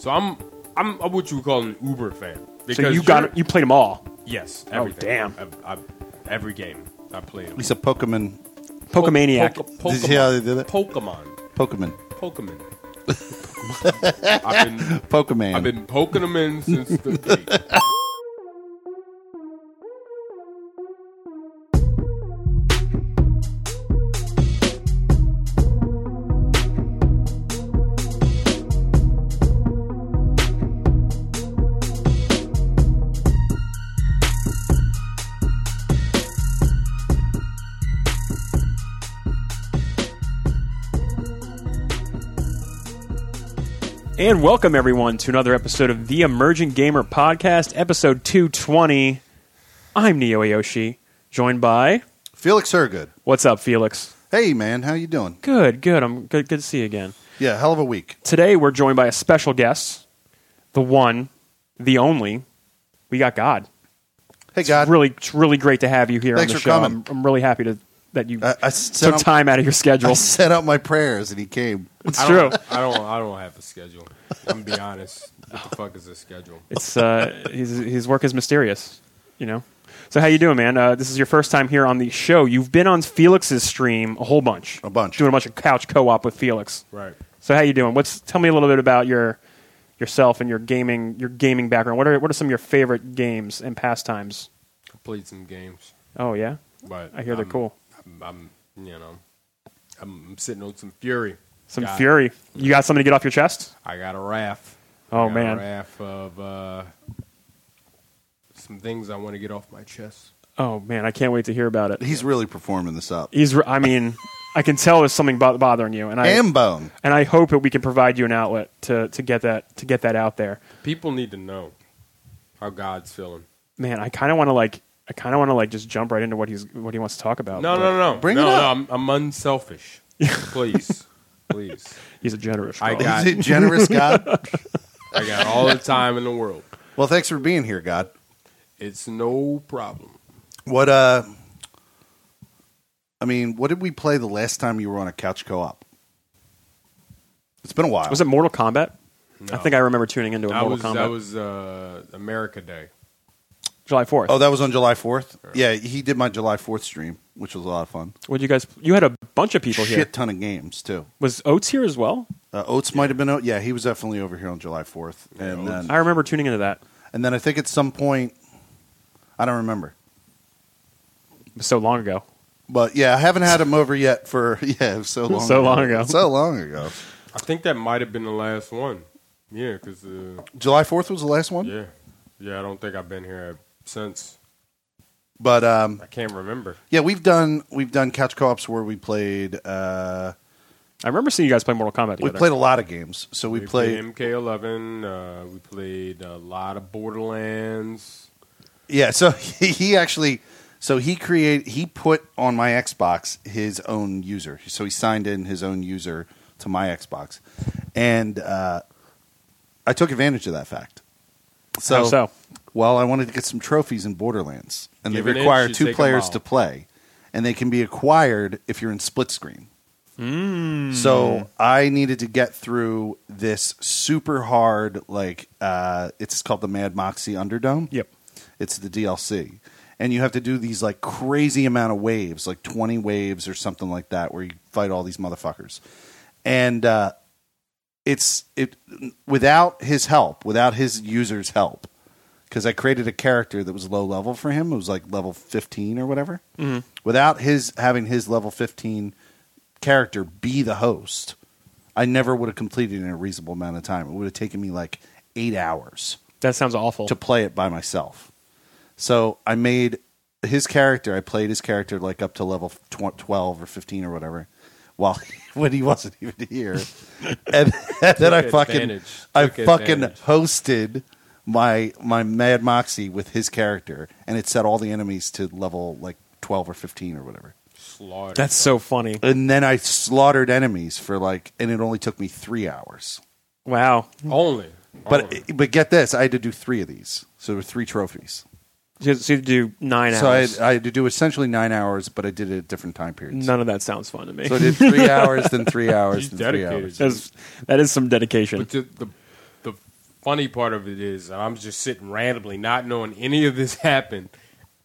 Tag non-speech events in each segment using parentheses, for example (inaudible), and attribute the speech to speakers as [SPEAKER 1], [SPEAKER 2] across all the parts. [SPEAKER 1] So I'm I'm, I'm what you would call an Uber fan.
[SPEAKER 2] So you got you played them all.
[SPEAKER 1] yes,
[SPEAKER 2] Oh,
[SPEAKER 1] everything.
[SPEAKER 2] damn.
[SPEAKER 1] I've, I've, every game I play. them.
[SPEAKER 3] He's a Pokemon.
[SPEAKER 2] Pokemaniac.
[SPEAKER 1] Poke-
[SPEAKER 3] Did you see how they did it?
[SPEAKER 1] Pokemon.
[SPEAKER 3] Pokemon. (laughs)
[SPEAKER 1] Pokemon. I've been
[SPEAKER 3] Pokemon.
[SPEAKER 1] I've been poking them in since
[SPEAKER 2] (laughs)
[SPEAKER 1] the gate.
[SPEAKER 2] And welcome everyone to another episode of the Emerging Gamer Podcast, episode 220. I'm Neo Ayoshi, joined by
[SPEAKER 3] Felix Hergood.
[SPEAKER 2] What's up, Felix?
[SPEAKER 3] Hey man, how you doing?
[SPEAKER 2] Good, good. I'm good good to see you again.
[SPEAKER 3] Yeah, hell of a week.
[SPEAKER 2] Today we're joined by a special guest, the one, the only. We got God.
[SPEAKER 3] Hey God,
[SPEAKER 2] Really it's really great to have you here
[SPEAKER 3] Thanks
[SPEAKER 2] on the
[SPEAKER 3] for
[SPEAKER 2] show.
[SPEAKER 3] coming.
[SPEAKER 2] I'm, I'm really happy to that you
[SPEAKER 3] I, I
[SPEAKER 2] took
[SPEAKER 3] sent out,
[SPEAKER 2] time out of your
[SPEAKER 3] I
[SPEAKER 2] schedule.
[SPEAKER 3] sent out my prayers and he came.
[SPEAKER 2] It's
[SPEAKER 1] I
[SPEAKER 2] true.
[SPEAKER 1] don't, I don't I don't have a schedule. I'm gonna be honest. What the fuck is a schedule?
[SPEAKER 2] It's uh, his his work is mysterious, you know. So how you doing, man? Uh, this is your first time here on the show. You've been on Felix's stream a whole bunch,
[SPEAKER 3] A bunch.
[SPEAKER 2] doing a bunch of couch co-op with Felix.
[SPEAKER 1] Right.
[SPEAKER 2] So how you doing? What's tell me a little bit about your yourself and your gaming your gaming background. What are what are some of your favorite games and pastimes?
[SPEAKER 1] I played some games,
[SPEAKER 2] Oh yeah,
[SPEAKER 1] but
[SPEAKER 2] I hear they're
[SPEAKER 1] I'm-
[SPEAKER 2] cool.
[SPEAKER 1] I'm, I'm you know I'm, I'm sitting on some fury.
[SPEAKER 2] Some
[SPEAKER 1] Got-
[SPEAKER 2] Fury. You got something to get off your chest?
[SPEAKER 1] I got a raft.
[SPEAKER 2] Oh,
[SPEAKER 1] I got
[SPEAKER 2] man.
[SPEAKER 1] a raft of uh, some things I want to get off my chest.
[SPEAKER 2] Oh man, I can't wait to hear about it.
[SPEAKER 3] He's really performing this up.
[SPEAKER 2] He's. re- I mean, I can tell there's something bo- bothering you, and I
[SPEAKER 3] Ambone.
[SPEAKER 2] and I hope that we can provide you an outlet to, to get that to get that out there.
[SPEAKER 1] People need to know how God's feeling.
[SPEAKER 2] Man, I kind of want to like I kind of want to like just jump right into what he's what he wants to talk about.
[SPEAKER 1] No,
[SPEAKER 2] but
[SPEAKER 1] no, no,
[SPEAKER 3] Bring
[SPEAKER 1] no,
[SPEAKER 3] it up.
[SPEAKER 1] no. I'm, I'm
[SPEAKER 2] (laughs)
[SPEAKER 1] unselfish. Please, please.
[SPEAKER 2] He's a generous.
[SPEAKER 1] I
[SPEAKER 2] I
[SPEAKER 1] got-
[SPEAKER 3] Is it
[SPEAKER 2] (laughs)
[SPEAKER 3] generous God?
[SPEAKER 1] I got all the time in the world.
[SPEAKER 3] well, thanks for being here, God.
[SPEAKER 1] It's no problem.
[SPEAKER 3] What uh I mean, what did we play the last time you were on a couch co-op? It's been a while.
[SPEAKER 2] was it Mortal Kombat?
[SPEAKER 1] No.
[SPEAKER 2] I think I remember tuning into a
[SPEAKER 1] That
[SPEAKER 2] Mortal
[SPEAKER 1] was
[SPEAKER 2] Kombat
[SPEAKER 1] that was uh, America Day.
[SPEAKER 2] July Fourth.
[SPEAKER 3] Oh, that was on July 4th? Yeah, he did my July 4th stream, which was a lot of fun.
[SPEAKER 2] What you guys? You had a bunch of people
[SPEAKER 3] Shit
[SPEAKER 2] here.
[SPEAKER 3] ton of games, too.
[SPEAKER 2] Was Oates here as well?
[SPEAKER 3] Uh, Oates might have been out. Yeah, he was definitely over here on July 4th. and,
[SPEAKER 1] Oates.
[SPEAKER 3] then,
[SPEAKER 2] I remember tuning into that.
[SPEAKER 3] and then I think at some point, I don't remember.
[SPEAKER 2] It was so long ago.
[SPEAKER 3] But yeah, I haven't had him over yet for, (laughs) yeah, it was so long
[SPEAKER 2] So long ago.
[SPEAKER 3] So long ago.
[SPEAKER 1] I think that might have been the last one. Yeah, because uh,
[SPEAKER 3] July 4th was the last one?
[SPEAKER 1] yeah, yeah. I don't think I've been here since.
[SPEAKER 3] But um,
[SPEAKER 1] I can't remember.
[SPEAKER 3] yeah, we've done, we've done couch co-ops where we played, uh,
[SPEAKER 2] I remember seeing you guys play Mortal Kombat
[SPEAKER 3] we
[SPEAKER 2] together.
[SPEAKER 3] played a lot of games. So we, played,
[SPEAKER 1] MK11. Uh, we played a lot of Borderlands.
[SPEAKER 3] Yeah, so (laughs) he, he actually so he create he put on my Xbox his own user. So he signed in his own user to my Xbox. And uh, I took advantage of that fact. So,
[SPEAKER 2] How so?
[SPEAKER 3] well, I wanted to get some trophies in Borderlands, and
[SPEAKER 1] Give
[SPEAKER 3] they
[SPEAKER 1] an inch,
[SPEAKER 3] require
[SPEAKER 1] you
[SPEAKER 3] two
[SPEAKER 1] take 'em
[SPEAKER 3] players
[SPEAKER 1] all.
[SPEAKER 3] to play, and they can be acquired if you're in split screen.
[SPEAKER 1] Hmm. Mm.
[SPEAKER 3] So I needed to get through this super hard, like uh, it's called the Mad Moxie Underdome.
[SPEAKER 2] Yep.
[SPEAKER 3] It's the DLC. And you have to do these like crazy amount of waves, like 20 waves or something like that, where you fight all these motherfuckers. And uh, it's it without his help, without his user's help, because I created a character that was low level for him. It was like level 15 or whatever. Without his having his level 15 character be the host, I never would have completed it in a reasonable amount of time. It would have taken me like eight hours
[SPEAKER 2] That sounds awful.
[SPEAKER 3] to play it by myself. So I made his character. I played his character like up to level tw- twelve or fifteen or whatever, while when he (laughs) wasn't even here. And, (laughs) and then I
[SPEAKER 1] Took
[SPEAKER 3] fucking
[SPEAKER 1] advantage.
[SPEAKER 3] I
[SPEAKER 1] Took
[SPEAKER 3] fucking
[SPEAKER 1] advantage.
[SPEAKER 3] hosted my my Mad Moxie with his character, and it set all the enemies to level like twelve or fifteen or whatever.
[SPEAKER 1] Slaughter.
[SPEAKER 2] That's so funny.
[SPEAKER 3] And then I slaughtered enemies for like, and it only took me three hours.
[SPEAKER 2] Wow.
[SPEAKER 1] only.
[SPEAKER 3] But
[SPEAKER 1] only.
[SPEAKER 3] but get this, I had to do three of these, so there were three trophies.
[SPEAKER 2] So you do nine
[SPEAKER 3] So I
[SPEAKER 2] hours.
[SPEAKER 3] had, I had to do essentially nine hours, but I did it at different time periods.
[SPEAKER 2] None of that sounds fun to me.
[SPEAKER 3] So I
[SPEAKER 1] (laughs)
[SPEAKER 3] did three hours, then three hours,
[SPEAKER 1] He's
[SPEAKER 3] then three
[SPEAKER 1] dedicated.
[SPEAKER 3] hours.
[SPEAKER 2] That's- that is some dedication.
[SPEAKER 1] But the, the the funny part of it is I'm just sitting randomly, not knowing any of this (laughs) happened,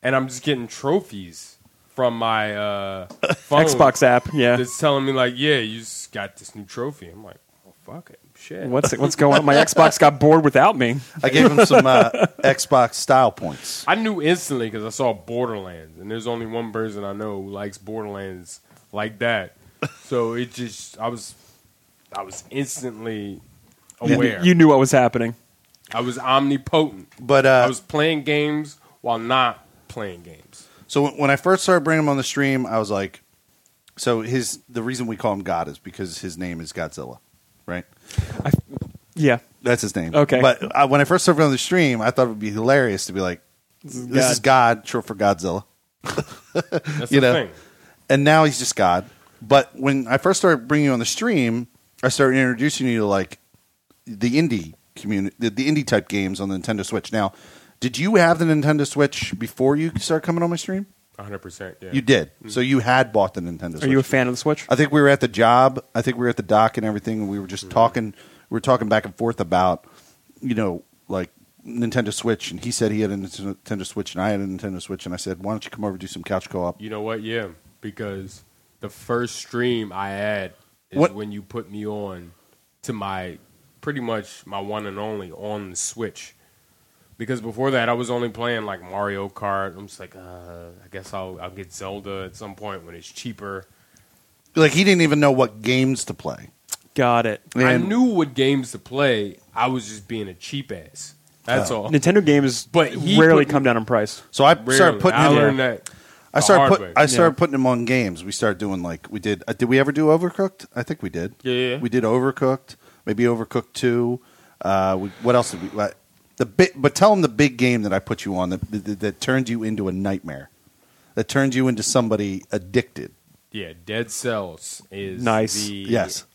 [SPEAKER 1] and I'm just getting trophies from my uh, phone
[SPEAKER 2] (laughs) Xbox app. Yeah.
[SPEAKER 1] that's telling me like, yeah, you just got this new trophy. I'm like, well, fuck it, shit.
[SPEAKER 2] What's what's going on? My Xbox got bored without me.
[SPEAKER 3] I gave him some
[SPEAKER 1] (laughs)
[SPEAKER 3] uh, Xbox style points.
[SPEAKER 1] I knew instantly because I saw Borderlands, and there's only one person I know who likes Borderlands like
[SPEAKER 3] (laughs)
[SPEAKER 1] that. So it just, I was, I was instantly
[SPEAKER 2] You-
[SPEAKER 1] aware.
[SPEAKER 2] You knew what was happening.
[SPEAKER 1] I was omnipotent.
[SPEAKER 3] But
[SPEAKER 1] I
[SPEAKER 3] uh,
[SPEAKER 1] was playing games while not playing games.
[SPEAKER 3] So when- when I first started bringing him on the stream, I was like, so his the reason we call him God is because his name is Godzilla, right?
[SPEAKER 2] Yeah.
[SPEAKER 3] That's his name.
[SPEAKER 2] Okay.
[SPEAKER 3] But I, when I first started on the stream, I thought it would be hilarious to be like, this is God,
[SPEAKER 2] God.
[SPEAKER 3] short for Godzilla,
[SPEAKER 1] That's the
[SPEAKER 3] You know.
[SPEAKER 1] thing.
[SPEAKER 3] and now he's just God. But when I first started bringing you on the stream, I started introducing you to like the indie community, the, the indie type games on the Nintendo Switch. Now, did you have the Nintendo Switch before you started coming on my stream?
[SPEAKER 1] 100. percent Yeah. Mm-hmm.
[SPEAKER 3] You did. So you had bought the Nintendo.
[SPEAKER 2] Are
[SPEAKER 3] Switch
[SPEAKER 2] you a
[SPEAKER 3] before.
[SPEAKER 2] fan of the Switch?
[SPEAKER 3] I think we were at the job. I think we were at the dock and everything, and we were
[SPEAKER 1] Mm-hmm.
[SPEAKER 3] just talking. We were talking back and forth about, you know, like Nintendo Switch, and he said he had a Nintendo Switch, and I had a Nintendo Switch, and I said, why don't you come over and do some couch co-op?
[SPEAKER 1] You know what? Yeah, because the first stream I had is
[SPEAKER 3] What-
[SPEAKER 1] when you put me on to my pretty much my one and only on the Switch. Because before that, I was only playing like Mario Kart. I'm just like, uh, I guess I'll I'll get Zelda at some point when it's cheaper.
[SPEAKER 3] Like he didn't even know what games to play.
[SPEAKER 2] Got it.
[SPEAKER 1] I
[SPEAKER 3] And-
[SPEAKER 1] knew what games to play. I was just being a cheap ass. That's
[SPEAKER 3] Oh.
[SPEAKER 1] all.
[SPEAKER 2] Nintendo games
[SPEAKER 1] But he
[SPEAKER 2] rarely
[SPEAKER 1] put-
[SPEAKER 2] come down in price.
[SPEAKER 3] So I
[SPEAKER 1] Rarely.
[SPEAKER 3] started putting
[SPEAKER 1] I
[SPEAKER 3] him.
[SPEAKER 1] learned that.
[SPEAKER 3] I
[SPEAKER 1] the
[SPEAKER 3] started
[SPEAKER 1] hard
[SPEAKER 3] put,
[SPEAKER 1] way.
[SPEAKER 3] I started putting him on games. We started doing like we did. Uh, did we ever do Overcooked? I think we did.
[SPEAKER 1] Yeah, yeah, yeah.
[SPEAKER 3] We did Overcooked. Maybe Overcooked Two. Uh, we, what else did we? Uh, the bit, but tell him the big game that I put you on that, that that turned you into a nightmare, that turned you into somebody addicted.
[SPEAKER 1] Yeah, Dead Cells is
[SPEAKER 2] Nice.
[SPEAKER 1] The
[SPEAKER 3] Yes,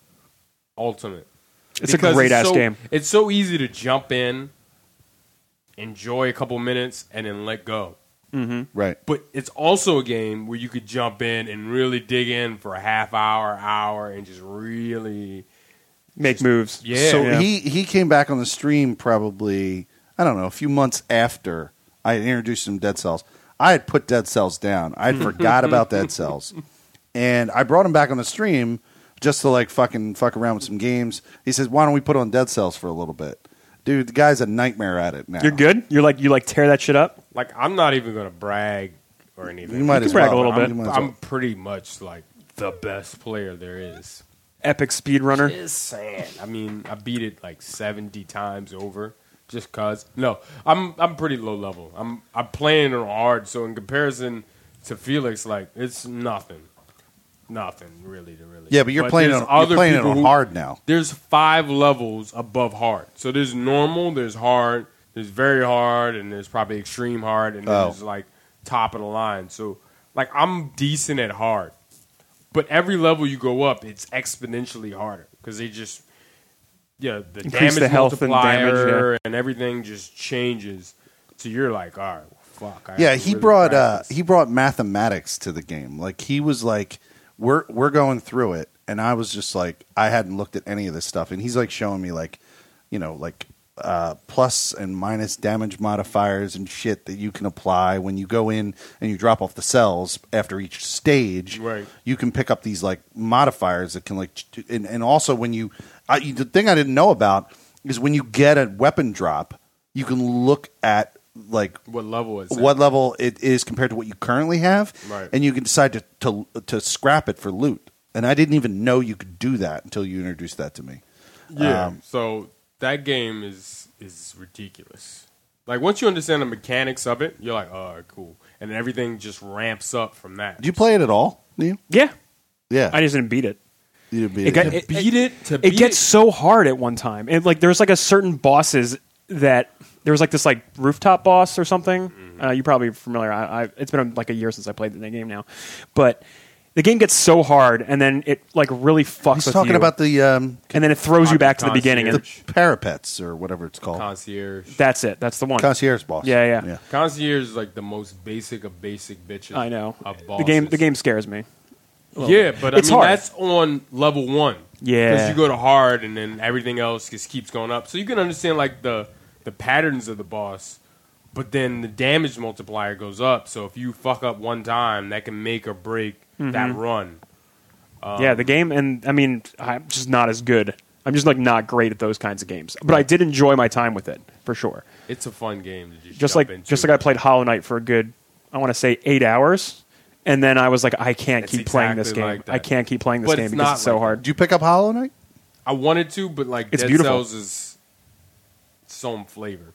[SPEAKER 1] ultimate.
[SPEAKER 2] It's a
[SPEAKER 1] Because
[SPEAKER 2] great ass
[SPEAKER 1] so-
[SPEAKER 2] game.
[SPEAKER 1] It's so easy to jump in, enjoy a couple minutes, and then let go.
[SPEAKER 3] right.
[SPEAKER 1] But it's also a game where you could jump in and really dig in for a half hour, hour, and just really
[SPEAKER 2] Make moves.
[SPEAKER 1] yeah.
[SPEAKER 3] so
[SPEAKER 2] Yeah.
[SPEAKER 3] he he came back on the stream probably I don't know a few months after I had introduced him to Dead Cells. I had put Dead Cells down.
[SPEAKER 2] (laughs)
[SPEAKER 3] I had forgot about Dead Cells, and I brought him back on the stream just to like fucking fuck around with some games. He says, "Why don't we put on Dead Cells for a little bit, dude? The guy's a nightmare at it now.
[SPEAKER 2] You're good. You're like you like tear that shit up.
[SPEAKER 1] like I'm not even gonna brag or anything.
[SPEAKER 3] You might
[SPEAKER 2] can
[SPEAKER 3] as
[SPEAKER 2] brag
[SPEAKER 3] well.
[SPEAKER 2] a little
[SPEAKER 3] I'm-
[SPEAKER 2] bit.
[SPEAKER 3] you might as
[SPEAKER 1] I'm
[SPEAKER 3] well.
[SPEAKER 1] pretty much like the best player there is.
[SPEAKER 2] Epic speedrunner.
[SPEAKER 1] It's sad. I mean, I beat it like seventy times over just cause. No, I'm I'm pretty low level. I'm I'm playing it hard, so in comparison to Felix, like it's nothing, nothing really to really.
[SPEAKER 3] Yeah, but you're playing
[SPEAKER 1] there's
[SPEAKER 3] it on- you're playing it
[SPEAKER 1] people
[SPEAKER 3] on hard now.
[SPEAKER 1] There's five levels above hard, so there's normal, there's hard, there's very hard, and there's probably extreme hard, and then
[SPEAKER 3] Oh.
[SPEAKER 1] there's like top of the line. So like I'm decent at hard. But every level you go up, it's exponentially harder because they just yeah the
[SPEAKER 2] Increase
[SPEAKER 1] damage
[SPEAKER 2] the health and damage,
[SPEAKER 1] multiplier and everything just changes. So you're like, all right, well, fuck. I
[SPEAKER 3] Yeah,
[SPEAKER 1] have to
[SPEAKER 3] he
[SPEAKER 1] really
[SPEAKER 3] brought uh,
[SPEAKER 1] practice.
[SPEAKER 3] he brought mathematics to the game. Like he was like, we're we're going through it, and I was just like, I hadn't looked at any of this stuff, and he's like showing me like, you know, like uh, plus and minus damage modifiers and shit that you can apply when you go in and you drop off the cells after each stage.
[SPEAKER 1] Right.
[SPEAKER 3] You can pick up these like modifiers that can like, ch- and, and also when you, I, the thing I didn't know about is when you get a weapon drop, you can look at like
[SPEAKER 1] what level is
[SPEAKER 3] what level it is compared to what you currently have,
[SPEAKER 1] Right.
[SPEAKER 3] and you can decide to, to to scrap it for loot. And I didn't even know you could do that until you introduced that to me.
[SPEAKER 1] Yeah.
[SPEAKER 3] Um,
[SPEAKER 1] so that game is is ridiculous. Like once you understand the mechanics of it, you're like, all right, cool, and everything just ramps up from that.
[SPEAKER 3] Did you play it at all? Neil?
[SPEAKER 2] Yeah.
[SPEAKER 3] Yeah,
[SPEAKER 2] I just didn't beat it.
[SPEAKER 3] you did beat
[SPEAKER 2] it got-
[SPEAKER 3] yeah.
[SPEAKER 1] to beat it to
[SPEAKER 2] It
[SPEAKER 1] beat
[SPEAKER 2] gets so hard at one time. And like there's like a certain bosses that there was like this like rooftop boss or something.
[SPEAKER 1] Mm-hmm.
[SPEAKER 2] Uh, you're probably familiar. I, I, it's been like a year since I played the game now, but the game gets so hard and then it like really fucks
[SPEAKER 3] He's
[SPEAKER 2] with
[SPEAKER 3] talking
[SPEAKER 2] you.
[SPEAKER 3] about the um,
[SPEAKER 2] and then it throws you back to the
[SPEAKER 1] Concierge.
[SPEAKER 2] beginning.
[SPEAKER 3] the
[SPEAKER 2] And
[SPEAKER 1] Concierge.
[SPEAKER 3] parapets or whatever it's called,
[SPEAKER 1] concierge.
[SPEAKER 2] that's it. That's the one.
[SPEAKER 3] concierge boss.
[SPEAKER 2] Yeah, yeah.
[SPEAKER 1] Concierge is like the most basic of basic bitches.
[SPEAKER 2] I know.
[SPEAKER 1] Of
[SPEAKER 2] The game.
[SPEAKER 1] bosses.
[SPEAKER 2] The game scares me.
[SPEAKER 1] Yeah, but I
[SPEAKER 2] It's
[SPEAKER 1] mean
[SPEAKER 2] hard.
[SPEAKER 1] that's on level one.
[SPEAKER 2] Yeah.
[SPEAKER 1] because you go to hard and then everything else just keeps going up. So you can understand like the the patterns of the boss, but then the damage multiplier goes up. So if you fuck up one time, that can make or break
[SPEAKER 2] Mm-hmm.
[SPEAKER 1] that run.
[SPEAKER 2] yeah,
[SPEAKER 1] Um,
[SPEAKER 2] the game, and I mean, I'm just not as good. I'm just like not great at those kinds of games, but I did enjoy my time with it for sure.
[SPEAKER 1] It's a fun game to just
[SPEAKER 2] Just
[SPEAKER 1] jump
[SPEAKER 2] like
[SPEAKER 1] into.
[SPEAKER 2] just like I played Hollow Knight for a good, I want to say eight hours, and then I was like, I can't
[SPEAKER 1] It's
[SPEAKER 2] keep playing this
[SPEAKER 1] exactly
[SPEAKER 2] game.
[SPEAKER 1] like that.
[SPEAKER 2] I can't keep playing this
[SPEAKER 1] But
[SPEAKER 2] game
[SPEAKER 1] it's
[SPEAKER 2] because
[SPEAKER 1] not
[SPEAKER 2] it's so
[SPEAKER 1] like
[SPEAKER 2] hard.
[SPEAKER 3] Did you pick up Hollow Knight?
[SPEAKER 1] I wanted to, but like
[SPEAKER 2] It's
[SPEAKER 1] Dead
[SPEAKER 2] beautiful.
[SPEAKER 1] Cells is some flavor.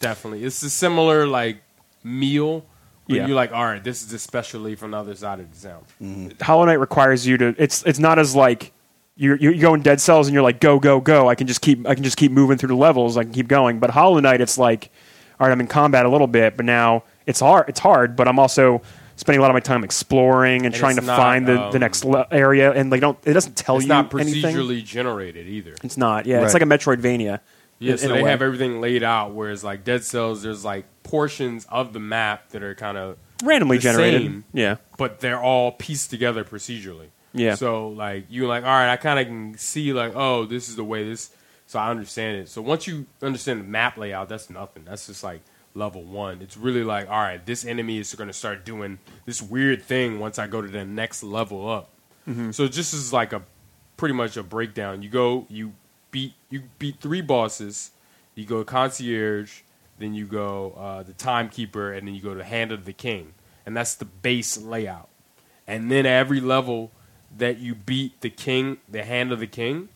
[SPEAKER 1] Definitely, it's a similar like meal. Where
[SPEAKER 2] Yeah.
[SPEAKER 1] You're like, all right, this is especially from the other side of the town.
[SPEAKER 2] Hollow Knight requires you to. It's it's not as like you you go in Dead Cells and you're like go go go. I can just keep I can just keep moving through the levels. I can keep going. But Hollow Knight, it's like all right, I'm in combat a little bit, but now it's hard. It's hard, but I'm also spending a lot of my time exploring and,
[SPEAKER 1] And
[SPEAKER 2] trying
[SPEAKER 1] it's
[SPEAKER 2] to
[SPEAKER 1] not,
[SPEAKER 2] find the, the
[SPEAKER 1] um,
[SPEAKER 2] next le- area. And like don't it doesn't tell
[SPEAKER 1] It's
[SPEAKER 2] you
[SPEAKER 1] not
[SPEAKER 2] anything.
[SPEAKER 1] procedurally generated either.
[SPEAKER 2] It's not. Yeah, it's like
[SPEAKER 3] Right.
[SPEAKER 2] a Metroidvania.
[SPEAKER 1] Yeah,
[SPEAKER 2] in-
[SPEAKER 1] so
[SPEAKER 2] in a
[SPEAKER 1] they
[SPEAKER 2] way.
[SPEAKER 1] have everything laid out. Whereas like Dead Cells, there's like portions of the map that are kind of
[SPEAKER 2] randomly
[SPEAKER 1] the
[SPEAKER 2] generated.
[SPEAKER 1] same.
[SPEAKER 2] Yeah,
[SPEAKER 1] but they're all pieced together procedurally.
[SPEAKER 2] Yeah.
[SPEAKER 1] So like you like all right, I kind of can see like oh this is the way this, so I understand it. So once you understand the map layout, that's nothing. That's just like level one. It's really like all right, this enemy is going to start doing this weird thing once I go to the next level up.
[SPEAKER 2] Mm-hmm.
[SPEAKER 1] So this is like a pretty much a breakdown. You go, you beat you beat three bosses. You go concierge, then you go uh, the timekeeper, and then you go to hand of the king, and that's the base layout. And then every level that you beat the king, the hand of the king,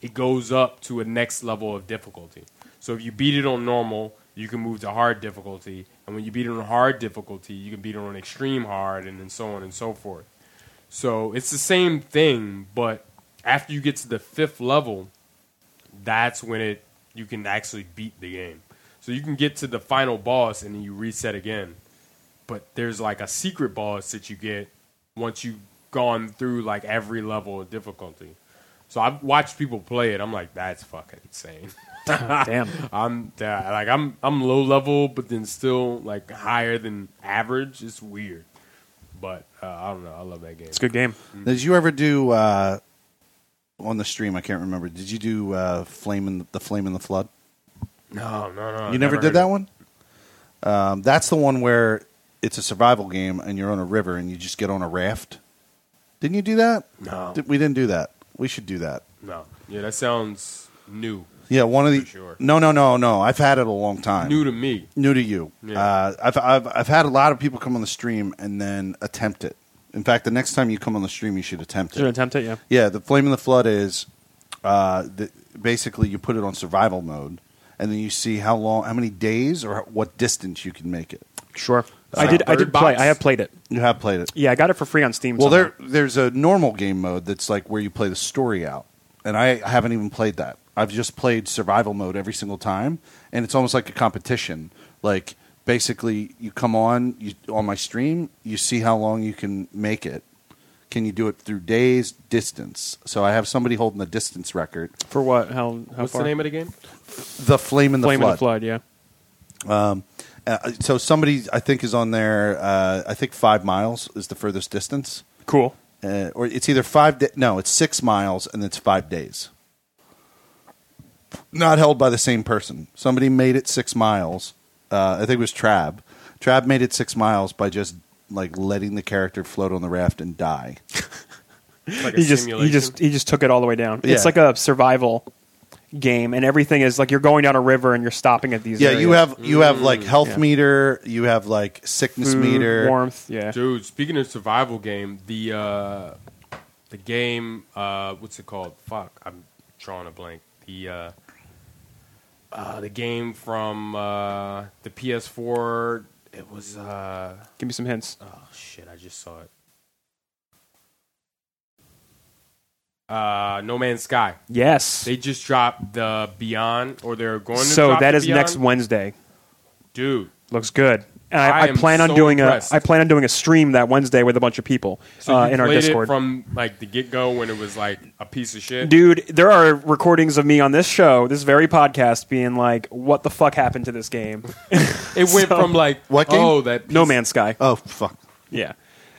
[SPEAKER 1] it goes up to a next level of difficulty. So if you beat it on normal, you can move to hard difficulty, and when you beat it on hard difficulty, you can beat it on extreme hard, and then so on and so forth. So it's the same thing, but after you get to the fifth level, that's when it you can actually beat the game. So you can get to the final boss and then you reset again. But there's like a secret boss that you get once you've gone through like every level of difficulty. So I've watched people play it. I'm like, that's fucking insane. (laughs)
[SPEAKER 2] damn.
[SPEAKER 1] I'm that like I'm I'm low level, but then still like higher than average. It's weird, but uh, I don't know. I love that game.
[SPEAKER 2] It's a good game.
[SPEAKER 1] Mm.
[SPEAKER 3] Did you ever do uh, on the stream? I can't remember. Did you do uh, flame in the, the flame in the flood?
[SPEAKER 1] No, no, no.
[SPEAKER 3] you
[SPEAKER 1] Oh,
[SPEAKER 3] never,
[SPEAKER 1] heard
[SPEAKER 3] did that
[SPEAKER 1] of it.
[SPEAKER 3] one. Um, that's the one where it's a survival game and you're on a river and you just get on a raft. Didn't you do that?
[SPEAKER 1] No.
[SPEAKER 3] Did- we didn't do that. We should do that.
[SPEAKER 1] No. Yeah, that sounds new.
[SPEAKER 3] Yeah, one of the.
[SPEAKER 1] For sure.
[SPEAKER 3] No, no, no, no. I've had it a long time.
[SPEAKER 1] New to me.
[SPEAKER 3] new to you.
[SPEAKER 1] Yeah.
[SPEAKER 3] Uh, I've, I've I've had a lot of people come on the stream and then attempt it. In fact, the next time you come on the stream, you should attempt
[SPEAKER 2] Should
[SPEAKER 3] it.
[SPEAKER 2] attempt it. Yeah.
[SPEAKER 3] Yeah, the flame in the flood is uh, the, basically you put it on survival mode, and then you see how long, how many days, or what distance you can make it.
[SPEAKER 2] Sure. I
[SPEAKER 1] like
[SPEAKER 2] did. I
[SPEAKER 1] Bird
[SPEAKER 2] did play.
[SPEAKER 1] Box.
[SPEAKER 2] I have played it.
[SPEAKER 3] You have played it.
[SPEAKER 2] Yeah, I got it for free on Steam.
[SPEAKER 3] Well,
[SPEAKER 2] somehow.
[SPEAKER 3] there there's a normal game mode that's like where you play the story out, and I haven't even played that. I've just played survival mode every single time, and it's almost like a competition. Like basically, you come on you, on my stream, you see how long you can make it. Can you do it through days, distance? So I have somebody holding the distance record.
[SPEAKER 2] for what? How? How
[SPEAKER 1] What's
[SPEAKER 2] far?
[SPEAKER 1] the name of the game?
[SPEAKER 3] The flame in the
[SPEAKER 2] Flame in
[SPEAKER 3] flood.
[SPEAKER 2] the flood. Yeah.
[SPEAKER 3] Uh, so somebody I think is on there. Uh, I think five miles is the furthest distance.
[SPEAKER 2] Cool.
[SPEAKER 3] uh, or it's either five. Da- no, it's six miles and it's five days. Not held by the same person. Somebody made it six miles. Uh, I think it was Trab. Trab made it six miles by just like letting the character float on the raft and die.
[SPEAKER 1] It's like a
[SPEAKER 2] He just he
[SPEAKER 1] simulation.
[SPEAKER 2] just he just took it all the way down.
[SPEAKER 3] Yeah.
[SPEAKER 2] It's like a survival game, and everything is like you're going down a river and you're stopping at these.
[SPEAKER 3] yeah,
[SPEAKER 2] areas.
[SPEAKER 3] you have you have like health
[SPEAKER 2] Mm. Yeah.
[SPEAKER 3] meter, you have like sickness
[SPEAKER 2] Food,
[SPEAKER 3] meter.
[SPEAKER 2] warmth. Yeah.
[SPEAKER 1] Dude, speaking of survival game, the uh, the game uh, what's it called? Fuck, I'm drawing a blank. The uh, uh, the game from uh, the PS4. It was uh,
[SPEAKER 2] Give me some hints.
[SPEAKER 1] oh shit, I just saw it. Uh, no Man's Sky.
[SPEAKER 2] Yes.
[SPEAKER 1] They just dropped the Beyond, or they're going to.
[SPEAKER 2] So
[SPEAKER 1] drop
[SPEAKER 2] that
[SPEAKER 1] the
[SPEAKER 2] is next
[SPEAKER 1] Beyond.
[SPEAKER 2] Wednesday.
[SPEAKER 1] dude.
[SPEAKER 2] Looks good. And I,
[SPEAKER 1] I
[SPEAKER 2] I,
[SPEAKER 1] am
[SPEAKER 2] plan on
[SPEAKER 1] so
[SPEAKER 2] doing
[SPEAKER 1] impressed.
[SPEAKER 2] a I plan on doing a stream that Wednesday with a bunch of people
[SPEAKER 1] So
[SPEAKER 2] uh,
[SPEAKER 1] you
[SPEAKER 2] in our
[SPEAKER 1] played
[SPEAKER 2] Discord.
[SPEAKER 1] it from like the get go when it was like a piece of shit.
[SPEAKER 2] Dude, there are recordings of me on this show, this very podcast, being like, "What the fuck happened to this game?"
[SPEAKER 1] It went
[SPEAKER 2] So-
[SPEAKER 1] from like
[SPEAKER 3] What game?
[SPEAKER 1] Oh, that (laughs)
[SPEAKER 2] no Man's Sky.
[SPEAKER 3] Oh fuck!
[SPEAKER 2] Yeah.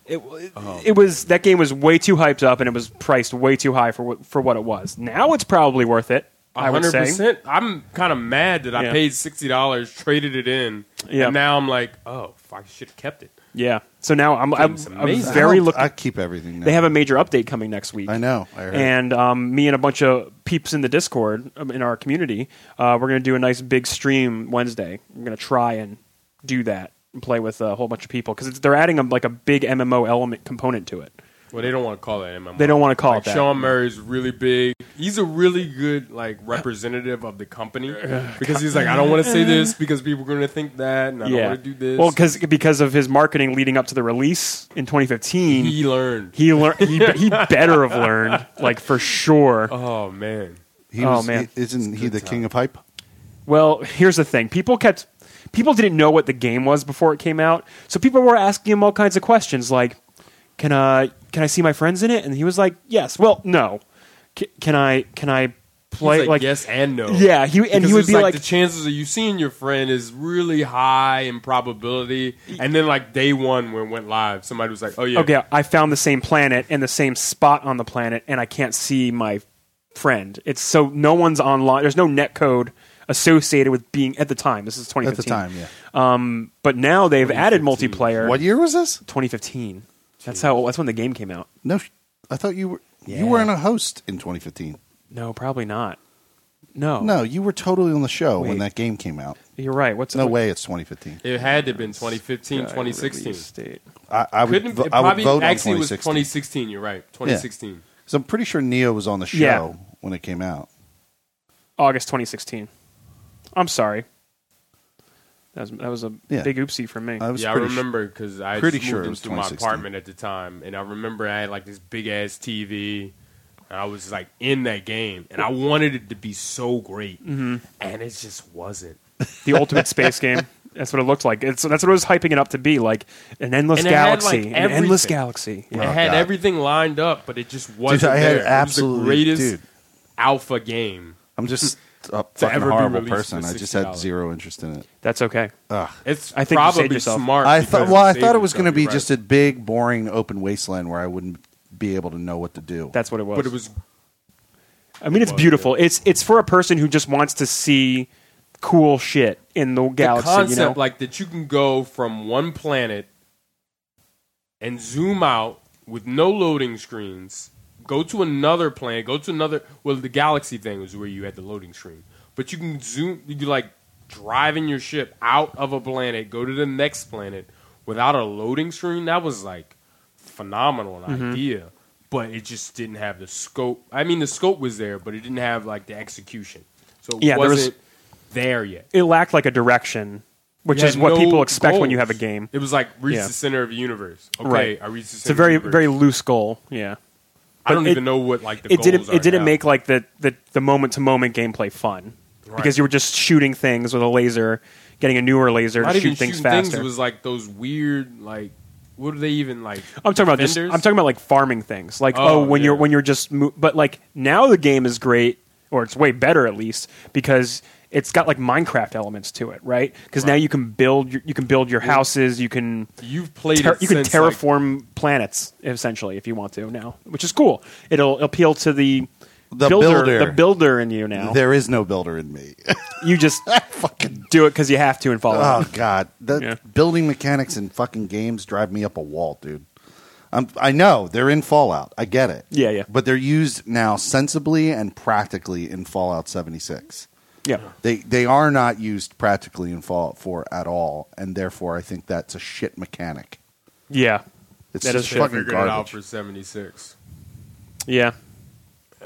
[SPEAKER 2] It,
[SPEAKER 1] Oh,
[SPEAKER 2] it was that game was way too hyped up and it was priced way too high for wh- for what it was. Now it's probably worth it. I would
[SPEAKER 1] hundred
[SPEAKER 2] say.
[SPEAKER 1] percent. I'm kind of mad that I
[SPEAKER 2] Yeah.
[SPEAKER 1] paid sixty dollars, traded it in,
[SPEAKER 2] Yeah.
[SPEAKER 1] and now I'm like, oh, fuck, I should have kept it.
[SPEAKER 2] Yeah. So now I'm I'm,
[SPEAKER 1] Game's
[SPEAKER 2] I'm
[SPEAKER 1] amazing.
[SPEAKER 2] very
[SPEAKER 3] I don't-
[SPEAKER 2] looking.
[SPEAKER 3] I keep everything. Now.
[SPEAKER 2] They have a major update coming next week.
[SPEAKER 3] I know. I heard.
[SPEAKER 2] And um, me and a bunch of peeps in the Discord um, in our community, uh, we're going to do a nice big stream Wednesday. We're going to try and do that and play with a whole bunch of people because they're adding a, like a big MMO element component to it.
[SPEAKER 1] Well, they don't want to call it MMO.
[SPEAKER 2] They don't wanna call
[SPEAKER 1] like,
[SPEAKER 2] it that.
[SPEAKER 1] Sean Murray's really big. He's a really good like representative of the company
[SPEAKER 2] (sighs)
[SPEAKER 1] because he's like, I don't want to say this because people are going to think that, and I don't want to do this.
[SPEAKER 2] Well, because because of his marketing leading up to the release in 2015, he
[SPEAKER 1] he learned.
[SPEAKER 2] he, lear- he he better have learned like for sure.
[SPEAKER 1] Oh man,
[SPEAKER 3] He
[SPEAKER 2] Oh,
[SPEAKER 3] was,
[SPEAKER 2] man.
[SPEAKER 3] he- isn't he the king of hype?
[SPEAKER 2] Well, here's the thing: people kept people didn't know what the game was before it came out, so people were asking him all kinds of questions, like, "Can I can I see my friends in it?" And he was like, "Yes." Well, no. C- can I can I play
[SPEAKER 1] He's like,
[SPEAKER 2] like
[SPEAKER 1] yes and no.
[SPEAKER 2] Yeah, he- and he
[SPEAKER 1] Because
[SPEAKER 2] would
[SPEAKER 1] it's
[SPEAKER 2] be like-
[SPEAKER 1] the chances of you seeing your friend is really high in probability. And then like day one when it went live, somebody was like, oh yeah,
[SPEAKER 2] okay, I found the same planet and the same spot on the planet, and I can't see my friend. It's so no one's online. There's no net code associated with being at the time. This is 2015.
[SPEAKER 3] At the time, yeah.
[SPEAKER 2] but now they've added multiplayer.
[SPEAKER 3] What year was this?
[SPEAKER 2] 2015. That's how. That's when the game came out.
[SPEAKER 3] No, sh- I thought you were
[SPEAKER 2] Yeah.
[SPEAKER 3] you weren't a host in 2015.
[SPEAKER 2] No, probably not. No,
[SPEAKER 3] No, you were totally on the show
[SPEAKER 2] Wait.
[SPEAKER 3] when that game came out.
[SPEAKER 2] You're right. What's
[SPEAKER 3] No
[SPEAKER 2] what-
[SPEAKER 3] way, it's 2015.
[SPEAKER 1] It had to have been 2015,
[SPEAKER 2] uh,
[SPEAKER 1] 2016.
[SPEAKER 2] release date?
[SPEAKER 3] I, I would
[SPEAKER 1] Couldn't
[SPEAKER 3] vo-
[SPEAKER 1] it
[SPEAKER 3] I would
[SPEAKER 1] probably
[SPEAKER 3] vote on
[SPEAKER 1] actually was
[SPEAKER 3] 2016.
[SPEAKER 1] 2016. You're right, 2016.
[SPEAKER 3] so I'm pretty sure Neo was on the show
[SPEAKER 2] Yeah.
[SPEAKER 3] when it came out.
[SPEAKER 2] August 2016. I'm sorry. That was that was a
[SPEAKER 3] Yeah.
[SPEAKER 2] big oopsie for me.
[SPEAKER 3] I was
[SPEAKER 1] yeah, I
[SPEAKER 3] pretty sure-
[SPEAKER 1] remember because I pretty
[SPEAKER 3] pretty
[SPEAKER 1] moved
[SPEAKER 3] sure it was
[SPEAKER 1] into my
[SPEAKER 3] 2016.
[SPEAKER 1] apartment at the time, and I remember I had like this big ass TV, and I was like in that game, and I wanted it to be so great,
[SPEAKER 2] Mm-hmm.
[SPEAKER 1] and it just wasn't.
[SPEAKER 2] the ultimate space
[SPEAKER 3] (laughs)
[SPEAKER 2] game. That's what it looked like. It's, that's what it was hyping it up to be like an endless
[SPEAKER 1] And it had,
[SPEAKER 2] galaxy,
[SPEAKER 1] like,
[SPEAKER 2] an endless
[SPEAKER 1] everything.
[SPEAKER 2] galaxy.
[SPEAKER 1] it had
[SPEAKER 3] Oh, God.
[SPEAKER 1] everything lined up, but it just wasn't
[SPEAKER 3] I had
[SPEAKER 1] there. it was
[SPEAKER 3] absolutely-
[SPEAKER 1] the greatest
[SPEAKER 3] dude.
[SPEAKER 1] alpha game. (laughs)
[SPEAKER 3] I'm just a fucking
[SPEAKER 1] ever be
[SPEAKER 3] horrible
[SPEAKER 1] released
[SPEAKER 3] person.
[SPEAKER 1] for
[SPEAKER 3] I just had
[SPEAKER 1] $60.
[SPEAKER 3] zero interest in it.
[SPEAKER 2] That's okay.
[SPEAKER 1] It's
[SPEAKER 2] I think you saved
[SPEAKER 1] probably
[SPEAKER 2] yourself.
[SPEAKER 1] smart.
[SPEAKER 3] I
[SPEAKER 1] because
[SPEAKER 3] thought.
[SPEAKER 1] you
[SPEAKER 3] Well, I
[SPEAKER 1] saved
[SPEAKER 3] thought it was
[SPEAKER 1] yourself,
[SPEAKER 3] going to be
[SPEAKER 1] you're right.
[SPEAKER 3] just a big, boring, open wasteland where I wouldn't be able to know what to do.
[SPEAKER 2] That's what it was.
[SPEAKER 1] but it was
[SPEAKER 2] I mean, it's
[SPEAKER 1] was,
[SPEAKER 2] beautiful. It's it's for a person who just wants to see cool shit in the galaxy.
[SPEAKER 1] the concept
[SPEAKER 2] you know?
[SPEAKER 1] like that you can go from one planet and zoom out with no loading screens go to another planet go to another well the galaxy thing was where you had the loading screen but you can zoom you can like driving your ship out of a planet go to the next planet without a loading screen that was like phenomenal
[SPEAKER 2] Mm-hmm.
[SPEAKER 1] idea but it just didn't have the scope i mean the scope was there but it didn't have like the execution so it
[SPEAKER 2] Yeah, there was-
[SPEAKER 1] wasn't there yet
[SPEAKER 2] it lacked like a direction, which
[SPEAKER 1] you
[SPEAKER 2] is
[SPEAKER 1] had
[SPEAKER 2] what
[SPEAKER 1] no
[SPEAKER 2] people expect when you
[SPEAKER 1] goals.
[SPEAKER 2] have a game.
[SPEAKER 1] It was like reach
[SPEAKER 2] Yeah.
[SPEAKER 1] the center of the universe. Okay,
[SPEAKER 2] Right.
[SPEAKER 1] I reached the center.
[SPEAKER 2] It's a very
[SPEAKER 1] of the universe.
[SPEAKER 2] very loose goal. Yeah,
[SPEAKER 1] I don't
[SPEAKER 2] but it-
[SPEAKER 1] even know what like the
[SPEAKER 2] it didn't
[SPEAKER 1] goals are
[SPEAKER 2] it didn't
[SPEAKER 1] now.
[SPEAKER 2] make like the the the moment to moment gameplay fun
[SPEAKER 1] Right.
[SPEAKER 2] because you were just shooting things with a laser, getting a newer laser
[SPEAKER 1] not
[SPEAKER 2] to
[SPEAKER 1] even
[SPEAKER 2] shoot things
[SPEAKER 1] shooting
[SPEAKER 2] faster.
[SPEAKER 1] Things was like those weird like what are they even like?
[SPEAKER 2] I'm talking about just, I'm
[SPEAKER 1] defenders?
[SPEAKER 2] talking about like farming things. Like oh,
[SPEAKER 1] Oh,
[SPEAKER 2] when you're
[SPEAKER 1] yeah.
[SPEAKER 2] when you're just mo- but like now the game is great or it's way better at least because it's got like Minecraft elements to it, right? Because now you can build your, you can build your houses, you can
[SPEAKER 1] You've played.
[SPEAKER 2] ter-
[SPEAKER 1] it
[SPEAKER 2] you can
[SPEAKER 1] since, like,
[SPEAKER 2] terraform planets essentially if you want to now, which is cool. It'll appeal to the
[SPEAKER 3] The builder.
[SPEAKER 2] the builder in you now.
[SPEAKER 3] There is no builder in me.
[SPEAKER 2] You
[SPEAKER 3] (laughs)
[SPEAKER 2] just
[SPEAKER 3] fucking.
[SPEAKER 2] do it because you have to and follow.
[SPEAKER 3] Oh god, the
[SPEAKER 2] Yeah.
[SPEAKER 3] building mechanics in fucking games drive me up a wall, dude. I'm, I know they're in Fallout. I get it.
[SPEAKER 2] Yeah, yeah.
[SPEAKER 3] But they're used now sensibly and practically in Fallout 76.
[SPEAKER 2] Yeah,
[SPEAKER 3] They they are not used practically in Fallout 4 at all, and therefore I think that's a shit mechanic.
[SPEAKER 2] yeah,
[SPEAKER 3] It's
[SPEAKER 2] That
[SPEAKER 3] just
[SPEAKER 2] is
[SPEAKER 1] they
[SPEAKER 2] shit.
[SPEAKER 3] fucking
[SPEAKER 1] figured it out
[SPEAKER 3] garbage.
[SPEAKER 1] for seventy six.
[SPEAKER 2] yeah.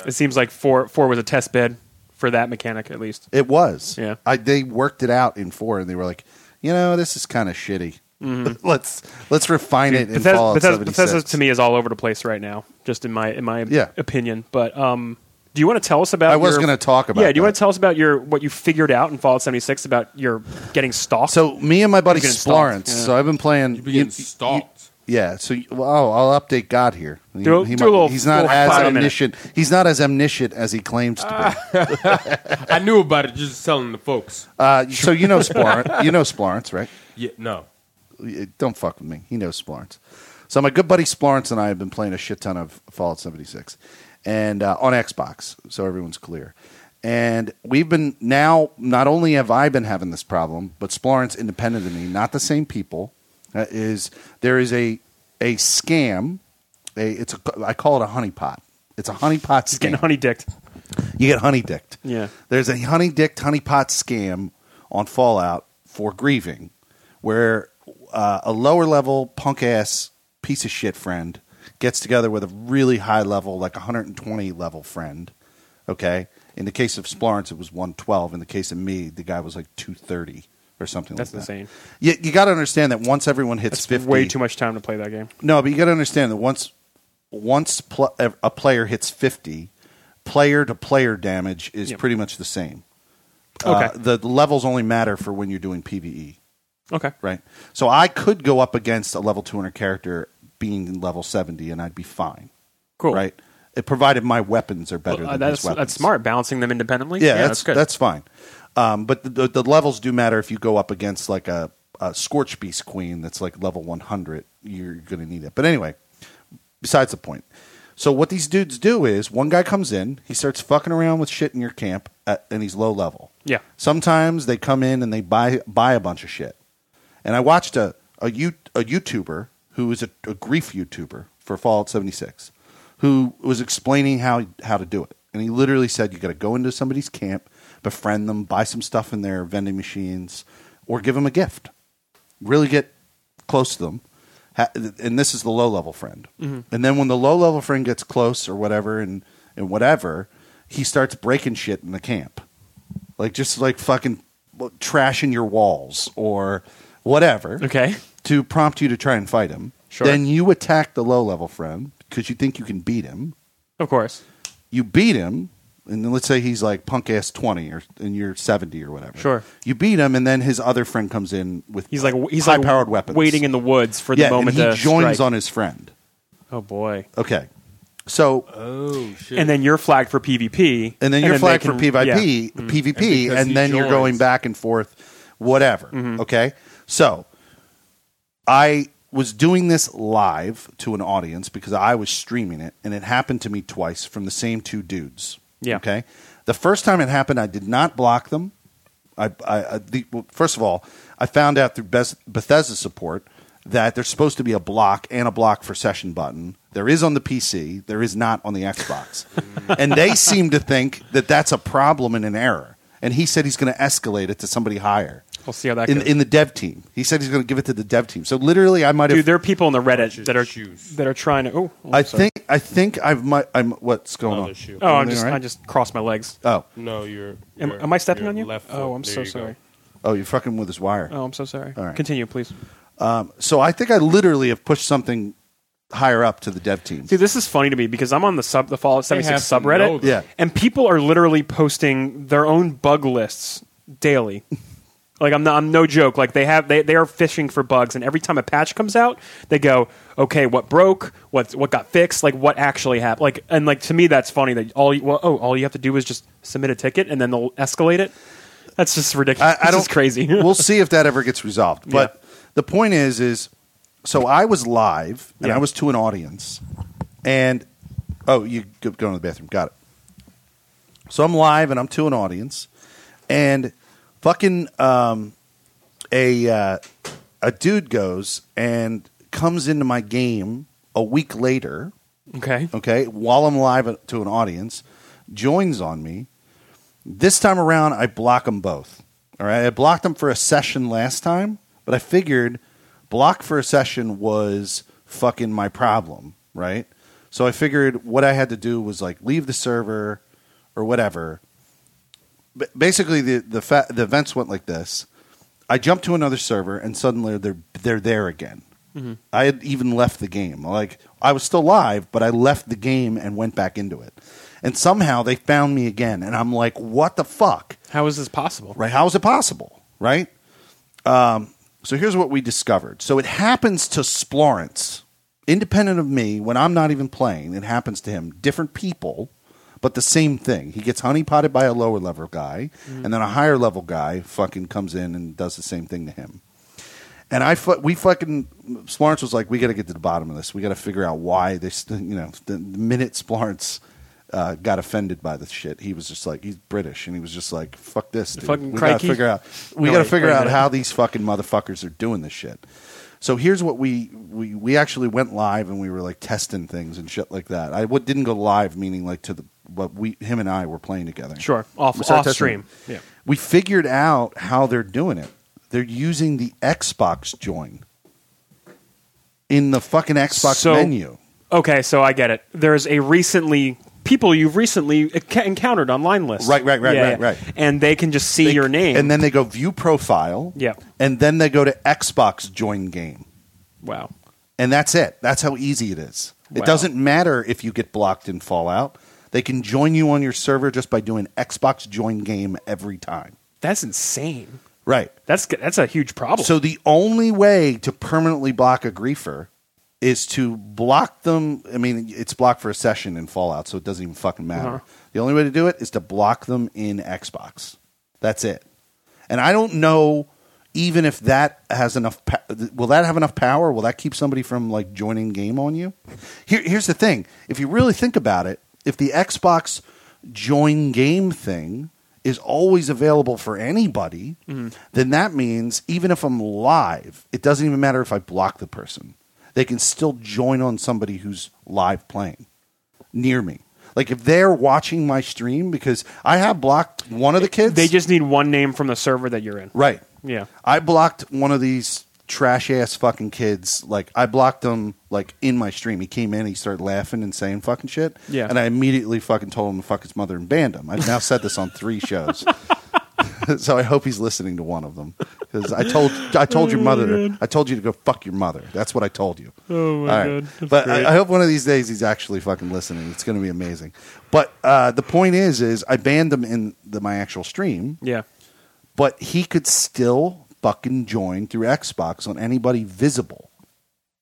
[SPEAKER 2] It seems like four four was a test bed for that mechanic at least.
[SPEAKER 3] It was.
[SPEAKER 2] Yeah.
[SPEAKER 3] I, they worked it out in four, and they were like, you know, this is kind of shitty. (laughs) let's let's refine it in
[SPEAKER 2] Mm-hmm. Bethesda,
[SPEAKER 3] Fallout
[SPEAKER 2] Bethesda,
[SPEAKER 3] 76.
[SPEAKER 2] Bethesda to me is all over the place right now, just in my in my
[SPEAKER 3] Yeah.
[SPEAKER 2] opinion. But um, do you want to tell us about?
[SPEAKER 3] I was
[SPEAKER 2] your-
[SPEAKER 3] gonna talk about
[SPEAKER 2] Yeah, do you
[SPEAKER 3] that.
[SPEAKER 2] want to tell us about your what you figured out in Fallout seventy six about your getting stalked?
[SPEAKER 3] So me and my buddy
[SPEAKER 2] You're getting
[SPEAKER 3] Splorence.
[SPEAKER 2] stalked, yeah.
[SPEAKER 3] So I've been playing.
[SPEAKER 1] You're getting
[SPEAKER 3] you-
[SPEAKER 1] stalked.
[SPEAKER 3] yeah. So you- well, oh, I'll update God here. He-
[SPEAKER 2] Do a-
[SPEAKER 3] he
[SPEAKER 2] do a
[SPEAKER 3] might-
[SPEAKER 2] little-
[SPEAKER 3] he's not
[SPEAKER 2] little
[SPEAKER 3] as
[SPEAKER 2] five minute. Ah.
[SPEAKER 3] omniscient. He's not as omniscient as he claims to be.
[SPEAKER 1] I knew about it. Just telling the folks.
[SPEAKER 3] Uh, so you know Splorence. you know Splorence, right?
[SPEAKER 1] Yeah, no.
[SPEAKER 3] Uh, Don't fuck with me. He knows Splorence. So my good buddy Splorence and I have been playing a shit ton of Fallout 76, and uh, on Xbox, so everyone's clear. And we've been now. Not only have I been having this problem, but Splorence, independent of me, not the same people, uh, is there is a a scam. A, it's a, I call it a honeypot. It's a honeypot
[SPEAKER 2] He's (laughs) getting
[SPEAKER 3] scam.
[SPEAKER 2] honey dicked.
[SPEAKER 3] you get honey dicked.
[SPEAKER 2] Yeah.
[SPEAKER 3] There's a honey dicked honey pot scam on Fallout for grieving, where uh, a lower level punk ass piece of shit friend gets together with a really high level, like 120 level friend. Okay. In the case of Splorence, it was 112. In the case of me, the guy was like 230 or something
[SPEAKER 2] That's
[SPEAKER 3] like that.
[SPEAKER 2] insane.
[SPEAKER 3] You, you got to understand that once everyone hits
[SPEAKER 2] It's
[SPEAKER 3] 50,
[SPEAKER 2] way too much time to play that game.
[SPEAKER 3] no, but you got to understand that once once pl- a player hits fifty, player to player damage is
[SPEAKER 2] Yep.
[SPEAKER 3] pretty much the same.
[SPEAKER 2] Okay.
[SPEAKER 3] Uh, the, the levels only matter for when you're doing PVE,
[SPEAKER 2] Okay.
[SPEAKER 3] right? So I could go up against a level two hundred character being in level seventy, and I'd be fine,
[SPEAKER 2] Cool.
[SPEAKER 3] right? It provided my weapons are better
[SPEAKER 2] Well, uh,
[SPEAKER 3] than
[SPEAKER 2] that's
[SPEAKER 3] his weapons.
[SPEAKER 2] that's smart. Balancing them independently.
[SPEAKER 3] Yeah, that's
[SPEAKER 2] good.
[SPEAKER 3] that's fine. Um, but the, the, the levels do matter if you go up against like a, a Scorch Beast Queen that's like level 100. You're going to need it. But anyway, besides the point. So what these dudes do is one guy comes in, he starts fucking around with shit in your camp, at, and he's low level.
[SPEAKER 2] Yeah.
[SPEAKER 3] Sometimes they come in and they buy buy a bunch of shit. And I watched a a, you, a YouTuber who is a, a grief YouTuber for Fallout 76, who was explaining how how to do it. And he literally said, "You got to go into somebody's camp, befriend them, buy some stuff in their vending machines, or give them a gift. Really get close to them." Ha- And this is the low level friend.
[SPEAKER 2] Mm-hmm.
[SPEAKER 3] And then when the low level friend gets close or whatever, and and whatever, he starts breaking shit in the camp like just like fucking trashing your walls or whatever
[SPEAKER 2] Okay.
[SPEAKER 3] to prompt you to try and fight him.
[SPEAKER 2] Sure.
[SPEAKER 3] Then you attack the low level friend because you think you can beat him.
[SPEAKER 2] Of course.
[SPEAKER 3] You beat him, and then let's say he's like punk ass twenty or and you're seventy or whatever.
[SPEAKER 2] Sure.
[SPEAKER 3] You beat him, and then his other friend comes in with
[SPEAKER 2] He's like he's
[SPEAKER 3] high
[SPEAKER 2] like
[SPEAKER 3] powered weapons,
[SPEAKER 2] waiting in the woods for the
[SPEAKER 3] yeah, and
[SPEAKER 2] moment
[SPEAKER 3] he
[SPEAKER 2] to
[SPEAKER 3] joins
[SPEAKER 2] strike.
[SPEAKER 3] on his friend.
[SPEAKER 2] Oh boy.
[SPEAKER 3] Okay, so
[SPEAKER 1] Oh shit!
[SPEAKER 2] And then you're flagged for PvP.
[SPEAKER 3] and then you're
[SPEAKER 2] they
[SPEAKER 3] flagged
[SPEAKER 2] can-
[SPEAKER 3] for PvP,
[SPEAKER 2] yeah. Mm-hmm.
[SPEAKER 3] PvP,
[SPEAKER 1] And because
[SPEAKER 3] and,
[SPEAKER 1] he
[SPEAKER 3] then you're
[SPEAKER 1] joins.
[SPEAKER 3] going back and forth, whatever. Okay, so I was doing this live to an audience because I was streaming it, and it happened to me twice from the same two dudes.
[SPEAKER 2] Yeah.
[SPEAKER 3] Okay. The first time it happened, I did not block them. I, I, I the, well, first of all, I found out through Bes- Bethesda support that there's supposed to be a block and a block for session button. There is on the PC, there is not on the Xbox, and they seem to think that that's a problem and an error. And he said he's going to escalate it to somebody higher
[SPEAKER 2] We'll see how that
[SPEAKER 3] in,
[SPEAKER 2] goes.
[SPEAKER 3] in the dev team. He said he's going to give it to the dev team. So literally, I might have.
[SPEAKER 2] Dude, there are people on the Reddit that are
[SPEAKER 1] shoes.
[SPEAKER 2] that are trying to. Oh, oh,
[SPEAKER 3] I
[SPEAKER 2] sorry.
[SPEAKER 3] think I think I've might. I'm what's going
[SPEAKER 1] Another
[SPEAKER 3] on?
[SPEAKER 1] shoe.
[SPEAKER 2] Oh, I'm
[SPEAKER 3] Everything
[SPEAKER 2] just
[SPEAKER 3] all right?
[SPEAKER 2] I just crossed my legs.
[SPEAKER 3] Oh,
[SPEAKER 1] No, you're.
[SPEAKER 2] Am,
[SPEAKER 1] you're-
[SPEAKER 2] am I stepping
[SPEAKER 1] you're
[SPEAKER 2] on you?
[SPEAKER 1] Left foot.
[SPEAKER 2] oh, I'm
[SPEAKER 1] There
[SPEAKER 2] so
[SPEAKER 1] you go.
[SPEAKER 2] sorry.
[SPEAKER 3] oh, you're fucking with his wire.
[SPEAKER 2] Oh, I'm so sorry.
[SPEAKER 3] All right.
[SPEAKER 2] Continue, please.
[SPEAKER 3] So I think I literally have pushed something higher up to the dev team.
[SPEAKER 2] Dude, this is funny to me because I'm on the sub the Fallout
[SPEAKER 1] have
[SPEAKER 2] 76
[SPEAKER 1] to know
[SPEAKER 2] subreddit.
[SPEAKER 1] that.
[SPEAKER 3] Yeah.
[SPEAKER 2] And people are literally posting their own bug lists
[SPEAKER 3] (laughs)
[SPEAKER 2] daily. like I'm, not, I'm no joke. Like they have they, they are fishing for bugs and every time a patch comes out, they go, "Okay, what broke? What what got fixed? Like what actually happened?" Like and like to me that's funny that all you, well, oh, all you have to do is just submit a ticket and then they'll escalate it. That's just ridiculous.
[SPEAKER 3] I, I don't
[SPEAKER 2] It's crazy. (laughs)
[SPEAKER 3] (laughs) we'll see if that ever gets resolved. But the point is, is so I was live and
[SPEAKER 2] Yeah.
[SPEAKER 3] I was to an audience, and oh, you go, go to the bathroom. Got it. So I'm live and I'm to an audience, and fucking um, a uh, a dude goes and comes into my game a week later
[SPEAKER 2] okay.
[SPEAKER 3] okay, while I'm live to an audience, joins on me. This time around, I block them both. All right, I blocked them for a session last time, but I figured block for a session was fucking my problem, right? So I figured what I had to do was like leave the server or whatever. B- basically, the the, fa- the events went like this. I jumped to another server, and suddenly they're they're there again. I had even left the game. Like I was still live, but I left the game and went back into it. And somehow they found me again, and I'm like, "What the fuck?
[SPEAKER 2] How is this possible?
[SPEAKER 3] Right? How is it possible? Right?" Um, so here's what we discovered. So it happens to Splorence, independent of me, when I'm not even playing. It happens to him. Different people, but the same thing. He gets honeypotted by a lower level guy, and then a higher level guy fucking comes in and does the same thing to him. And I fu- we fucking Splorence was like, we got to get to the bottom of this. We got to figure out why this. You know, the minute Splorence uh, got offended by this shit, he was just like, he's British, and he was just like, fuck this. Dude.
[SPEAKER 2] Fucking
[SPEAKER 3] we got to
[SPEAKER 2] crikey.
[SPEAKER 3] figure out. We
[SPEAKER 2] No,
[SPEAKER 3] got to
[SPEAKER 2] wait,
[SPEAKER 3] figure
[SPEAKER 2] wait a
[SPEAKER 3] out
[SPEAKER 2] minute.
[SPEAKER 3] how these fucking motherfuckers are doing this shit. So here's what we, we we actually went live and we were like testing things and shit like that. I w- didn't go live, meaning like to the what we him and I were playing together.
[SPEAKER 2] Sure. Off-
[SPEAKER 3] We started
[SPEAKER 2] off
[SPEAKER 3] testing
[SPEAKER 2] stream.
[SPEAKER 3] it.
[SPEAKER 2] Yeah.
[SPEAKER 3] We figured out how they're doing it. They're using the Xbox join in the fucking Xbox
[SPEAKER 2] So-
[SPEAKER 3] menu.
[SPEAKER 2] Okay, so I get it. There's a recently people you've recently enc- encountered online list.
[SPEAKER 3] Right, right, right, right, right.
[SPEAKER 2] And they can just see
[SPEAKER 3] They-
[SPEAKER 2] your name.
[SPEAKER 3] And then they go view profile.
[SPEAKER 2] Yep.
[SPEAKER 3] And then they go to Xbox join game.
[SPEAKER 2] wow.
[SPEAKER 3] And that's it. That's how easy it is. It
[SPEAKER 2] Wow.
[SPEAKER 3] doesn't matter if you get blocked in Fallout. They can join you on your server just by doing Xbox join game every time.
[SPEAKER 2] That's insane.
[SPEAKER 3] Right.
[SPEAKER 2] That's g- that's a huge problem.
[SPEAKER 3] So the only way to permanently block a griefer is to block them. I mean, it's blocked for a session in Fallout, so it doesn't even fucking matter.
[SPEAKER 2] Uh-huh.
[SPEAKER 3] The only way to do it is to block them in Xbox. That's it. And I don't know even if that has enough pa- will that have enough power? Will that keep somebody from like joining game on you? Here, here's the thing. If you really think about it, if the Xbox join game thing is always available for anybody,
[SPEAKER 2] Mm-hmm.
[SPEAKER 3] then that means even if I'm live, it doesn't even matter if I block the person. They can still join on somebody who's live playing near me. Like if they're watching my stream because I have blocked one of the kids.
[SPEAKER 2] they just need one name from the server that you're in.
[SPEAKER 3] right.
[SPEAKER 2] Yeah.
[SPEAKER 3] I blocked one of these trash ass fucking kids. Like I blocked him like in my stream. He came in, he started laughing and saying fucking shit.
[SPEAKER 2] Yeah.
[SPEAKER 3] And I immediately fucking told him to fuck his mother and banned him. I've now said this on three shows. (laughs) so I hope he's listening to one of them because I told I told your mother to- I told you to go fuck your mother. That's what I told you.
[SPEAKER 2] Oh, my
[SPEAKER 3] All right.
[SPEAKER 2] God. That's
[SPEAKER 3] But
[SPEAKER 2] great.
[SPEAKER 3] I, I hope one of these days he's actually fucking listening. It's going to be amazing. But uh, the point is, is I banned him in the, my actual stream
[SPEAKER 2] Yeah.
[SPEAKER 3] but he could still fucking join through Xbox on anybody visible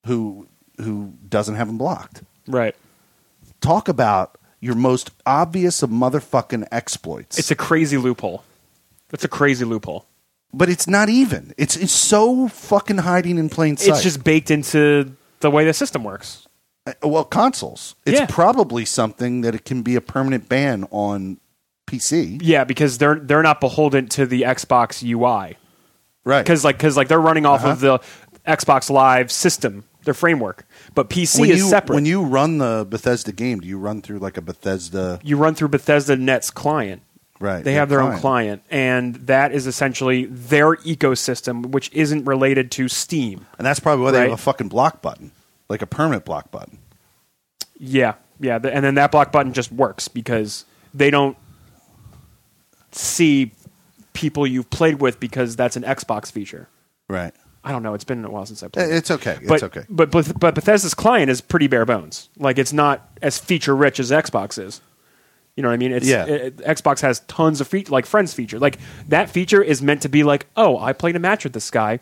[SPEAKER 3] who who doesn't have him blocked.
[SPEAKER 2] Right.
[SPEAKER 3] Talk about your most obvious of motherfucking exploits.
[SPEAKER 2] It's a crazy loophole. It's a crazy loophole.
[SPEAKER 3] but it's not even. It's it's so fucking hiding in plain sight.
[SPEAKER 2] It's just baked into the way the system works.
[SPEAKER 3] Uh, well consoles. It's
[SPEAKER 2] Yeah.
[SPEAKER 3] probably something that it can be a permanent ban on PC.
[SPEAKER 2] Yeah, because they're they're not beholden to the Xbox UI.
[SPEAKER 3] Right.
[SPEAKER 2] because like because like they're running off of the Xbox Live system, their framework. But PC
[SPEAKER 3] when
[SPEAKER 2] is
[SPEAKER 3] you,
[SPEAKER 2] separate.
[SPEAKER 3] when
[SPEAKER 2] you,
[SPEAKER 3] you run the Bethesda game, do you run through like a Bethesda
[SPEAKER 2] run through Bethesda Net's client,
[SPEAKER 3] right?
[SPEAKER 2] they have their own client, and that is essentially their ecosystem, which isn't related to Steam.
[SPEAKER 3] And that's probably why they
[SPEAKER 2] Right.
[SPEAKER 3] have a fucking block button, like a permanent block button.
[SPEAKER 2] Yeah, yeah, th- and then that block button just works because they don't see people you've played with because that's an Xbox feature.
[SPEAKER 3] Right.
[SPEAKER 2] I don't know. It's been a while since I played.
[SPEAKER 3] It's okay. It's
[SPEAKER 2] but,
[SPEAKER 3] okay.
[SPEAKER 2] But, but but Bethesda's client is pretty bare bones. Like it's not as feature rich as Xbox is. You know what I mean? It's,
[SPEAKER 3] Yeah.
[SPEAKER 2] it- it- Xbox has tons of feature, like friends feature. Like that feature is meant to be like, oh, I played a match with this guy.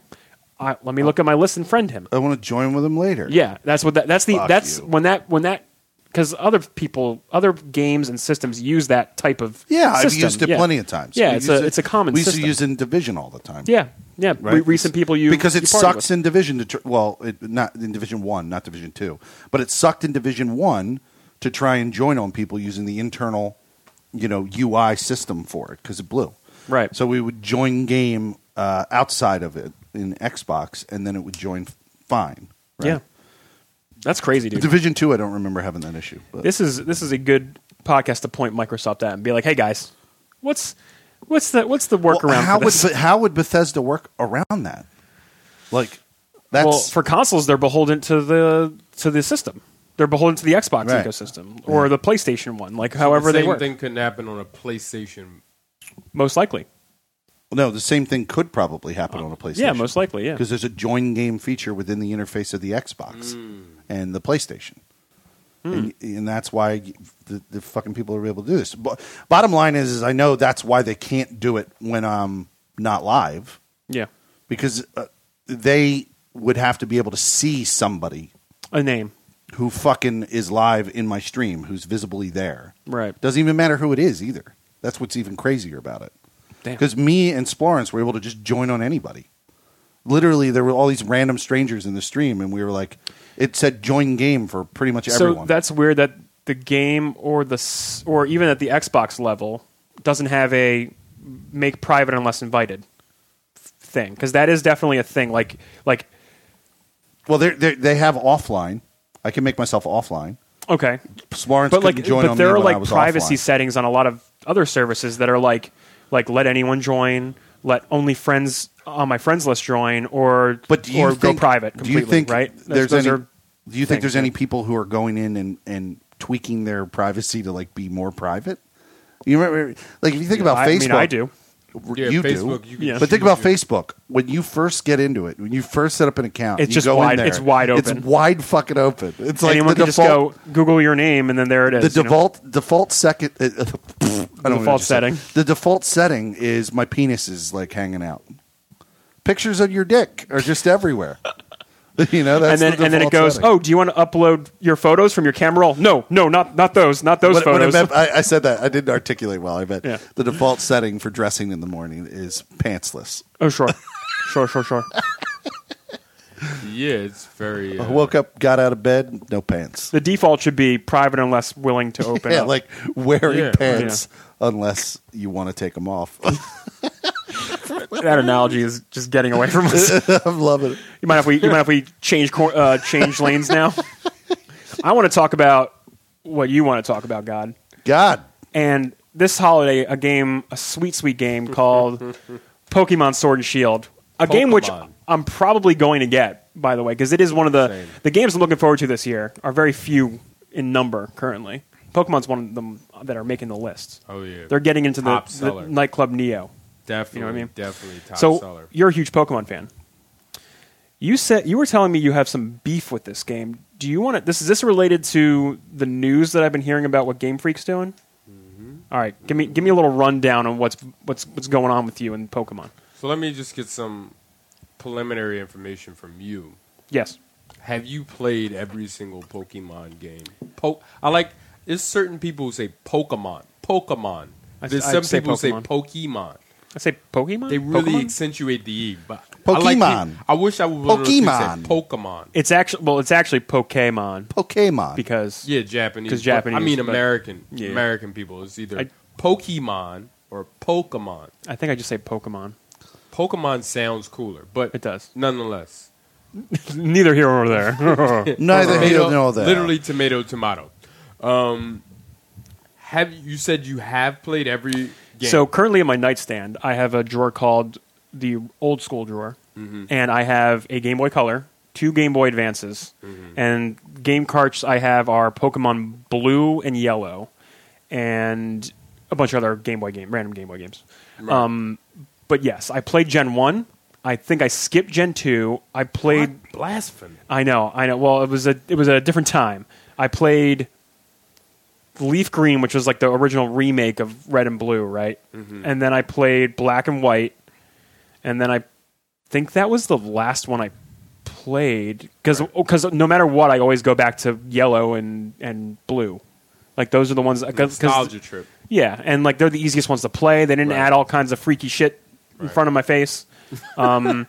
[SPEAKER 2] I, let me look at my list and friend him.
[SPEAKER 3] I want to join with them later.
[SPEAKER 2] Yeah, that's what that, that's the
[SPEAKER 3] Fuck
[SPEAKER 2] that's
[SPEAKER 3] you.
[SPEAKER 2] when that when that because other people, other games and systems use that type of
[SPEAKER 3] Yeah, I've
[SPEAKER 2] system.
[SPEAKER 3] used it
[SPEAKER 2] Yeah.
[SPEAKER 3] plenty of times.
[SPEAKER 2] Yeah,
[SPEAKER 3] We
[SPEAKER 2] it's
[SPEAKER 3] use
[SPEAKER 2] a it's a common
[SPEAKER 3] We used
[SPEAKER 2] system.
[SPEAKER 3] to use it in Division all the time.
[SPEAKER 2] yeah, yeah.
[SPEAKER 3] Right?
[SPEAKER 2] Re- recent people you
[SPEAKER 3] because it
[SPEAKER 2] you party with.
[SPEAKER 3] sucks in Division. To tr- well, it, not in Division One, not Division Two, but it sucked in Division One to try and join on people using the internal, you know, UI system for it because it blew.
[SPEAKER 2] Right.
[SPEAKER 3] So we would join game uh, outside of it in Xbox, and then it would join f- fine. Right?
[SPEAKER 2] Yeah, that's crazy, dude.
[SPEAKER 3] Division Two, I don't remember having that issue. But.
[SPEAKER 2] this is this is a good podcast to point Microsoft at and be like, hey guys, what's what's the what's the workaround
[SPEAKER 3] Well, how
[SPEAKER 2] for this?
[SPEAKER 3] would how would Bethesda work around that? Like that's
[SPEAKER 2] well, for consoles, they're beholden to the to the system. They're beholden to the Xbox
[SPEAKER 3] Right.
[SPEAKER 2] ecosystem or the PlayStation one, like however
[SPEAKER 1] the
[SPEAKER 2] they
[SPEAKER 1] same
[SPEAKER 2] work.
[SPEAKER 1] thing couldn't happen on a PlayStation.
[SPEAKER 2] Most likely,
[SPEAKER 3] no, the same thing could probably happen on a PlayStation.
[SPEAKER 2] Uh, yeah, most likely, yeah.
[SPEAKER 3] because there's a join game feature within the interface of the Xbox
[SPEAKER 2] Hmm.
[SPEAKER 3] and the PlayStation. And, and that's why the, the fucking people are able to do this. But bottom line is, is I know that's why they can't do it when I'm not live
[SPEAKER 2] Yeah,
[SPEAKER 3] because uh, they would have to be able to see somebody
[SPEAKER 2] a name,
[SPEAKER 3] who fucking is live in my stream, who's visibly there.
[SPEAKER 2] right?
[SPEAKER 3] Doesn't even matter who it is either. That's what's even crazier about it.
[SPEAKER 2] Damn.
[SPEAKER 3] Because me and Splorence were able to just join on anybody. literally there were all these random strangers in the stream, and we were like, it said join game for pretty much
[SPEAKER 2] so
[SPEAKER 3] everyone.
[SPEAKER 2] that's weird that the game or the s- or even at the Xbox level doesn't have a make private unless invited f- thing because that is definitely a thing. Like like
[SPEAKER 3] well, they they they have offline. I can make myself offline.
[SPEAKER 2] okay,
[SPEAKER 3] Swarns
[SPEAKER 2] but like
[SPEAKER 3] couldn't join
[SPEAKER 2] but
[SPEAKER 3] on
[SPEAKER 2] there
[SPEAKER 3] me
[SPEAKER 2] are
[SPEAKER 3] when I
[SPEAKER 2] like
[SPEAKER 3] was
[SPEAKER 2] privacy
[SPEAKER 3] offline.
[SPEAKER 2] settings on a lot of other services that are like like let anyone join, let only friends on my friends list join, or
[SPEAKER 3] But do you
[SPEAKER 2] or go
[SPEAKER 3] think-
[SPEAKER 2] private completely.
[SPEAKER 3] Do you think
[SPEAKER 2] right? That's-
[SPEAKER 3] There's
[SPEAKER 2] those
[SPEAKER 3] any,
[SPEAKER 2] are
[SPEAKER 3] do you think
[SPEAKER 2] things,
[SPEAKER 3] there's any people who are going in and, and tweaking their privacy to like be more private? You remember, like if you think about
[SPEAKER 2] I
[SPEAKER 3] Facebook,
[SPEAKER 2] mean, I do.
[SPEAKER 1] Yeah,
[SPEAKER 3] you
[SPEAKER 1] Facebook,
[SPEAKER 3] do.
[SPEAKER 1] you can
[SPEAKER 2] Yeah.
[SPEAKER 3] But think
[SPEAKER 1] choose
[SPEAKER 3] about
[SPEAKER 1] your-
[SPEAKER 3] Facebook. When you first get into it, when you first set up an account,
[SPEAKER 2] It's
[SPEAKER 3] you
[SPEAKER 2] just
[SPEAKER 3] go in
[SPEAKER 2] wide-
[SPEAKER 3] there,
[SPEAKER 2] it's wide open.
[SPEAKER 3] It's wide fucking open. It's like
[SPEAKER 2] Anyone can
[SPEAKER 3] the default.
[SPEAKER 2] just go Google your name and then there it is.
[SPEAKER 3] the
[SPEAKER 2] you know?
[SPEAKER 3] default default second uh, (laughs) uh, I don't know what I
[SPEAKER 2] default
[SPEAKER 3] just said.
[SPEAKER 2] setting.
[SPEAKER 3] The default setting is my penis is like hanging out. Pictures of your dick are just everywhere. (laughs) you know, that's
[SPEAKER 2] and then
[SPEAKER 3] the
[SPEAKER 2] and then it
[SPEAKER 3] default
[SPEAKER 2] goes,
[SPEAKER 3] setting.
[SPEAKER 2] oh, do you want to upload your photos from your camera roll? No, no, not not those, not those
[SPEAKER 3] What- what I,
[SPEAKER 2] photos.
[SPEAKER 3] meant- I- I said that I didn't articulate well. I meant
[SPEAKER 2] Yeah.
[SPEAKER 3] the default setting for dressing in the morning is pantsless.
[SPEAKER 2] oh, sure, sure, sure, sure.
[SPEAKER 1] Yeah, it's very.
[SPEAKER 3] I
[SPEAKER 1] Uh,
[SPEAKER 3] woke up, got out of bed, no pants.
[SPEAKER 2] The default should be private unless willing to open.
[SPEAKER 3] (laughs) Yeah,
[SPEAKER 2] up.
[SPEAKER 3] like wearing
[SPEAKER 1] Yeah.
[SPEAKER 3] pants unless you want to take
[SPEAKER 1] (laughs)
[SPEAKER 3] them off.
[SPEAKER 2] that analogy is just getting away from
[SPEAKER 3] (laughs)
[SPEAKER 2] us.
[SPEAKER 3] I'm loving it.
[SPEAKER 2] you mind if we you mind if we change cor- uh, change lanes now? I want to talk about what you want to talk about, God.
[SPEAKER 3] God,
[SPEAKER 2] And this holiday, a game, a sweet, sweet game called Pokemon Sword and Shield. A game which
[SPEAKER 1] Pokemon.
[SPEAKER 2] I'm probably going to get, by the way, because it is one of the
[SPEAKER 1] Same.
[SPEAKER 2] the games I'm looking forward to this year. Are very few in number currently. Pokemon's one of them that are making the list.
[SPEAKER 1] oh yeah,
[SPEAKER 2] They're getting into the,
[SPEAKER 1] Top
[SPEAKER 2] the
[SPEAKER 1] seller.
[SPEAKER 2] nightclub Neo.
[SPEAKER 1] definitely,
[SPEAKER 2] you know what I mean?
[SPEAKER 1] definitely top
[SPEAKER 2] so
[SPEAKER 1] seller.
[SPEAKER 2] you're a huge Pokemon fan. You said you were telling me you have some beef with this game. Do you want to? This is this related to the news that I've been hearing about what Game Freak's doing?
[SPEAKER 1] Mm-hmm.
[SPEAKER 2] All right, give me give me a little rundown on what's what's what's going on with you and Pokemon.
[SPEAKER 1] So let me just get some preliminary information from you.
[SPEAKER 2] Yes,
[SPEAKER 1] Have you played every single Pokemon game? Po- I like. There's certain people who say Pokemon, Pokemon.
[SPEAKER 2] I s-
[SPEAKER 1] There's
[SPEAKER 2] I'd
[SPEAKER 1] some
[SPEAKER 2] say
[SPEAKER 1] people who say
[SPEAKER 2] Pokemon.
[SPEAKER 1] Pokemon.
[SPEAKER 2] I say Pokemon.
[SPEAKER 1] They really
[SPEAKER 2] Pokemon?
[SPEAKER 1] accentuate the e. But I, like
[SPEAKER 3] Pokemon.
[SPEAKER 1] it. I wish I would. have said
[SPEAKER 3] Pokemon.
[SPEAKER 1] Pokemon.
[SPEAKER 2] it's actually well, it's actually Pokemon
[SPEAKER 3] Pokemon.
[SPEAKER 2] because
[SPEAKER 1] Yeah, Japanese.
[SPEAKER 2] 'Cause
[SPEAKER 1] but
[SPEAKER 2] Japanese,
[SPEAKER 1] I mean,
[SPEAKER 2] but-
[SPEAKER 1] American.
[SPEAKER 2] Yeah.
[SPEAKER 1] American people. It's either
[SPEAKER 2] I-
[SPEAKER 1] Pokemon or Pokemon.
[SPEAKER 2] I think I just say Pokemon.
[SPEAKER 1] Pokemon sounds cooler, but
[SPEAKER 2] It does.
[SPEAKER 1] nonetheless.
[SPEAKER 2] Neither here nor there.
[SPEAKER 3] Neither here
[SPEAKER 1] Tomato-
[SPEAKER 3] nor there.
[SPEAKER 1] Literally tomato tomato. Um, have you said you have played every game?
[SPEAKER 2] So currently in my nightstand, I have a drawer called the old school drawer,
[SPEAKER 1] Mm-hmm.
[SPEAKER 2] and I have a Game Boy Color, two Game Boy Advances,
[SPEAKER 1] Mm-hmm.
[SPEAKER 2] and game carts I have are Pokemon Blue and Yellow, and a bunch of other Game Boy game, random Game Boy games. Um, but yes, I played Gen One. I think I skipped Gen Two. I played.
[SPEAKER 1] What? blasphemy.
[SPEAKER 2] I know, I know. Well, it was a it was a different time. I played Leaf Green, which was like the original remake of Red and Blue, right? And then I played Black and White, and then I think that was the last one I played because no matter what, I always go back to Yellow and and Blue. Like those are the ones because
[SPEAKER 1] Nostalgia trip.
[SPEAKER 2] yeah, and like they're the easiest ones to play. They didn't
[SPEAKER 1] Right.
[SPEAKER 2] add all kinds of freaky shit in
[SPEAKER 1] Right.
[SPEAKER 2] front of my face.
[SPEAKER 1] (laughs)
[SPEAKER 2] Um,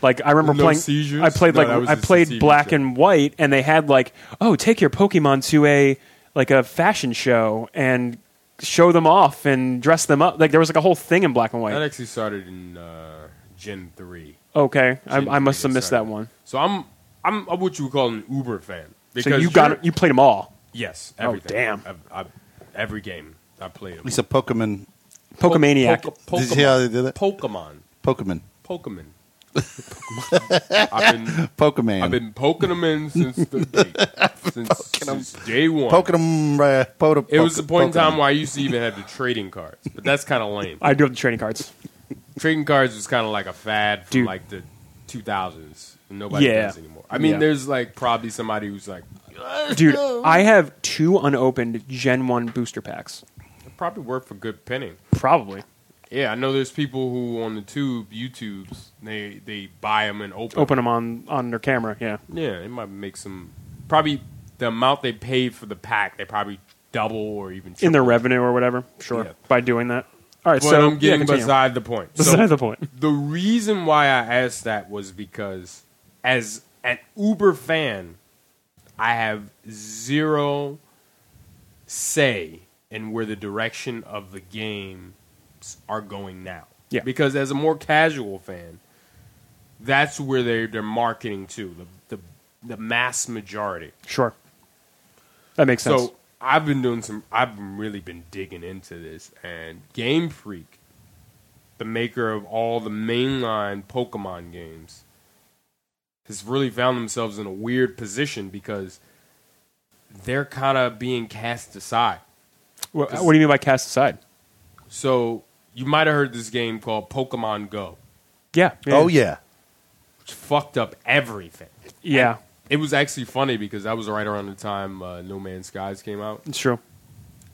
[SPEAKER 2] like I remember
[SPEAKER 1] No
[SPEAKER 2] playing.
[SPEAKER 1] seizures?
[SPEAKER 2] I played
[SPEAKER 1] No, that
[SPEAKER 2] like
[SPEAKER 1] was
[SPEAKER 2] I
[SPEAKER 1] just a
[SPEAKER 2] played
[SPEAKER 1] TV
[SPEAKER 2] black
[SPEAKER 1] show.
[SPEAKER 2] and white, and they had like, oh, take your Pokemon to a like a fashion show and show them off and dress them up. Like there was like a whole thing in black and
[SPEAKER 1] That
[SPEAKER 2] white.
[SPEAKER 1] actually started in uh, Gen three.
[SPEAKER 2] Okay, I,
[SPEAKER 1] Gen
[SPEAKER 2] I must
[SPEAKER 1] 3
[SPEAKER 2] have missed
[SPEAKER 1] started.
[SPEAKER 2] that one.
[SPEAKER 1] So I'm I'm what you would call an Uber fan.
[SPEAKER 2] So you
[SPEAKER 1] you're-
[SPEAKER 2] got you played them all.
[SPEAKER 1] yes.
[SPEAKER 2] Oh,
[SPEAKER 1] Everything.
[SPEAKER 2] damn.
[SPEAKER 1] I've, I've, every game I played.
[SPEAKER 3] He's a Pokemon.
[SPEAKER 2] Pokemaniac.
[SPEAKER 1] Poke-
[SPEAKER 3] Did you see how they
[SPEAKER 1] Pokemon.
[SPEAKER 3] did it?
[SPEAKER 1] Pokemon.
[SPEAKER 3] Pokemon.
[SPEAKER 1] Pokemon. (laughs) I've been
[SPEAKER 3] Pokemon.
[SPEAKER 1] I've been poking them in since
[SPEAKER 2] (laughs)
[SPEAKER 1] the day, since, since day one.
[SPEAKER 3] Pokemon. Uh, Pota,
[SPEAKER 1] It was the point in time
[SPEAKER 3] Pokemon.
[SPEAKER 1] where I used to even have the trading cards, but that's kind of
[SPEAKER 2] (laughs)
[SPEAKER 1] lame.
[SPEAKER 2] I do have the trading cards.
[SPEAKER 1] Trading cards was kind of like a fad from
[SPEAKER 2] Dude.
[SPEAKER 1] like the 2000s. Nobody
[SPEAKER 2] Yeah.
[SPEAKER 1] does anymore. I mean,
[SPEAKER 2] Yeah.
[SPEAKER 1] there's like probably somebody who's like,
[SPEAKER 2] Dude, I have two unopened Gen 1 booster packs.
[SPEAKER 1] it probably worked for good penny.
[SPEAKER 2] Probably.
[SPEAKER 1] Yeah, I know there's people who on the tube, YouTubes, they they buy them and open. 'em.
[SPEAKER 2] Open them on on their camera, yeah.
[SPEAKER 1] Yeah, it might make some. Probably the amount they paid for the pack, they probably double or even triple.
[SPEAKER 2] in their revenue or whatever. Sure,
[SPEAKER 1] Yeah.
[SPEAKER 2] by doing that. All right,
[SPEAKER 1] But
[SPEAKER 2] so
[SPEAKER 1] I'm getting
[SPEAKER 2] yeah, continue.
[SPEAKER 1] beside the point.
[SPEAKER 2] (laughs)
[SPEAKER 1] So
[SPEAKER 2] Beside the point.
[SPEAKER 1] the reason why I asked that was because as an Uber fan, I have zero say in where the direction of the games are going now.
[SPEAKER 2] Yeah.
[SPEAKER 1] Because as a more casual fan, that's where they're they're marketing to the the, the mass majority.
[SPEAKER 2] Sure, that makes sense.
[SPEAKER 1] So I've been doing some. I've been really been digging into this, and Game Freak, the maker of all the mainline Pokemon games, has really found themselves in a weird position because they're kind of being cast aside.
[SPEAKER 2] Wha- what, do you mean by cast aside?
[SPEAKER 1] So you might have heard this game called Pokemon Go,
[SPEAKER 2] Yeah.
[SPEAKER 3] Oh yeah,
[SPEAKER 1] which fucked up everything.
[SPEAKER 2] Yeah.
[SPEAKER 1] It was actually funny because that was right around the time uh, No Man's Skies came out.
[SPEAKER 2] It's true.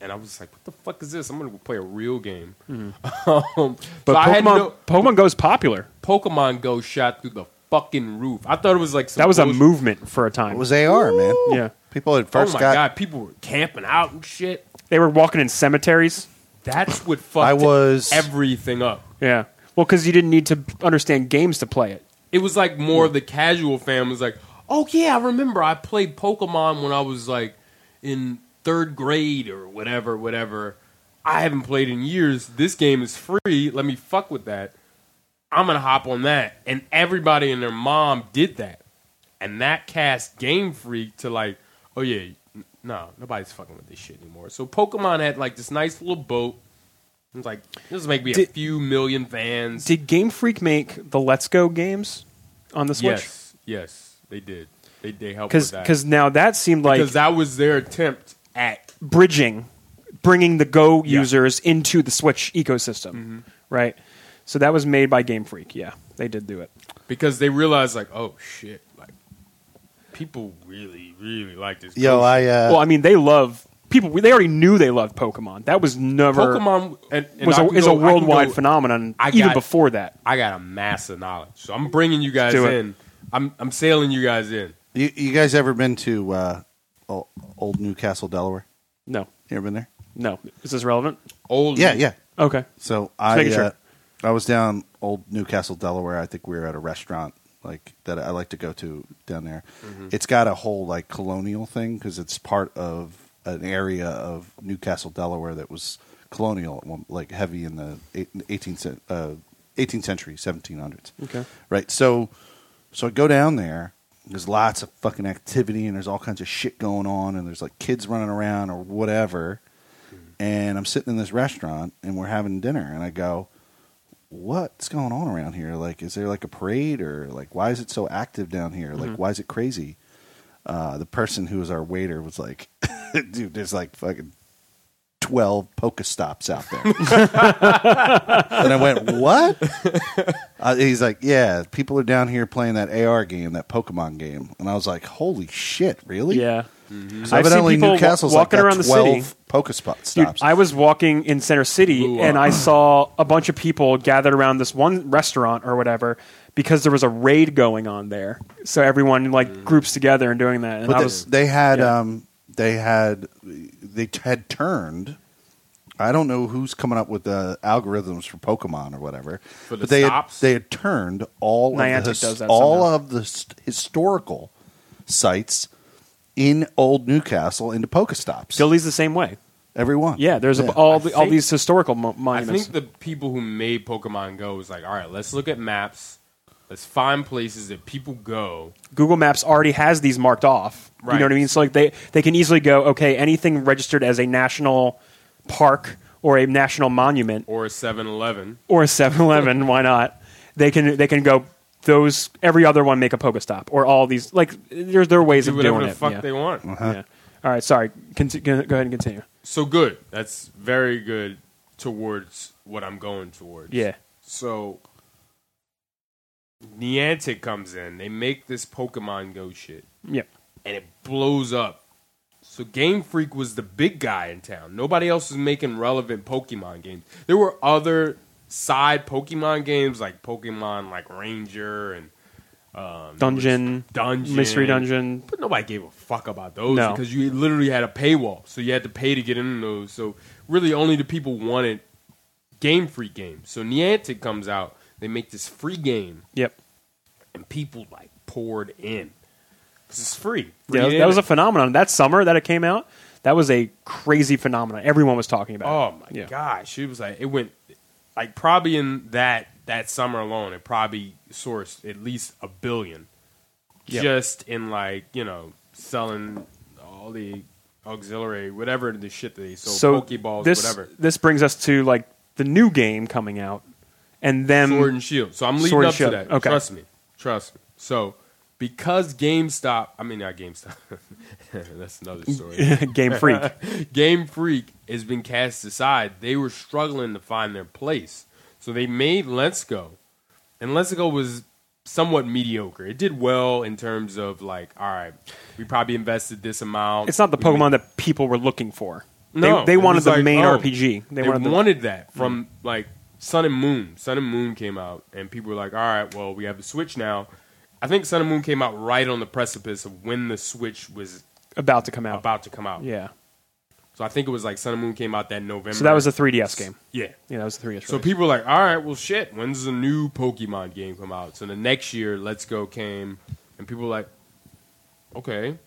[SPEAKER 1] and I was like, "What the fuck is this? I'm gonna play a real game." (laughs) um,
[SPEAKER 2] Mm-hmm. But
[SPEAKER 1] so I
[SPEAKER 2] Pokemon,
[SPEAKER 1] had no,
[SPEAKER 2] Pokemon Go is popular.
[SPEAKER 1] Pokemon Go shot through the fucking roof. I thought it was like some
[SPEAKER 2] That was a
[SPEAKER 1] bullshit-
[SPEAKER 2] movement for a time.
[SPEAKER 3] it was AR man.
[SPEAKER 2] yeah.
[SPEAKER 3] People had
[SPEAKER 1] Oh
[SPEAKER 3] first
[SPEAKER 1] my
[SPEAKER 3] got.
[SPEAKER 1] god, people were camping out and shit.
[SPEAKER 2] They were walking in cemeteries.
[SPEAKER 1] That's what fucked
[SPEAKER 3] I was-
[SPEAKER 1] everything up.
[SPEAKER 2] Yeah. Well, because you didn't need to understand games to play it.
[SPEAKER 1] It was like more of the casual fan was like, "Oh yeah, I remember I played Pokemon when I was like in third grade or whatever, whatever. I haven't played in years. This game is free. Let me fuck with that." I'm gonna hop on that. And everybody and their mom did that. And that cast Game Freak to like, oh yeah, n- no, nobody's fucking with this shit anymore. So Pokemon had like this nice little boat. It was like, this will make me a
[SPEAKER 2] Did-
[SPEAKER 1] few million fans.
[SPEAKER 2] Did Game Freak make the Let's Go games on the Switch?
[SPEAKER 1] yes, yes, they did. They they helped with
[SPEAKER 2] Because
[SPEAKER 1] that.
[SPEAKER 2] now that seemed like
[SPEAKER 1] 'Cause that was their attempt at
[SPEAKER 2] bridging, bringing the
[SPEAKER 1] Yeah.
[SPEAKER 2] Go
[SPEAKER 1] Mm-hmm.
[SPEAKER 2] users into the Switch ecosystem, right? So that was made by Game Freak. Yeah, they did do it.
[SPEAKER 1] because they realized like, oh shit, like people really really like this.
[SPEAKER 3] Yo,
[SPEAKER 1] game.
[SPEAKER 3] I uh,
[SPEAKER 2] well, I mean, they love people. They already knew they loved Pokemon. That was never
[SPEAKER 1] Pokemon and, and
[SPEAKER 2] was
[SPEAKER 1] I
[SPEAKER 2] a,
[SPEAKER 1] can
[SPEAKER 2] is
[SPEAKER 1] go-
[SPEAKER 2] a
[SPEAKER 1] I can
[SPEAKER 2] worldwide
[SPEAKER 1] go-
[SPEAKER 2] phenomenon.
[SPEAKER 1] I
[SPEAKER 2] even
[SPEAKER 1] got-
[SPEAKER 2] before that,
[SPEAKER 1] I got a mass of knowledge. So I'm bringing you guys
[SPEAKER 2] do it.
[SPEAKER 1] in. I'm I'm sailing you guys in.
[SPEAKER 3] you, you guys ever been to uh, o- old Newcastle, Delaware?
[SPEAKER 2] no,
[SPEAKER 3] You ever been there?
[SPEAKER 2] no. Is this relevant?
[SPEAKER 1] Old
[SPEAKER 3] Yeah, yeah.
[SPEAKER 2] Okay,
[SPEAKER 3] So I,
[SPEAKER 2] making sure.
[SPEAKER 3] uh, I was down old Newcastle, Delaware. I think we were at a restaurant like that I like to go to down there.
[SPEAKER 2] Mm-hmm.
[SPEAKER 3] It's got a whole like colonial thing because it's part of an area of Newcastle, Delaware that was colonial, at one- like heavy in the eight- 18th, cen- uh, 18th century, 1700s.
[SPEAKER 2] Okay.
[SPEAKER 3] Right. So, so I go down there. There's lots of fucking activity, and there's all kinds of shit going on, and there's like kids running around or whatever and I'm sitting in this restaurant and we're having dinner and I go, What's going on around here? Like, is there like a parade or like why is it so active down here? Like,
[SPEAKER 2] Mm-hmm.
[SPEAKER 3] why is it crazy? Uh, the person who was our waiter was like, (laughs) Dude, there's like fucking twelve Pokestops out
[SPEAKER 2] (laughs)
[SPEAKER 3] there. and I went, What? Uh, he's like, Yeah, people are down here playing that AR game, that Pokemon game. And I was like, Holy shit, really?
[SPEAKER 2] yeah.
[SPEAKER 3] So
[SPEAKER 1] Mm-hmm.
[SPEAKER 2] I've seen
[SPEAKER 3] evidently
[SPEAKER 2] people wa-
[SPEAKER 3] Newcastle's
[SPEAKER 2] walking
[SPEAKER 3] like got
[SPEAKER 2] around the city.
[SPEAKER 3] 12 Pokestop
[SPEAKER 2] Dude,
[SPEAKER 3] stops.
[SPEAKER 2] I was walking in Center City
[SPEAKER 1] Blew
[SPEAKER 2] and
[SPEAKER 1] up. (clears throat)
[SPEAKER 2] I saw a bunch of people gathered around this one restaurant or whatever because there was a raid going on there. So everyone like
[SPEAKER 1] Mm.
[SPEAKER 2] groups together and doing that. And
[SPEAKER 3] But
[SPEAKER 2] I
[SPEAKER 3] they,
[SPEAKER 2] was
[SPEAKER 3] they had
[SPEAKER 2] yeah.
[SPEAKER 3] um, they had they t- had turned. I don't know who's coming up with the algorithms for Pokemon or whatever,
[SPEAKER 1] For the
[SPEAKER 3] but they had,
[SPEAKER 1] stops?
[SPEAKER 3] they had turned all of
[SPEAKER 2] Niantic
[SPEAKER 3] the, his-
[SPEAKER 2] does that
[SPEAKER 3] all
[SPEAKER 2] somehow.
[SPEAKER 3] of the s historical sites in Old Newcastle into Pokestops.
[SPEAKER 2] Gilly's the same way.
[SPEAKER 3] Every one,
[SPEAKER 2] Yeah, there's
[SPEAKER 3] Yeah.
[SPEAKER 2] A, all the, all
[SPEAKER 1] think-
[SPEAKER 2] these historical mo-
[SPEAKER 1] I
[SPEAKER 2] monuments.
[SPEAKER 1] think the people who made Pokemon Go was like, all right, let's look at maps. Let's find places that people go.
[SPEAKER 2] Google Maps already has these marked off. You
[SPEAKER 1] Right.
[SPEAKER 2] know what I mean? So like they they can easily go okay, anything registered as a national park or a national monument
[SPEAKER 1] Or a 7-Eleven.
[SPEAKER 2] or a 7-Eleven, why not? They can they can go those every other one make a Pokestop or all these like there's their ways
[SPEAKER 1] Do
[SPEAKER 2] of
[SPEAKER 1] whatever
[SPEAKER 2] doing
[SPEAKER 1] the
[SPEAKER 2] it.
[SPEAKER 1] fuck
[SPEAKER 2] yeah.
[SPEAKER 1] they want.
[SPEAKER 3] Mm-hmm.
[SPEAKER 2] Yeah. All right, sorry. Conti- go go ahead and continue.
[SPEAKER 1] So good. That's very good towards what I'm going towards.
[SPEAKER 2] Yeah.
[SPEAKER 1] So Niantic comes in. They make this Pokemon Go shit.
[SPEAKER 2] Yep.
[SPEAKER 1] and it blows up. So Game Freak was the big guy in town. Nobody else was making relevant Pokemon games. There were other side Pokemon games like Pokemon like Ranger and
[SPEAKER 2] Dungeon,
[SPEAKER 1] Dungeon
[SPEAKER 2] mystery dungeon.
[SPEAKER 1] but nobody gave a fuck about those
[SPEAKER 2] No.
[SPEAKER 1] because you literally had a paywall, so you had to pay to get in those. So really, only the people wanted Game Freak game. So Niantic comes out. They make this free game,
[SPEAKER 2] Yep.
[SPEAKER 1] and people like poured in because it's free. free
[SPEAKER 2] Yeah, that was- that
[SPEAKER 1] internet.
[SPEAKER 2] was a phenomenon that summer that it came out. That was a crazy phenomenon. Everyone was talking about.
[SPEAKER 1] Oh
[SPEAKER 2] it.
[SPEAKER 1] my
[SPEAKER 2] Yeah.
[SPEAKER 1] gosh, it was like it went like probably in that that summer alone, it probably sourced at least a billion
[SPEAKER 2] Yep.
[SPEAKER 1] just in like you know selling all the auxiliary whatever the shit that they sold,
[SPEAKER 2] So
[SPEAKER 1] pokeballs,
[SPEAKER 2] this
[SPEAKER 1] whatever.
[SPEAKER 2] this brings us to like the new game coming out, and then
[SPEAKER 1] Sword and Shield. So I'm leading
[SPEAKER 2] Sword and
[SPEAKER 1] up
[SPEAKER 2] Shield.
[SPEAKER 1] to that.
[SPEAKER 2] Okay.
[SPEAKER 1] Trust me. Trust me. So because GameStop, I mean not GameStop. (laughs) that's another story.
[SPEAKER 2] (laughs) Game
[SPEAKER 1] (laughs)
[SPEAKER 2] Freak.
[SPEAKER 1] Game Freak has been cast aside. They were struggling to find their place. So they made Let's Go. And Let's Go was somewhat mediocre. It did well in terms of like, all right, we probably invested this amount.
[SPEAKER 2] It's not the
[SPEAKER 1] We made-
[SPEAKER 2] Pokemon that people were looking for.
[SPEAKER 1] No,
[SPEAKER 2] they, they
[SPEAKER 1] it
[SPEAKER 2] wanted
[SPEAKER 1] was
[SPEAKER 2] the
[SPEAKER 1] like,
[SPEAKER 2] main
[SPEAKER 1] oh,
[SPEAKER 2] RPG. They,
[SPEAKER 1] they
[SPEAKER 2] wanted the Mm.
[SPEAKER 1] wanted that from like Sun and Moon. Sun and Moon came out, and people were like, "All right, well, we have the Switch now." I think Sun and Moon came out right on the precipice of when the Switch was
[SPEAKER 2] about to come out.
[SPEAKER 1] about to come out.
[SPEAKER 2] Oh. yeah.
[SPEAKER 1] So I think it was like Sun and Moon came out that November.
[SPEAKER 2] So that was a 3DS game.
[SPEAKER 1] yeah.
[SPEAKER 2] Yeah, that was the 3DS.
[SPEAKER 1] So
[SPEAKER 2] release.
[SPEAKER 1] people were like, "All right, well, shit. When's the new Pokemon game come out?" So the next year, Let's Go came, and people were like, "Okay,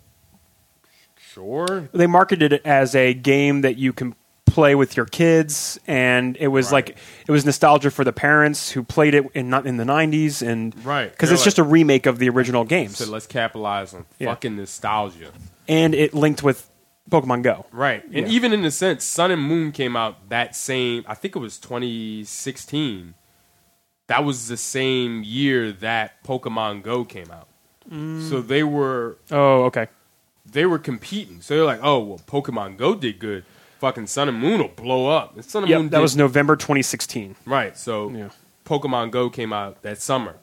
[SPEAKER 1] sure."
[SPEAKER 2] they marketed it as a game that you can play with your kids and it was
[SPEAKER 1] Right.
[SPEAKER 2] like it was nostalgia for the parents who played it in not in the 90s and
[SPEAKER 1] Right.
[SPEAKER 2] because
[SPEAKER 1] They're
[SPEAKER 2] it's just a
[SPEAKER 1] like-
[SPEAKER 2] remake of the original games
[SPEAKER 1] So let's capitalize on
[SPEAKER 2] Yeah.
[SPEAKER 1] fucking nostalgia.
[SPEAKER 2] and it linked with pokemon go
[SPEAKER 1] Right. And
[SPEAKER 2] Yeah.
[SPEAKER 1] even in the sense, Sun and Moon came out that same, I think it was 2016. That was the same year that Pokemon Go came out. So they were
[SPEAKER 2] oh okay
[SPEAKER 1] they were competing. So they're like, oh well, Pokemon Go did good. Fucking Sun and Moon will blow up. And Sun and
[SPEAKER 2] yep
[SPEAKER 1] Moon
[SPEAKER 2] that
[SPEAKER 1] did-
[SPEAKER 2] was november 2016
[SPEAKER 1] right. So
[SPEAKER 2] Yeah.
[SPEAKER 1] Pokemon Go came out that summer.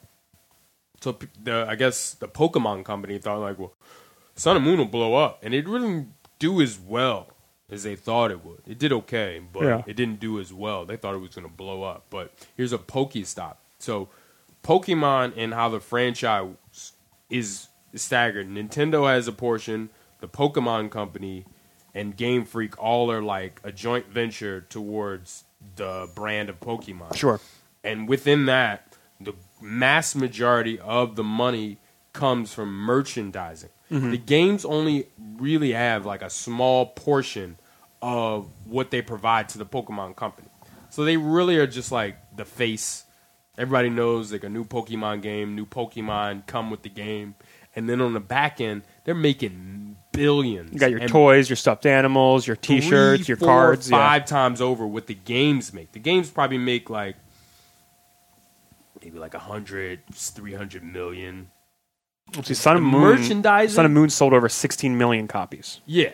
[SPEAKER 1] So p- the I guess the Pokemon company thought like, well, Sun and Moon will blow up, and it really didn't do as well as they thought it would. It did okay, but
[SPEAKER 2] Yeah.
[SPEAKER 1] it didn't do as well. They thought it was going to blow up, but here's a Pokestop. So Pokemon and how the franchise is staggered. Nintendo has a portion. The Pokemon company and Game Freak all are like a joint venture towards the brand of Pokemon.
[SPEAKER 2] sure
[SPEAKER 1] And within that, the mass majority of the money comes from merchandising.
[SPEAKER 2] Mm-hmm.
[SPEAKER 1] The games only really have like a small portion of what they provide to the Pokemon company. So they really are just like the face. Everybody knows like a new Pokemon game, new Pokemon come with the game. And then on the back end, they're making billions.
[SPEAKER 2] you got your
[SPEAKER 1] and
[SPEAKER 2] toys your stuffed animals your
[SPEAKER 1] three,
[SPEAKER 2] t-shirts your
[SPEAKER 1] four,
[SPEAKER 2] cards yeah.
[SPEAKER 1] five times over what the games make. The games probably make like maybe like a hundred, three hundred million.
[SPEAKER 2] Let's see, sun
[SPEAKER 1] The
[SPEAKER 2] and moon
[SPEAKER 1] merchandising-
[SPEAKER 2] sun and moon sold over 16 million copies
[SPEAKER 1] Yeah,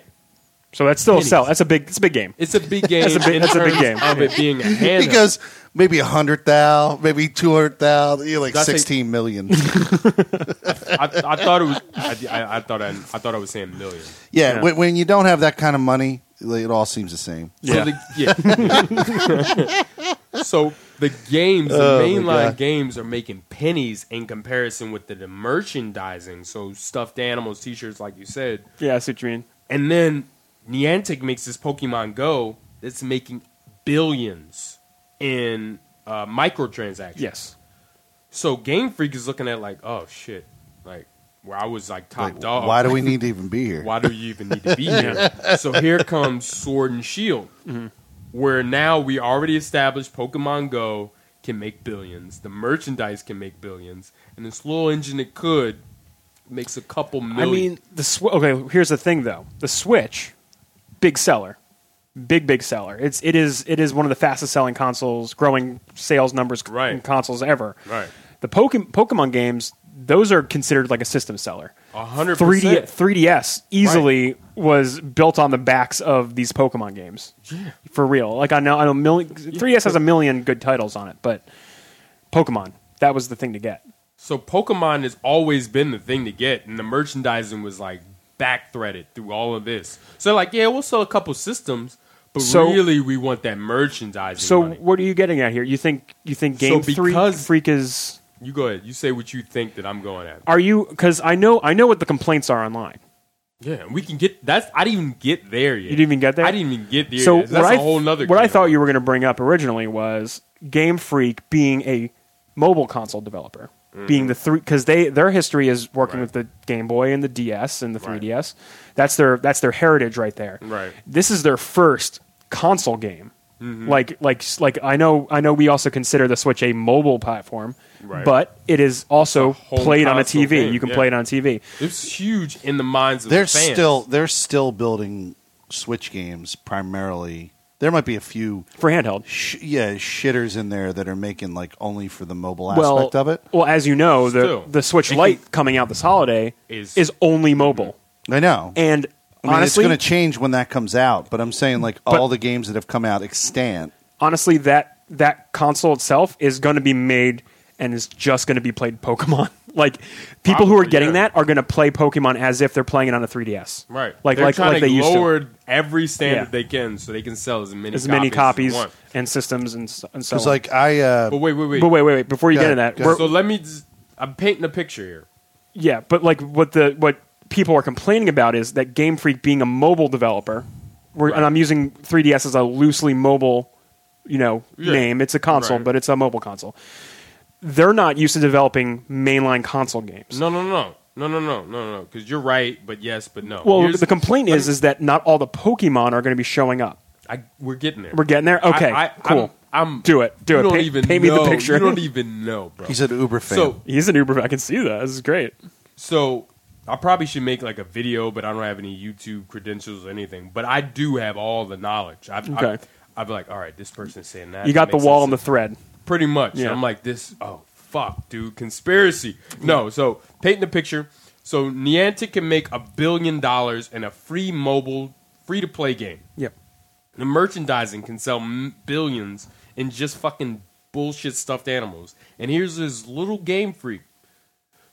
[SPEAKER 2] so that's still a
[SPEAKER 1] Pennies.
[SPEAKER 2] sell that's a big that's a big game
[SPEAKER 1] it's a big game.
[SPEAKER 2] That's a big-
[SPEAKER 1] in
[SPEAKER 2] that's a big
[SPEAKER 1] terms
[SPEAKER 2] game.
[SPEAKER 1] of it (laughs) being a handheld.
[SPEAKER 3] Because maybe a hundred thou, maybe two hundred thou, you're like
[SPEAKER 1] That's a-
[SPEAKER 2] (laughs)
[SPEAKER 3] sixteen million.
[SPEAKER 1] I, I thought it was. I, I, I thought I, I thought I was saying million.
[SPEAKER 3] yeah,
[SPEAKER 2] Yeah.
[SPEAKER 3] When, when you don't have that kind of money, it all seems the same.
[SPEAKER 2] Yeah.
[SPEAKER 1] So the, yeah. (laughs) so the games, the
[SPEAKER 3] Oh, my
[SPEAKER 1] mainline
[SPEAKER 3] God.
[SPEAKER 1] games, are making pennies in comparison with the, the merchandising. So stuffed animals, t-shirts, like you said,
[SPEAKER 2] yeah i see what you mean
[SPEAKER 1] And then Niantic makes this Pokemon Go that's making billions in uh, microtransactions.
[SPEAKER 2] yes
[SPEAKER 1] So Game Freak is looking at like, oh shit, like where I was like top
[SPEAKER 3] Like,
[SPEAKER 2] Oh.
[SPEAKER 1] dog.
[SPEAKER 3] why do we need to even be here?
[SPEAKER 1] Why do you even need to be here? so here comes Sword and Shield, where now we already established Pokemon Go can make billions, the merchandise can make billions, and this little engine that could makes a couple million.
[SPEAKER 2] I mean, the sw- okay. Here's the thing, though. The Switch, big seller, big big seller. It's it is it is one of the fastest selling consoles, growing sales numbers c-
[SPEAKER 1] Right.
[SPEAKER 2] in consoles ever.
[SPEAKER 1] Right.
[SPEAKER 2] The Poke- Pokemon games, those are considered like a system seller.
[SPEAKER 1] A hundred
[SPEAKER 2] 3D
[SPEAKER 1] percent.
[SPEAKER 2] 3DS easily was built on the backs of these Pokemon games. Yeah. For real. Like I know I know million 3DS has a million good titles on it, but Pokemon, that was the thing to get.
[SPEAKER 1] So Pokemon has always been the thing to get, and the merchandising was like back threaded through all of this. So like, yeah, we'll sell a couple systems, but
[SPEAKER 2] So-
[SPEAKER 1] really we want that merchandising.
[SPEAKER 2] So
[SPEAKER 1] money.
[SPEAKER 2] what are you getting at here? You think you think Game
[SPEAKER 1] So
[SPEAKER 2] Freak,
[SPEAKER 1] because-
[SPEAKER 2] Freak is
[SPEAKER 1] you go ahead. You say what you think that I'm going at.
[SPEAKER 2] are you because I know I know what the complaints are online.
[SPEAKER 1] Yeah, we can get that's. I didn't even get there yet.
[SPEAKER 2] You didn't even get there?
[SPEAKER 1] I didn't even get there.
[SPEAKER 2] so
[SPEAKER 1] yet. that's a
[SPEAKER 2] what I
[SPEAKER 1] whole nother.
[SPEAKER 2] what I
[SPEAKER 1] game.
[SPEAKER 2] thought you were going to bring up originally was Game Freak being a mobile console developer, being the three because they their history is
[SPEAKER 1] Mm.
[SPEAKER 2] working
[SPEAKER 1] Right.
[SPEAKER 2] with the Game Boy and the DS and the
[SPEAKER 1] Right.
[SPEAKER 2] 3DS. That's their that's their heritage right there.
[SPEAKER 1] Right.
[SPEAKER 2] This is their first console game.
[SPEAKER 1] Mm-hmm.
[SPEAKER 2] Like like like I know I know we also consider the Switch a mobile platform,
[SPEAKER 1] Right.
[SPEAKER 2] but it is also
[SPEAKER 1] whole
[SPEAKER 2] played on a
[SPEAKER 1] console
[SPEAKER 2] TV.
[SPEAKER 1] game,
[SPEAKER 2] You can
[SPEAKER 1] yeah.
[SPEAKER 2] play it on TV.
[SPEAKER 1] It's huge in the minds of
[SPEAKER 3] They're
[SPEAKER 1] the fans.
[SPEAKER 3] still they're still building Switch games primarily. There might be a few
[SPEAKER 2] for handheld.
[SPEAKER 3] sh- yeah shitters in there that are making like only for the mobile
[SPEAKER 2] well,
[SPEAKER 3] aspect of it.
[SPEAKER 2] Well, as you know, the
[SPEAKER 1] Still,
[SPEAKER 2] the Switch
[SPEAKER 1] it
[SPEAKER 2] Lite coming out this holiday
[SPEAKER 1] Is- Mm-hmm.
[SPEAKER 2] is, only mobile.
[SPEAKER 3] I know.
[SPEAKER 2] And
[SPEAKER 3] I mean,
[SPEAKER 2] honestly,
[SPEAKER 3] it's going to change when that comes out. But I'm saying like
[SPEAKER 2] But-
[SPEAKER 3] all the games that have come out extant.
[SPEAKER 2] honestly, that that console itself is going to be made and is just going to be played Pokemon. (laughs) like people who are
[SPEAKER 1] Probably,
[SPEAKER 2] getting
[SPEAKER 1] yeah.
[SPEAKER 2] that are going to play Pokemon as if they're playing it on a 3DS.
[SPEAKER 1] right.
[SPEAKER 2] Like
[SPEAKER 1] they're
[SPEAKER 2] like
[SPEAKER 1] trying
[SPEAKER 2] like
[SPEAKER 1] to
[SPEAKER 2] they used
[SPEAKER 1] lower
[SPEAKER 2] to.
[SPEAKER 1] every
[SPEAKER 2] Yeah.
[SPEAKER 1] standard they can, so they can sell as many
[SPEAKER 2] As many
[SPEAKER 1] copies. as
[SPEAKER 2] copies
[SPEAKER 1] they want.
[SPEAKER 2] and systems and, s- and so
[SPEAKER 3] Because
[SPEAKER 2] on.
[SPEAKER 3] like I uh,
[SPEAKER 1] But wait, wait, wait.
[SPEAKER 2] but wait, wait, wait! Before you
[SPEAKER 3] Go
[SPEAKER 2] get
[SPEAKER 3] ahead,
[SPEAKER 2] into that,
[SPEAKER 3] go
[SPEAKER 2] we're-
[SPEAKER 1] so let me. Just, I'm painting a picture here.
[SPEAKER 2] Yeah, but like what the what people are complaining about is that Game Freak being a mobile developer, we're,
[SPEAKER 1] Right.
[SPEAKER 2] and I'm using 3DS as a loosely mobile, you know,
[SPEAKER 1] Yeah.
[SPEAKER 2] name. It's a console,
[SPEAKER 1] Right.
[SPEAKER 2] but it's a mobile console. They're not used to developing mainline console games.
[SPEAKER 1] No, no, no, no, no, no, no, no. Because you're right, but yes, but no.
[SPEAKER 2] well,
[SPEAKER 1] Here's-
[SPEAKER 2] the complaint is is that not all the Pokemon are going to be showing up.
[SPEAKER 1] I, we're getting there.
[SPEAKER 2] We're getting there.
[SPEAKER 1] I-
[SPEAKER 2] Okay,
[SPEAKER 1] I,
[SPEAKER 2] cool.
[SPEAKER 1] I'm, I'm
[SPEAKER 2] Do it. Do
[SPEAKER 1] you
[SPEAKER 2] it.
[SPEAKER 1] Don't
[SPEAKER 2] Paint-
[SPEAKER 1] even
[SPEAKER 2] paint me the
[SPEAKER 1] know-
[SPEAKER 2] picture.
[SPEAKER 1] You don't e- even know, bro.
[SPEAKER 3] he's an Uber fan. (laughs)
[SPEAKER 1] so
[SPEAKER 2] (laughs) He's an Uber. I can see that. This is great.
[SPEAKER 1] So I probably should make like a video, but I don't have any YouTube credentials or anything. But I do have all the knowledge. I've,
[SPEAKER 2] Okay.
[SPEAKER 1] I've, I've like, all right, this person's saying that.
[SPEAKER 2] You got the
[SPEAKER 1] Makes
[SPEAKER 2] wall
[SPEAKER 1] sense.
[SPEAKER 2] and the thread.
[SPEAKER 1] pretty much. And
[SPEAKER 2] Yeah.
[SPEAKER 1] I'm like, this. Oh fuck, dude, conspiracy. No, so painting the picture. So Niantic can make a billion dollars in a free mobile, free to play game.
[SPEAKER 2] Yep.
[SPEAKER 1] The merchandising can sell m- billions in just fucking bullshit stuffed animals. And here's this little game freak.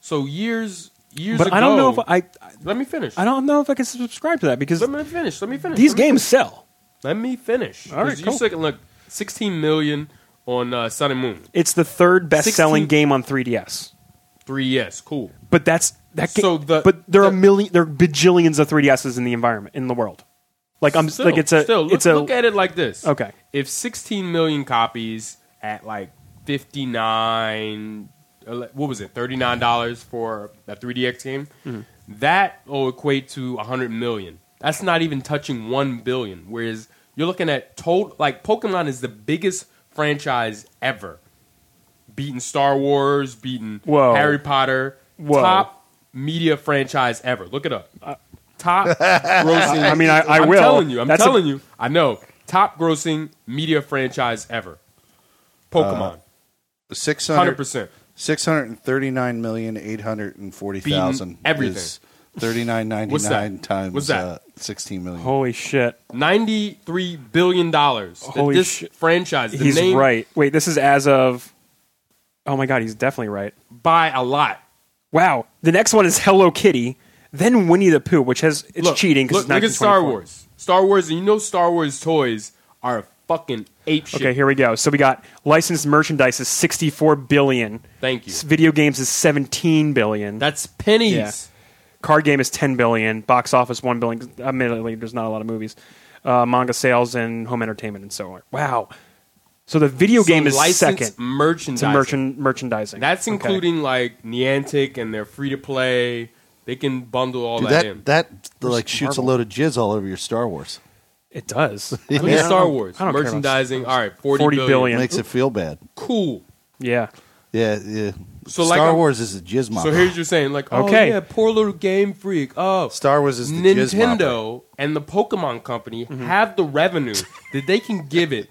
[SPEAKER 1] So years, years
[SPEAKER 2] But
[SPEAKER 1] ago.
[SPEAKER 2] I don't know if I.
[SPEAKER 1] Let me finish.
[SPEAKER 2] I don't know if I can subscribe to that because
[SPEAKER 1] Let me finish. Let me finish.
[SPEAKER 2] these
[SPEAKER 1] let me,
[SPEAKER 2] games sell.
[SPEAKER 1] Let me finish.
[SPEAKER 2] All right,
[SPEAKER 1] 'Cause You
[SPEAKER 2] cool.
[SPEAKER 1] said, look, sixteen million on uh, Sun and Moon.
[SPEAKER 2] It's the third best-selling
[SPEAKER 1] 16
[SPEAKER 2] game on 3DS.
[SPEAKER 1] Three yes, cool.
[SPEAKER 2] But that's that. Game,
[SPEAKER 1] So the-
[SPEAKER 2] but there are
[SPEAKER 1] the-
[SPEAKER 2] million, there are bajillions of 3DSs in the environment in the world. Like I'm
[SPEAKER 1] Still,
[SPEAKER 2] like it's a
[SPEAKER 1] still, look,
[SPEAKER 2] it's a
[SPEAKER 1] look at it like this.
[SPEAKER 2] Okay.
[SPEAKER 1] if sixteen million copies at like fifty nine, what was it, thirty nine dollars for a three DX game,
[SPEAKER 2] Mm-hmm.
[SPEAKER 1] that will equate to hundred million. That's not even touching one billion. Whereas you're looking at total, like Pokemon is the biggest franchise ever. beaten Star Wars, beaten
[SPEAKER 2] Whoa.
[SPEAKER 1] Harry Potter,
[SPEAKER 2] Whoa. Uh,
[SPEAKER 1] top media franchise ever. Look it up. top
[SPEAKER 2] (laughs)
[SPEAKER 1] grossing.
[SPEAKER 2] I mean, I- I
[SPEAKER 1] am
[SPEAKER 2] will.
[SPEAKER 1] telling you. I'm
[SPEAKER 2] That's a-
[SPEAKER 1] telling you. I know. Top grossing media franchise ever.
[SPEAKER 2] Uh,
[SPEAKER 1] Pokemon,
[SPEAKER 3] 600
[SPEAKER 1] hundred percent.
[SPEAKER 3] 639,840,000
[SPEAKER 1] Beating everything.
[SPEAKER 3] is 39.99
[SPEAKER 1] that?
[SPEAKER 3] times
[SPEAKER 1] What's that?
[SPEAKER 3] Uh, 16 million.
[SPEAKER 2] holy shit.
[SPEAKER 1] Ninety-three billion dollars.
[SPEAKER 2] Holy
[SPEAKER 1] this
[SPEAKER 2] shit.
[SPEAKER 1] franchise. The
[SPEAKER 2] He's
[SPEAKER 1] name
[SPEAKER 2] right. Wait, this is as of. Oh my god, he's definitely right.
[SPEAKER 1] by a lot.
[SPEAKER 2] Wow, the next one is Hello Kitty, then Winnie the Pooh, which has it's
[SPEAKER 1] Look,
[SPEAKER 2] cheating because
[SPEAKER 1] look, look
[SPEAKER 2] it's
[SPEAKER 1] at Star
[SPEAKER 2] 1924.
[SPEAKER 1] Wars. Star Wars, and you know Star Wars toys are fucking ape shit.
[SPEAKER 2] Okay, here we go. So we got licensed merchandise is 64 billion.
[SPEAKER 1] Thank you.
[SPEAKER 2] S- Video games is 17 billion.
[SPEAKER 1] That's pennies.
[SPEAKER 2] Yeah. Card game is 10 billion. Box office 1 billion. Admittedly, there's not a lot of movies. Uh, manga sales and home entertainment and so on. Wow. So the video game is second
[SPEAKER 1] merchandise.
[SPEAKER 2] to merchant merchandising.
[SPEAKER 1] That's
[SPEAKER 2] Okay.
[SPEAKER 1] including like Niantic and they're free to play. They can bundle all
[SPEAKER 3] Dude,
[SPEAKER 1] that,
[SPEAKER 3] that
[SPEAKER 1] in.
[SPEAKER 3] that like shoots
[SPEAKER 2] Marvel?
[SPEAKER 3] a load of jizz all over your Star Wars.
[SPEAKER 2] It does.
[SPEAKER 1] Look
[SPEAKER 3] Yeah.
[SPEAKER 1] at Star Wars
[SPEAKER 2] I don't care about
[SPEAKER 1] merchandising. All right, 40,
[SPEAKER 2] 40 billion.
[SPEAKER 3] Makes it feel bad.
[SPEAKER 1] Cool.
[SPEAKER 2] Yeah.
[SPEAKER 3] Yeah, yeah.
[SPEAKER 1] So, like,
[SPEAKER 3] Star
[SPEAKER 1] I'm-
[SPEAKER 3] Wars is a jizz mop.
[SPEAKER 1] So here's you're saying like, oh
[SPEAKER 2] Okay.
[SPEAKER 1] yeah, poor little game freak. Oh,
[SPEAKER 3] Star Wars is the jizz mopper.
[SPEAKER 1] Nintendo and the Pokemon Company
[SPEAKER 2] Mm-hmm.
[SPEAKER 1] have the
[SPEAKER 3] (laughs)
[SPEAKER 1] revenue that they can give it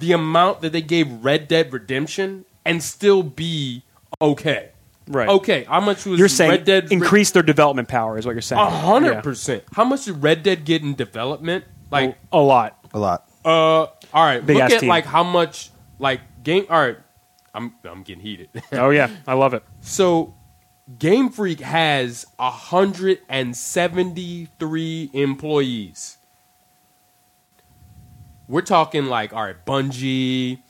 [SPEAKER 1] the amount that they gave Red Dead Redemption and still be okay.
[SPEAKER 2] Right.
[SPEAKER 1] Okay. How much was
[SPEAKER 2] You're saying
[SPEAKER 1] Red Dead Re-
[SPEAKER 2] increase their development power is what you're saying.
[SPEAKER 1] A hundred
[SPEAKER 2] Yeah.
[SPEAKER 1] percent. How much did Red Dead get in development? Like,
[SPEAKER 2] a lot.
[SPEAKER 3] a lot.
[SPEAKER 1] uh, all right,
[SPEAKER 2] Oh. Big
[SPEAKER 1] look
[SPEAKER 2] ass
[SPEAKER 1] at
[SPEAKER 2] team.
[SPEAKER 1] like how much like game. All right, I'm I'm getting heated. (laughs)
[SPEAKER 2] Oh yeah, I love it.
[SPEAKER 1] so, Game Freak has hundred and seventy three employees. We're talking like all right, Bungie,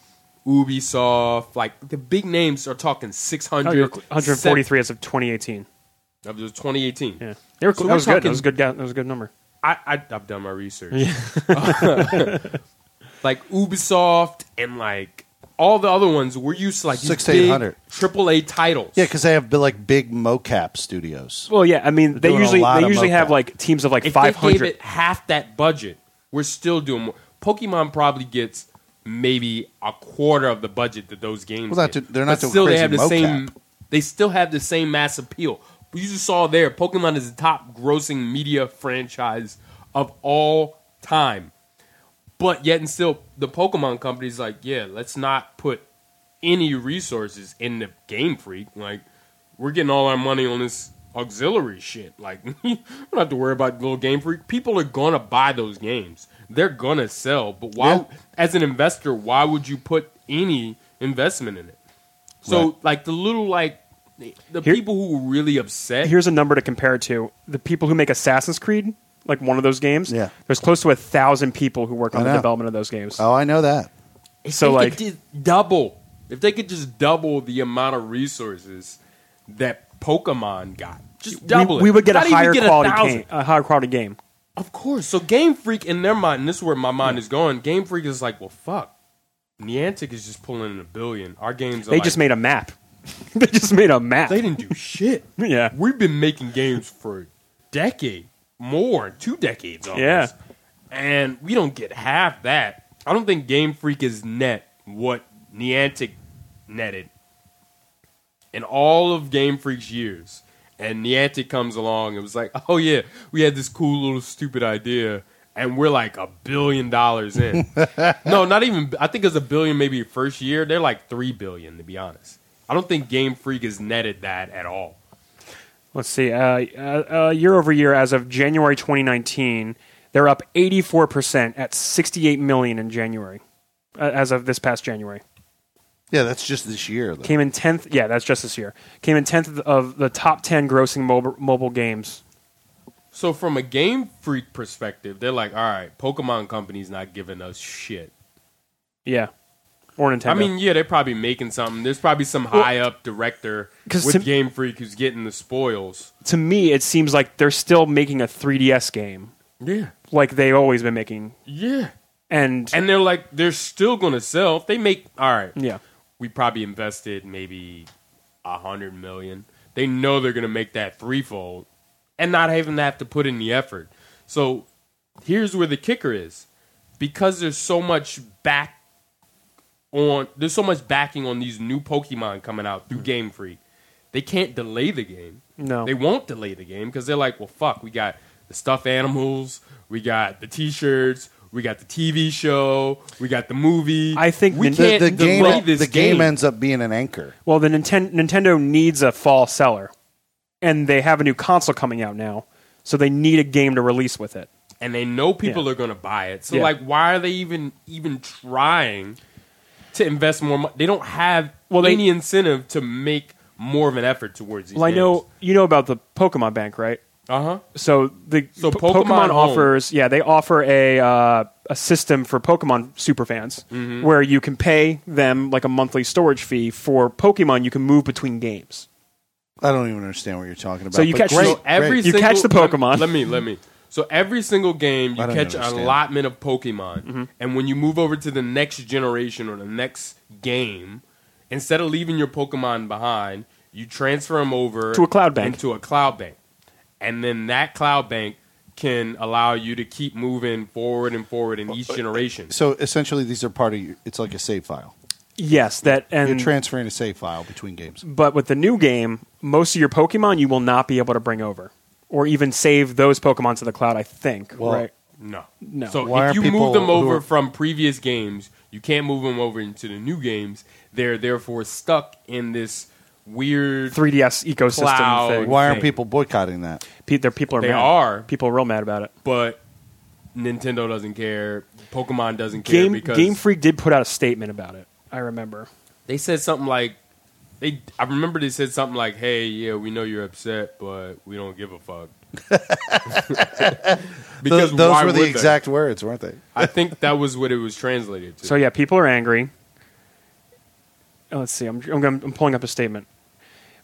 [SPEAKER 1] Ubisoft, like the big names are talking six
[SPEAKER 2] Oh,
[SPEAKER 1] hundred.
[SPEAKER 2] you're 143 as of 2018.
[SPEAKER 1] That was 2018.
[SPEAKER 2] Yeah, they were.
[SPEAKER 1] So
[SPEAKER 2] that
[SPEAKER 1] we're
[SPEAKER 2] was good. That
[SPEAKER 1] talking-
[SPEAKER 2] was a good. guy- That was a good number.
[SPEAKER 1] I, I I've done my research.
[SPEAKER 2] Yeah.
[SPEAKER 1] (laughs) like Ubisoft and like all the other ones, we're used to like these
[SPEAKER 3] Six to
[SPEAKER 1] big
[SPEAKER 3] 800.
[SPEAKER 1] triple A titles.
[SPEAKER 3] Yeah, because they have like big mocap studios.
[SPEAKER 2] Well, yeah. I mean, they
[SPEAKER 3] doing a
[SPEAKER 2] usually
[SPEAKER 3] lot
[SPEAKER 2] they
[SPEAKER 3] of
[SPEAKER 2] usually have
[SPEAKER 3] mocap.
[SPEAKER 2] like teams of like
[SPEAKER 1] if
[SPEAKER 2] five
[SPEAKER 1] they gave
[SPEAKER 2] hundred.
[SPEAKER 1] it half that budget, we're still doing more. Pokemon probably gets maybe a quarter of the budget that those games.
[SPEAKER 3] Well, not
[SPEAKER 1] get.
[SPEAKER 3] to- they're not
[SPEAKER 1] But
[SPEAKER 3] doing
[SPEAKER 1] still they
[SPEAKER 3] crazy
[SPEAKER 1] have the
[SPEAKER 3] mocap.
[SPEAKER 1] same. They still have the same mass appeal. But you just saw there, Pokemon is the top grossing media franchise of all time. But yet and still, the Pokemon company's like, yeah, let's not put any resources in the Game Freak. Like, we're getting all our money on this auxiliary shit. Like, (laughs) we don't have to worry about little Game Freak. People are gonna buy those games. They're gonna sell. But why,
[SPEAKER 3] Yeah.
[SPEAKER 1] as an investor, why would you put any investment in it? So,
[SPEAKER 3] Right.
[SPEAKER 1] like the little like the the
[SPEAKER 2] Here-
[SPEAKER 1] people who were really upset.
[SPEAKER 2] Here's a number to compare it to: the people who make Assassin's Creed, like one of those games.
[SPEAKER 3] Yeah.
[SPEAKER 2] there's close to a thousand people who work
[SPEAKER 3] I
[SPEAKER 2] on the
[SPEAKER 3] know.
[SPEAKER 2] development of those games.
[SPEAKER 3] Oh, I know that.
[SPEAKER 1] If
[SPEAKER 2] So,
[SPEAKER 1] they could
[SPEAKER 2] like-
[SPEAKER 1] just double. If they could just double the amount of resources that Pokemon got, just double
[SPEAKER 2] we,
[SPEAKER 1] it.
[SPEAKER 2] we would get
[SPEAKER 1] Not
[SPEAKER 2] a
[SPEAKER 1] even
[SPEAKER 2] higher
[SPEAKER 1] get
[SPEAKER 2] quality
[SPEAKER 1] thousand.
[SPEAKER 2] game. A higher quality game.
[SPEAKER 1] Of course. So Game Freak, in their mind, this is where my mind is going. Game Freak is like, well, fuck. Niantic is just pulling in a billion. Our games. Are
[SPEAKER 2] They
[SPEAKER 1] like-
[SPEAKER 2] just made a map. (laughs) they just made a map.
[SPEAKER 1] They didn't do
[SPEAKER 2] (laughs)
[SPEAKER 1] shit.
[SPEAKER 2] Yeah.
[SPEAKER 1] We've been making games for a decade, more, two decades almost.
[SPEAKER 2] Yeah.
[SPEAKER 1] And we don't get half that. I don't think Game Freak is net what Niantic netted in all of Game Freak's years. And Niantic comes along and was like, oh yeah, we had this cool little stupid idea. And we're like a billion dollars
[SPEAKER 2] (laughs)
[SPEAKER 1] in. no, not even. I think it's a billion maybe first year. They're like three billion, to be honest. I don't think Game Freak has netted that at all.
[SPEAKER 2] Let's see. Uh, uh, uh, year over year, as of January 2019, they're up 84 percent at 68 million in January. Uh, as of this past January,
[SPEAKER 3] Yeah, that's just this year. Though.
[SPEAKER 2] came in 10th. Yeah, that's just this year. Came in 10th of the, of the top 10 grossing mobile, mobile games.
[SPEAKER 1] So from a Game Freak perspective, they're like, all right, Pokemon Company's not giving us shit.
[SPEAKER 2] Yeah, or Nintendo.
[SPEAKER 1] I mean, yeah, they're probably making something. There's probably some high up director
[SPEAKER 2] 'cause
[SPEAKER 1] with
[SPEAKER 2] to-
[SPEAKER 1] Game Freak who's getting the spoils.
[SPEAKER 2] to me, it seems like they're still making a 3DS game,
[SPEAKER 1] Yeah,
[SPEAKER 2] like they've always been making.
[SPEAKER 1] yeah.
[SPEAKER 2] And,
[SPEAKER 1] And they're like, they're still gonna sell. If they make, all right,
[SPEAKER 2] yeah,
[SPEAKER 1] we probably invested maybe a hundred million. They know they're gonna make that threefold and not even have to put in the effort. So here's where the kicker is. Because there's so much back on there's so much backing on these new Pokemon coming out through Game Freak, they can't delay the game.
[SPEAKER 2] No.
[SPEAKER 1] They won't delay the game because they're like, well fuck, we got the stuffed animals, we got the t shirts, we got the TV show, we got the movie.
[SPEAKER 2] I think
[SPEAKER 1] we
[SPEAKER 2] the-
[SPEAKER 1] can't
[SPEAKER 3] the game,
[SPEAKER 1] delay this
[SPEAKER 3] the game ends up being an anchor.
[SPEAKER 2] well, the Ninten- Nintendo needs a fall seller, and they have a new console coming out now, so they need a game to release with it.
[SPEAKER 1] and they know people
[SPEAKER 2] Yeah.
[SPEAKER 1] are going to buy it. So
[SPEAKER 2] Yeah.
[SPEAKER 1] like, why are they even even trying to invest more? Money? They don't have
[SPEAKER 2] Well, they-
[SPEAKER 1] any incentive to make more of an effort towards these.
[SPEAKER 2] Well, I know you know about the Pokemon Bank, right?
[SPEAKER 1] Uh huh.
[SPEAKER 2] So the
[SPEAKER 1] So
[SPEAKER 2] P-
[SPEAKER 1] Pokemon Home.
[SPEAKER 2] offers, yeah, they offer a uh, a system for Pokemon superfans
[SPEAKER 1] Mm-hmm.
[SPEAKER 2] where you can pay them like a monthly storage fee for Pokemon. You can move between games.
[SPEAKER 3] I don't even understand what you're talking about.
[SPEAKER 2] So you
[SPEAKER 3] but
[SPEAKER 2] catch-
[SPEAKER 3] great,
[SPEAKER 2] so
[SPEAKER 1] Every
[SPEAKER 3] great.
[SPEAKER 2] You
[SPEAKER 1] single-
[SPEAKER 2] catch the Pokemon.
[SPEAKER 1] Let, let me let me. So every single game you
[SPEAKER 3] I don't
[SPEAKER 1] catch an
[SPEAKER 3] understand.
[SPEAKER 1] allotment of Pokemon,
[SPEAKER 2] Mm-hmm.
[SPEAKER 1] and when you move over to the next generation or the next game, instead of leaving your Pokemon behind, you transfer them over
[SPEAKER 2] To a cloud bank.
[SPEAKER 1] Into a cloud bank, and then that cloud bank can allow you to keep moving forward and forward in each generation.
[SPEAKER 3] so essentially, these are part of your. It's like a save file.
[SPEAKER 2] Yes, that
[SPEAKER 3] You're
[SPEAKER 2] and
[SPEAKER 3] transferring a save file between games.
[SPEAKER 2] but with the new game, most of your Pokemon you will not be able to bring over or even save those Pokemon to the cloud. I think.
[SPEAKER 3] Well,
[SPEAKER 2] right.
[SPEAKER 1] No,
[SPEAKER 2] No.
[SPEAKER 1] So
[SPEAKER 3] Why
[SPEAKER 1] if
[SPEAKER 3] are
[SPEAKER 1] you
[SPEAKER 3] people
[SPEAKER 1] move them
[SPEAKER 3] who
[SPEAKER 1] over
[SPEAKER 3] are-
[SPEAKER 1] from previous games, you can't move them over into the new games. They're therefore stuck in this weird
[SPEAKER 2] 3DS ecosystem
[SPEAKER 1] Cloud.
[SPEAKER 2] thing.
[SPEAKER 3] Why aren't
[SPEAKER 1] thing.
[SPEAKER 3] people boycotting that?
[SPEAKER 2] Pe- there- people are
[SPEAKER 1] They
[SPEAKER 2] mad.
[SPEAKER 1] are.
[SPEAKER 2] people are real mad about it.
[SPEAKER 1] but Nintendo doesn't care. Pokemon doesn't care
[SPEAKER 2] Game
[SPEAKER 1] because
[SPEAKER 2] Game Freak did put out a statement about it. I remember.
[SPEAKER 1] they said something like they. I remember they said something like, "Hey, yeah, we know you're upset, but we don't give a
[SPEAKER 3] (laughs)
[SPEAKER 1] fuck." because
[SPEAKER 3] Those, those
[SPEAKER 1] why
[SPEAKER 3] were the
[SPEAKER 1] would they?
[SPEAKER 3] exact words, weren't they?
[SPEAKER 1] I think that was what it was translated to.
[SPEAKER 2] So yeah, people are angry. Uh, Let's see. I'm I'm, gonna, I'm pulling up a statement.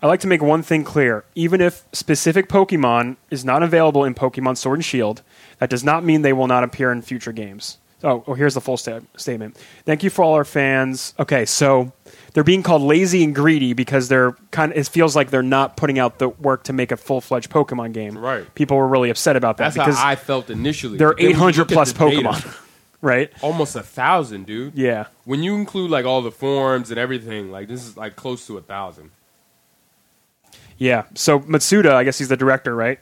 [SPEAKER 2] I like to make one thing clear. Even if specific Pokemon is not available in Pokemon Sword and Shield, that does not mean they will not appear in future games. Oh, oh here's the full sta- statement. Thank you for all our fans. Okay, so they're being called lazy and greedy because they're kind of, it feels like they're not putting out the work to make a full-fledged Pokemon game.
[SPEAKER 1] Right.
[SPEAKER 2] People were really upset about that
[SPEAKER 1] That's
[SPEAKER 2] because
[SPEAKER 1] how I felt initially.
[SPEAKER 2] there are
[SPEAKER 1] But then when you
[SPEAKER 2] 800
[SPEAKER 1] look at
[SPEAKER 2] plus
[SPEAKER 1] the data,
[SPEAKER 2] Pokemon, (laughs) right?
[SPEAKER 1] almost a thousand, dude.
[SPEAKER 2] Yeah.
[SPEAKER 1] When you include like all the forms and everything, like this is like close to a thousand.
[SPEAKER 2] Yeah. So Matsuda, I guess he's the director, right?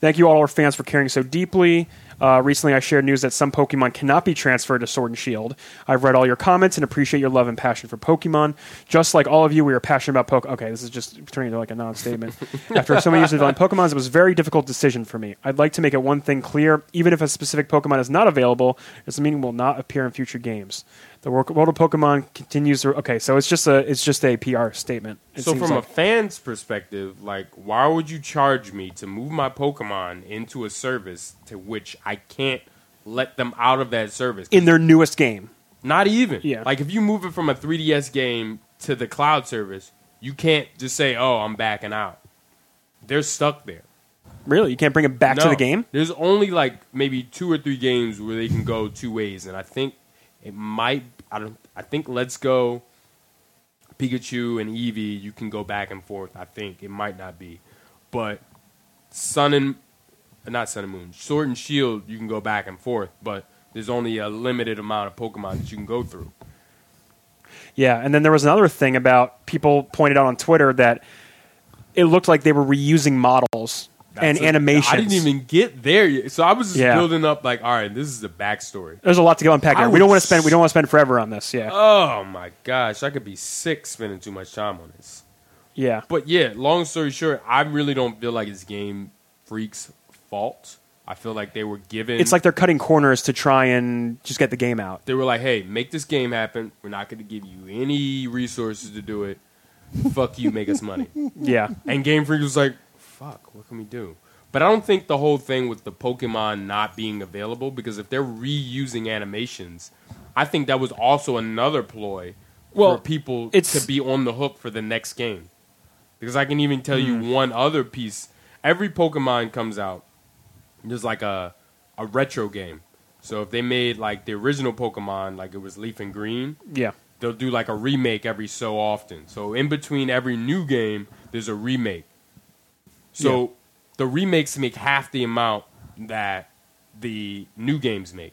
[SPEAKER 2] Thank you all our fans for caring so deeply. Uh, recently, I shared news that some Pokemon cannot be transferred to Sword and Shield. I've read all your comments and appreciate your love and passion for Pokemon. Just like all of you, we are passionate about Pokemon. Okay, this is just turning into like
[SPEAKER 1] (laughs)
[SPEAKER 2] a non-statement. After so many years of developing Pokemon, it was a very difficult decision for me. I'd like to make it one thing clear: even if a specific Pokemon is not available, this meaning will not appear in future games. The work- world of Pokemon continues. To, okay, so it's just a it's just a PR statement. It
[SPEAKER 1] so
[SPEAKER 2] seems
[SPEAKER 1] from
[SPEAKER 2] like.
[SPEAKER 1] a fan's perspective, like why would you charge me to move my Pokemon into a service to which I can't let them out of that service?
[SPEAKER 2] in their newest game.
[SPEAKER 1] Not even.
[SPEAKER 2] Yeah.
[SPEAKER 1] Like if you move it from a 3DS game to the cloud service, you can't just say, "Oh, I'm backing out." They're stuck there.
[SPEAKER 2] Really? You can't bring it back to
[SPEAKER 1] No.
[SPEAKER 2] the game?
[SPEAKER 1] There's only like maybe two or three games where they can go two ways, and I think it might. I don't. I think Let's Go, Pikachu, and Eevee. You can go back and forth. I think it might not be, but Sun and not Sun and Moon, Sword and Shield. You can go back and forth, but there's only a limited amount of Pokemon that you can go through.
[SPEAKER 2] Yeah. And then there was another thing about people pointed out on Twitter that it looked like they were reusing models and
[SPEAKER 1] That's a-
[SPEAKER 2] animations.
[SPEAKER 1] I didn't even get there yet, so I was just
[SPEAKER 2] Yeah.
[SPEAKER 1] building up. Like, all right, this is the backstory.
[SPEAKER 2] There's a lot to go unpack
[SPEAKER 1] I
[SPEAKER 2] here. We don't
[SPEAKER 1] was-
[SPEAKER 2] want to spend we don't want to spend forever on this. Yeah.
[SPEAKER 1] Oh my gosh, I could be sick spending too much time on this.
[SPEAKER 2] yeah.
[SPEAKER 1] But yeah, long story short, I really don't feel like it's Game Freak's fault. I feel like they were given.
[SPEAKER 2] It's like they're cutting corners to try and just get the game out.
[SPEAKER 1] they were like, "Hey, make this game happen. We're not going to give you any resources to do it. Fuck you, make us
[SPEAKER 2] (laughs)
[SPEAKER 1] money."
[SPEAKER 2] Yeah.
[SPEAKER 1] And Game Freak was like, "Fuck, what can we do?" But I don't think the whole thing with the Pokemon not being available because if they're reusing animations, I think that was also another ploy
[SPEAKER 2] Well,
[SPEAKER 1] for people
[SPEAKER 2] it's-
[SPEAKER 1] to be on the hook for the next game. Because I can even tell you
[SPEAKER 2] Hmm.
[SPEAKER 1] one other piece. Every Pokemon comes out, there's like a a retro game. So if they made like the original Pokemon, like it was Leaf and Green,
[SPEAKER 2] Yeah.
[SPEAKER 1] they'll do like a remake every so often. So in between every new game, there's a remake. So the remakes make half the amount that the new games make.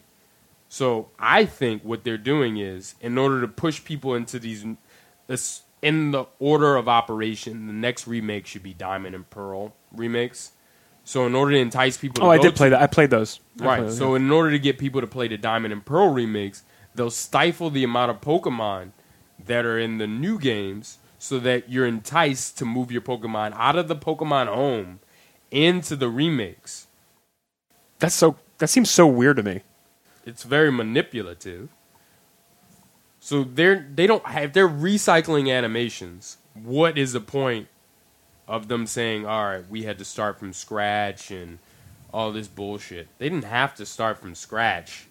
[SPEAKER 1] So I think what they're doing is in order to push people into these this in the order of operation, the next remake should be Diamond and Pearl remakes. So in order to entice people to
[SPEAKER 2] Oh, I
[SPEAKER 1] go
[SPEAKER 2] did
[SPEAKER 1] to
[SPEAKER 2] play that. I played those. I
[SPEAKER 1] Right.
[SPEAKER 2] played those,
[SPEAKER 1] so in order to get people to play the Diamond and Pearl remakes, they'll stifle the amount of Pokemon that are in the new games so that you're enticed to move your Pokemon out of the Pokemon home into the remakes.
[SPEAKER 2] yeah. that's so that seems so weird to me.
[SPEAKER 1] It's very manipulative. So they're they don't have they're recycling animations. What is the point of them saying, "All right, we had to start from scratch and all this bullshit"? They didn't have to start from scratch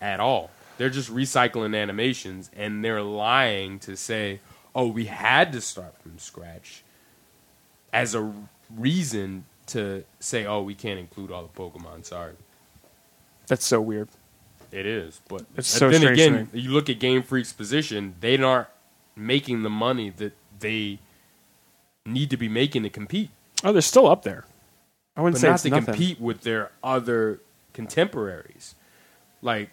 [SPEAKER 1] at all. They're just recycling animations and they're lying to say, "Oh, we had to start from scratch" as a reason to say, "Oh, we can't include all the Pokemon." Sorry.
[SPEAKER 2] That's so weird.
[SPEAKER 1] It is, but
[SPEAKER 2] It's
[SPEAKER 1] but
[SPEAKER 2] so
[SPEAKER 1] then
[SPEAKER 2] strange
[SPEAKER 1] again,
[SPEAKER 2] to
[SPEAKER 1] you look at Game Freak's position; they aren't making the money that they need to be making to compete,
[SPEAKER 2] Oh, they're still up there. I wouldn't
[SPEAKER 1] but
[SPEAKER 2] say
[SPEAKER 1] not
[SPEAKER 2] it's
[SPEAKER 1] to
[SPEAKER 2] nothing.
[SPEAKER 1] compete with their other contemporaries. Like,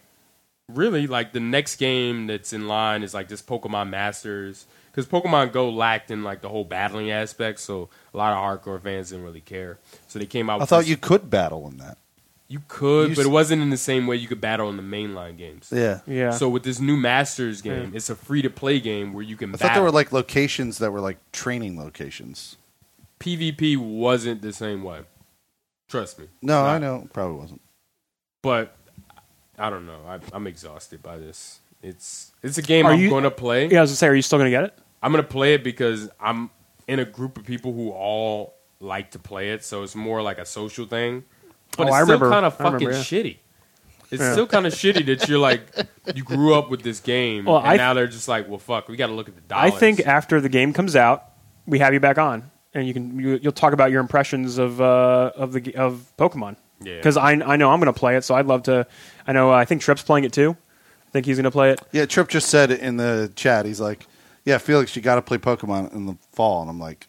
[SPEAKER 1] really, like the next game that's in line is like this Pokemon Masters, because Pokemon Go lacked in like the whole battling aspect, so a lot of hardcore fans didn't really care. So they came out.
[SPEAKER 3] I
[SPEAKER 1] with
[SPEAKER 3] thought
[SPEAKER 1] this-
[SPEAKER 3] you could battle in that.
[SPEAKER 1] you could,
[SPEAKER 3] you
[SPEAKER 1] but
[SPEAKER 3] s-
[SPEAKER 1] it wasn't in the same way you could battle in the mainline games.
[SPEAKER 3] Yeah.
[SPEAKER 2] Yeah.
[SPEAKER 1] So with this new Masters game, it's a free to play game where you can
[SPEAKER 3] I
[SPEAKER 1] battle.
[SPEAKER 3] thought there were like locations that were like training locations.
[SPEAKER 1] PvP wasn't the same way. Trust me.
[SPEAKER 3] No,
[SPEAKER 1] It's
[SPEAKER 3] I
[SPEAKER 1] not.
[SPEAKER 3] know. Probably wasn't.
[SPEAKER 1] But I don't know. I, I'm exhausted by this. It's it's a game
[SPEAKER 2] Are
[SPEAKER 1] I'm
[SPEAKER 2] you-
[SPEAKER 1] going to play.
[SPEAKER 2] yeah, I was gonna say, are you still gonna get it?
[SPEAKER 1] I'm going to play it because I'm in a group of people who all like to play it, so it's more like a social thing. But
[SPEAKER 2] Oh,
[SPEAKER 1] it's
[SPEAKER 2] I
[SPEAKER 1] still
[SPEAKER 2] remember-
[SPEAKER 1] kind of
[SPEAKER 2] I remember,
[SPEAKER 1] fucking
[SPEAKER 2] yeah.
[SPEAKER 1] shitty. It's
[SPEAKER 2] Yeah.
[SPEAKER 1] still kind of shitty that you're like you grew up with this game,
[SPEAKER 2] (laughs) Well,
[SPEAKER 1] and
[SPEAKER 2] I-
[SPEAKER 1] now they're just like, well, fuck, we got to look at the dollars.
[SPEAKER 2] I think after the game comes out, we have you back on and you can you, you'll talk about your impressions of uh, of the g- of Pokemon.
[SPEAKER 1] Yeah.
[SPEAKER 2] Because I I know I'm going to play it, so I'd love to. I know uh, I think Tripp's playing it too. I think he's going to play it.
[SPEAKER 3] Yeah, Tripp just said it in the chat. He's like, "Yeah, Felix, you got to play Pokemon in the fall." And I'm like,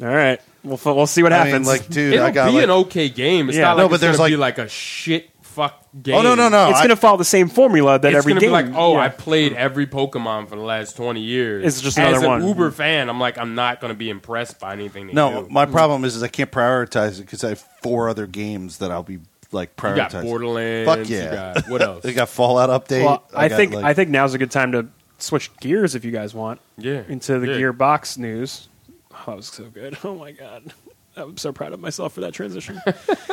[SPEAKER 2] All right, we'll f- we'll see what
[SPEAKER 3] I
[SPEAKER 2] happens.
[SPEAKER 3] mean, like, dude,
[SPEAKER 1] It'll
[SPEAKER 3] I got
[SPEAKER 1] be
[SPEAKER 3] like,
[SPEAKER 1] an okay game. It's
[SPEAKER 2] Yeah.
[SPEAKER 1] not like
[SPEAKER 2] No,
[SPEAKER 3] but
[SPEAKER 1] it's
[SPEAKER 3] there's
[SPEAKER 1] gonna be
[SPEAKER 3] like-
[SPEAKER 1] like a shit fuck game.
[SPEAKER 3] oh no, no, no!
[SPEAKER 2] it's
[SPEAKER 3] I-
[SPEAKER 2] going to follow the same formula that
[SPEAKER 1] It's
[SPEAKER 2] every
[SPEAKER 1] gonna
[SPEAKER 2] game.
[SPEAKER 1] be like, oh,
[SPEAKER 2] yeah.
[SPEAKER 1] I played every Pokemon for the last twenty years.
[SPEAKER 2] It's just another
[SPEAKER 1] As an
[SPEAKER 2] one.
[SPEAKER 1] Uber fan, I'm like, I'm not gonna be impressed by anything. They
[SPEAKER 3] no.
[SPEAKER 1] do.
[SPEAKER 3] My problem is, is I can't prioritize it because I have four other games that I'll be like
[SPEAKER 1] you got
[SPEAKER 3] prioritizing.
[SPEAKER 1] Borderlands.
[SPEAKER 3] Fuck
[SPEAKER 1] You
[SPEAKER 3] yeah.
[SPEAKER 1] got,
[SPEAKER 3] (laughs)
[SPEAKER 1] what else?
[SPEAKER 3] They got Fallout update.
[SPEAKER 2] Well, I,
[SPEAKER 3] got,
[SPEAKER 2] think
[SPEAKER 3] like-
[SPEAKER 2] I think now's a good time to switch gears if you guys want.
[SPEAKER 1] Yeah,
[SPEAKER 2] Into the
[SPEAKER 1] yeah.
[SPEAKER 2] gearbox news. Oh, that was so good. (laughs) Oh my god. I'm so proud of myself for that transition.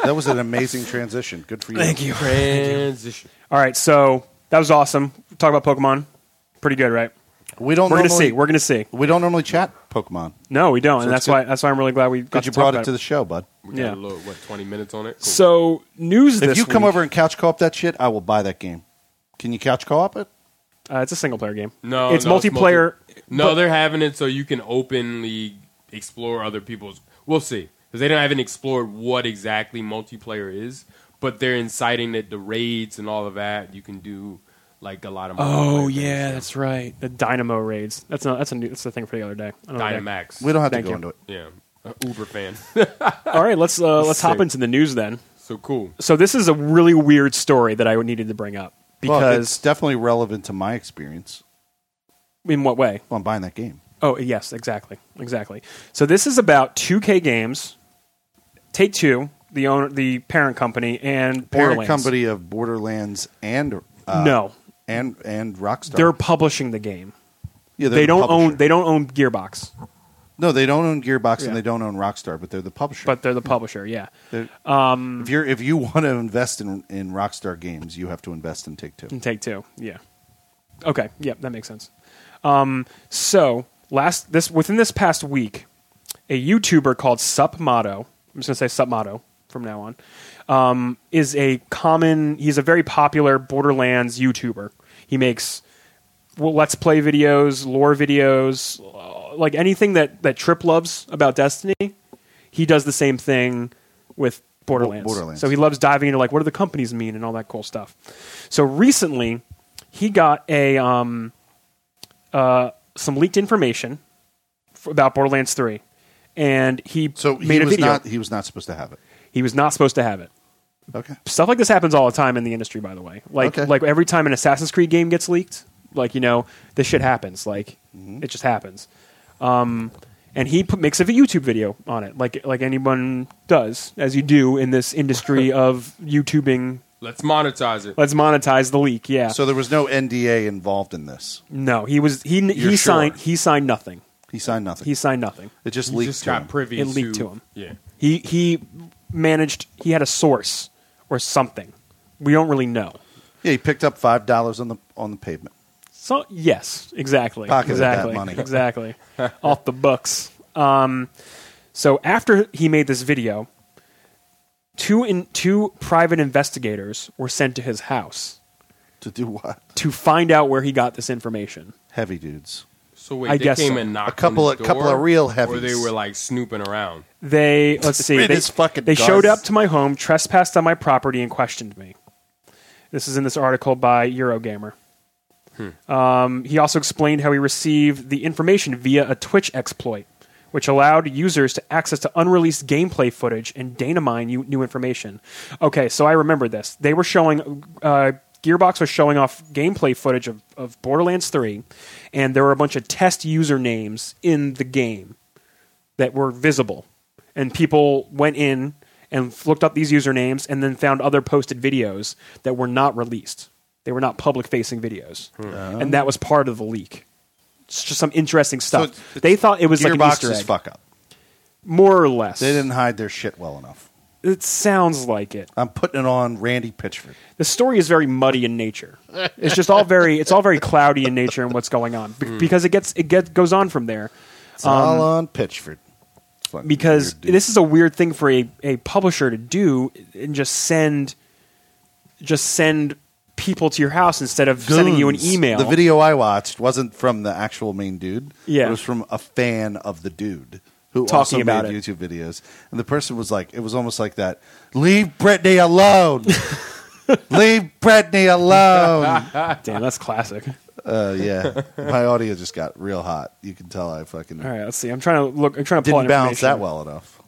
[SPEAKER 3] that was an amazing transition. Good for you.
[SPEAKER 2] (laughs) Thank you.
[SPEAKER 1] Transition.
[SPEAKER 2] All right, so that was awesome. Talk about Pokemon. Pretty good, right?
[SPEAKER 3] We don't.
[SPEAKER 2] We're gonna
[SPEAKER 3] normally,
[SPEAKER 2] see. We're gonna see.
[SPEAKER 3] we don't normally chat Pokemon.
[SPEAKER 2] No, we don't, and
[SPEAKER 3] So
[SPEAKER 2] that's
[SPEAKER 3] it's
[SPEAKER 2] why
[SPEAKER 3] good.
[SPEAKER 2] that's why I'm really glad we got
[SPEAKER 3] But
[SPEAKER 2] to
[SPEAKER 3] you
[SPEAKER 2] talk
[SPEAKER 3] brought
[SPEAKER 2] about
[SPEAKER 3] it to the show, bud.
[SPEAKER 1] We got
[SPEAKER 2] Yeah.
[SPEAKER 1] a little, what twenty minutes on it. Cool.
[SPEAKER 2] So news.
[SPEAKER 3] If
[SPEAKER 2] this
[SPEAKER 3] you come
[SPEAKER 2] week-
[SPEAKER 3] over and couch co-op that shit, I will buy that game. Can you couch co-op it?
[SPEAKER 2] uh, it's a single player game.
[SPEAKER 1] No,
[SPEAKER 2] it's
[SPEAKER 1] no,
[SPEAKER 2] multiplayer.
[SPEAKER 1] multi- no, they're having it so you can openly explore other people's. We'll see because they don't haven't explored what exactly multiplayer is, but they're inciting that the raids and all of that you can do like a lot of.
[SPEAKER 2] Oh
[SPEAKER 1] multiplayer things.
[SPEAKER 2] yeah, that's right. The Dynamo raids. That's not. That's a new. That's the thing for the other day. I don't know.
[SPEAKER 1] Dynamax.
[SPEAKER 3] We don't have
[SPEAKER 2] Thank
[SPEAKER 3] to go
[SPEAKER 2] you.
[SPEAKER 3] into it.
[SPEAKER 1] Yeah, a Uber fan.
[SPEAKER 2] All right, let's uh, let's hop
[SPEAKER 1] Sick.
[SPEAKER 2] into the news then.
[SPEAKER 1] (laughs) so cool.
[SPEAKER 2] So this is a really weird story that I needed to bring up
[SPEAKER 3] Well, it's
[SPEAKER 2] because
[SPEAKER 3] definitely relevant to my experience
[SPEAKER 2] in what way?
[SPEAKER 3] on buying that game.
[SPEAKER 2] Oh, yes, exactly, exactly. So this is about 2K Games, Take Two, the owner, the parent company, and
[SPEAKER 3] Parent
[SPEAKER 2] Borderlands.
[SPEAKER 3] company of Borderlands and uh,
[SPEAKER 2] no,
[SPEAKER 3] and and Rockstar.
[SPEAKER 2] they're publishing the game.
[SPEAKER 3] yeah, they're
[SPEAKER 2] They
[SPEAKER 3] the
[SPEAKER 2] don't
[SPEAKER 3] publisher.
[SPEAKER 2] own. They don't own Gearbox,
[SPEAKER 3] no, they don't own Gearbox
[SPEAKER 2] Yeah.
[SPEAKER 3] and they don't own Rockstar, but they're the publisher.
[SPEAKER 2] but um, they're the publisher. Yeah.
[SPEAKER 3] They're- if you're if you (laughs) want to invest in in Rockstar games, you have to invest in Take Two.
[SPEAKER 2] And take two. Yeah. Okay. Yeah, that makes sense. Um, so last this within this past week, a YouTuber called Supmato. I'm just gonna say Supmato from now on. Um, is a common. He's a very popular Borderlands YouTuber. He makes well, let's play videos, lore videos, uh, like anything that that Trip loves about Destiny. He does the same thing with Borderlands.
[SPEAKER 3] Borderlands.
[SPEAKER 2] So he loves diving into like what do the companies mean and all that cool stuff. So recently, he got a um, uh, some leaked information f- about Borderlands Three, and he
[SPEAKER 3] So
[SPEAKER 2] made
[SPEAKER 3] he
[SPEAKER 2] a
[SPEAKER 3] was
[SPEAKER 2] video.
[SPEAKER 3] not he was not supposed to have it.
[SPEAKER 2] he was not supposed to have it
[SPEAKER 3] Okay.
[SPEAKER 2] stuff like this happens all the time in the industry by the way like
[SPEAKER 3] Okay.
[SPEAKER 2] like every time an assassin's creed game gets leaked like you know this shit happens like it just happens um, and he put, makes a youtube video on it like like anyone does as you do in this industry of youtubing
[SPEAKER 1] Let's monetize it.
[SPEAKER 2] let's monetize the leak yeah
[SPEAKER 3] So there was no NDA involved in this.
[SPEAKER 2] no he was he he
[SPEAKER 1] You're sure?
[SPEAKER 2] signed he signed nothing
[SPEAKER 3] He signed nothing.
[SPEAKER 2] he signed nothing
[SPEAKER 3] it just
[SPEAKER 1] You
[SPEAKER 3] leaked.
[SPEAKER 1] just
[SPEAKER 3] to
[SPEAKER 1] got
[SPEAKER 3] him.
[SPEAKER 1] privy.
[SPEAKER 2] It leaked to him.
[SPEAKER 1] Yeah.
[SPEAKER 2] he he managed he had a source or something we don't really know
[SPEAKER 3] Yeah, he picked up five dollars on the on the pavement.
[SPEAKER 2] So yes, exactly,
[SPEAKER 3] Pocketed that
[SPEAKER 2] exactly,
[SPEAKER 3] money. (laughs)
[SPEAKER 2] exactly, off the books. Um, so after he made this video, two in, two private investigators were sent to his house
[SPEAKER 3] To do (laughs) what?
[SPEAKER 2] to find out where he got this information.
[SPEAKER 3] Heavy dudes.
[SPEAKER 1] So wait,
[SPEAKER 2] I
[SPEAKER 1] they
[SPEAKER 2] guess
[SPEAKER 1] came
[SPEAKER 2] so.
[SPEAKER 1] and knocked
[SPEAKER 3] A couple
[SPEAKER 1] on
[SPEAKER 3] of-
[SPEAKER 1] the
[SPEAKER 3] couple
[SPEAKER 1] door,
[SPEAKER 3] of real
[SPEAKER 1] or
[SPEAKER 3] heavies.
[SPEAKER 1] they were like snooping around.
[SPEAKER 2] They let's see,
[SPEAKER 3] It
[SPEAKER 2] they,
[SPEAKER 3] is fucking
[SPEAKER 2] they showed
[SPEAKER 3] gauze.
[SPEAKER 2] up to my home, trespassed on my property, and questioned me. This is in this article by Eurogamer. Um, he also explained how he received the information via a Twitch exploit, which allowed users to access to unreleased gameplay footage and dynamine new, new information. Okay, so I remember this. They were showing, uh, Gearbox was showing off gameplay footage of, of Borderlands 3, and there were a bunch of test usernames in the game that were visible. And people went in and looked up these usernames and then found other posted videos that were not released. They were not public facing videos.
[SPEAKER 3] Hmm.
[SPEAKER 2] And that was part of the leak. It's just some interesting stuff.
[SPEAKER 3] So it's-
[SPEAKER 2] they thought it was like an
[SPEAKER 3] Gearbox
[SPEAKER 2] Easter
[SPEAKER 3] is
[SPEAKER 2] egg.
[SPEAKER 3] fuck up.
[SPEAKER 2] More or less.
[SPEAKER 3] They didn't hide their shit well enough.
[SPEAKER 2] It sounds like it.
[SPEAKER 3] I'm putting it on Randy Pitchford.
[SPEAKER 2] The story is very muddy in nature. It's just all very it's all very cloudy in nature and what's going on be-
[SPEAKER 3] Hmm.
[SPEAKER 2] because it gets it get, goes on from there.
[SPEAKER 3] It's all on Pitchford. Fucking
[SPEAKER 2] Um, because
[SPEAKER 3] weird dude.
[SPEAKER 2] this is a weird thing for a, a publisher to do and just send just send people to your house instead of sending you an
[SPEAKER 3] Goons.
[SPEAKER 2] email
[SPEAKER 3] The video I watched wasn't from the actual main dude.
[SPEAKER 2] Yeah.
[SPEAKER 3] It was from a fan of the dude who
[SPEAKER 2] Talking
[SPEAKER 3] also
[SPEAKER 2] about
[SPEAKER 3] made
[SPEAKER 2] it.
[SPEAKER 3] YouTube videos, and the person was like, it was almost like that. Leave
[SPEAKER 2] (laughs)
[SPEAKER 3] Brittany alone. Leave
[SPEAKER 2] (laughs)
[SPEAKER 3] Brittany alone.
[SPEAKER 2] Damn, that's classic.
[SPEAKER 3] uh, yeah, my audio just got real hot. You can tell I fucking
[SPEAKER 2] All right, let's see. I'm trying to look. I'm trying to pull
[SPEAKER 3] didn't
[SPEAKER 2] out
[SPEAKER 3] balance
[SPEAKER 2] information.
[SPEAKER 3] that well enough.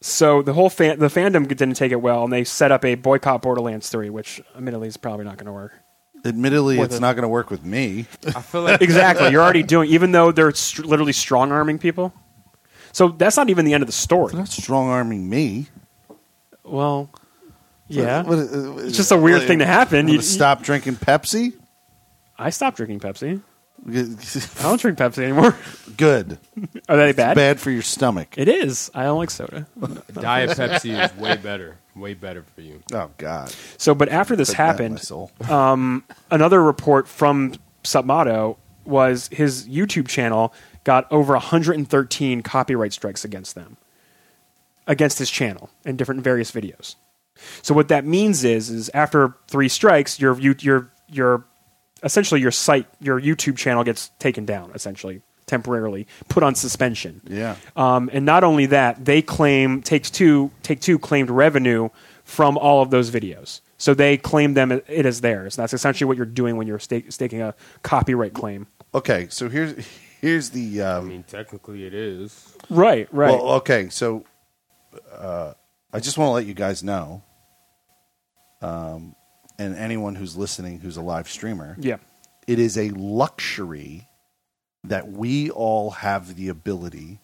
[SPEAKER 2] So the whole fan, the fandom didn't take it well, and they set up a boycott Borderlands Three, which admittedly is probably not going to work.
[SPEAKER 3] Admittedly,
[SPEAKER 2] With
[SPEAKER 3] it's
[SPEAKER 2] it.
[SPEAKER 3] not going to work with me.
[SPEAKER 1] I feel like
[SPEAKER 2] exactly. You're already doing, even though they're str literally strong arming people. So that's not even the end of the story.
[SPEAKER 3] They're not strong arming me.
[SPEAKER 2] Well, yeah,
[SPEAKER 3] What- what-
[SPEAKER 2] it's just a weird
[SPEAKER 3] what-
[SPEAKER 2] thing to happen.
[SPEAKER 3] I'm
[SPEAKER 2] You,
[SPEAKER 3] gonna stop drinking Pepsi. (laughs)
[SPEAKER 2] I stopped drinking Pepsi. I don't drink Pepsi anymore. (laughs)
[SPEAKER 3] Good.
[SPEAKER 2] Are they bad?
[SPEAKER 3] Bad for your stomach.
[SPEAKER 2] It is. I don't like soda.
[SPEAKER 1] (laughs) Diet Pepsi is way better, way better for you.
[SPEAKER 3] Oh God.
[SPEAKER 2] So, but after this
[SPEAKER 3] Put that in my
[SPEAKER 2] happened, Oh.
[SPEAKER 3] soul.
[SPEAKER 2] another report from Submato was his YouTube channel got over 113 copyright strikes against them, against his channel in different various videos. So what that means is, is after three strikes, your you- your your essentially your site, your YouTube channel gets taken down, essentially temporarily put on suspension.
[SPEAKER 3] Yeah.
[SPEAKER 2] Um, and not only that, they claim Take Two Take Two claimed revenue from all of those videos, so they claim them uh, it as theirs. That's essentially what you're doing when you're stake, staking a copyright claim.
[SPEAKER 3] Okay. So here's here's the.
[SPEAKER 1] I
[SPEAKER 3] Um,
[SPEAKER 1] mean, technically it is.
[SPEAKER 2] Right, right.
[SPEAKER 3] Well, okay. So uh, I just want to let you guys know, um, and anyone who's listening who's a live streamer,
[SPEAKER 2] yeah,
[SPEAKER 3] it is a luxury that we all have the ability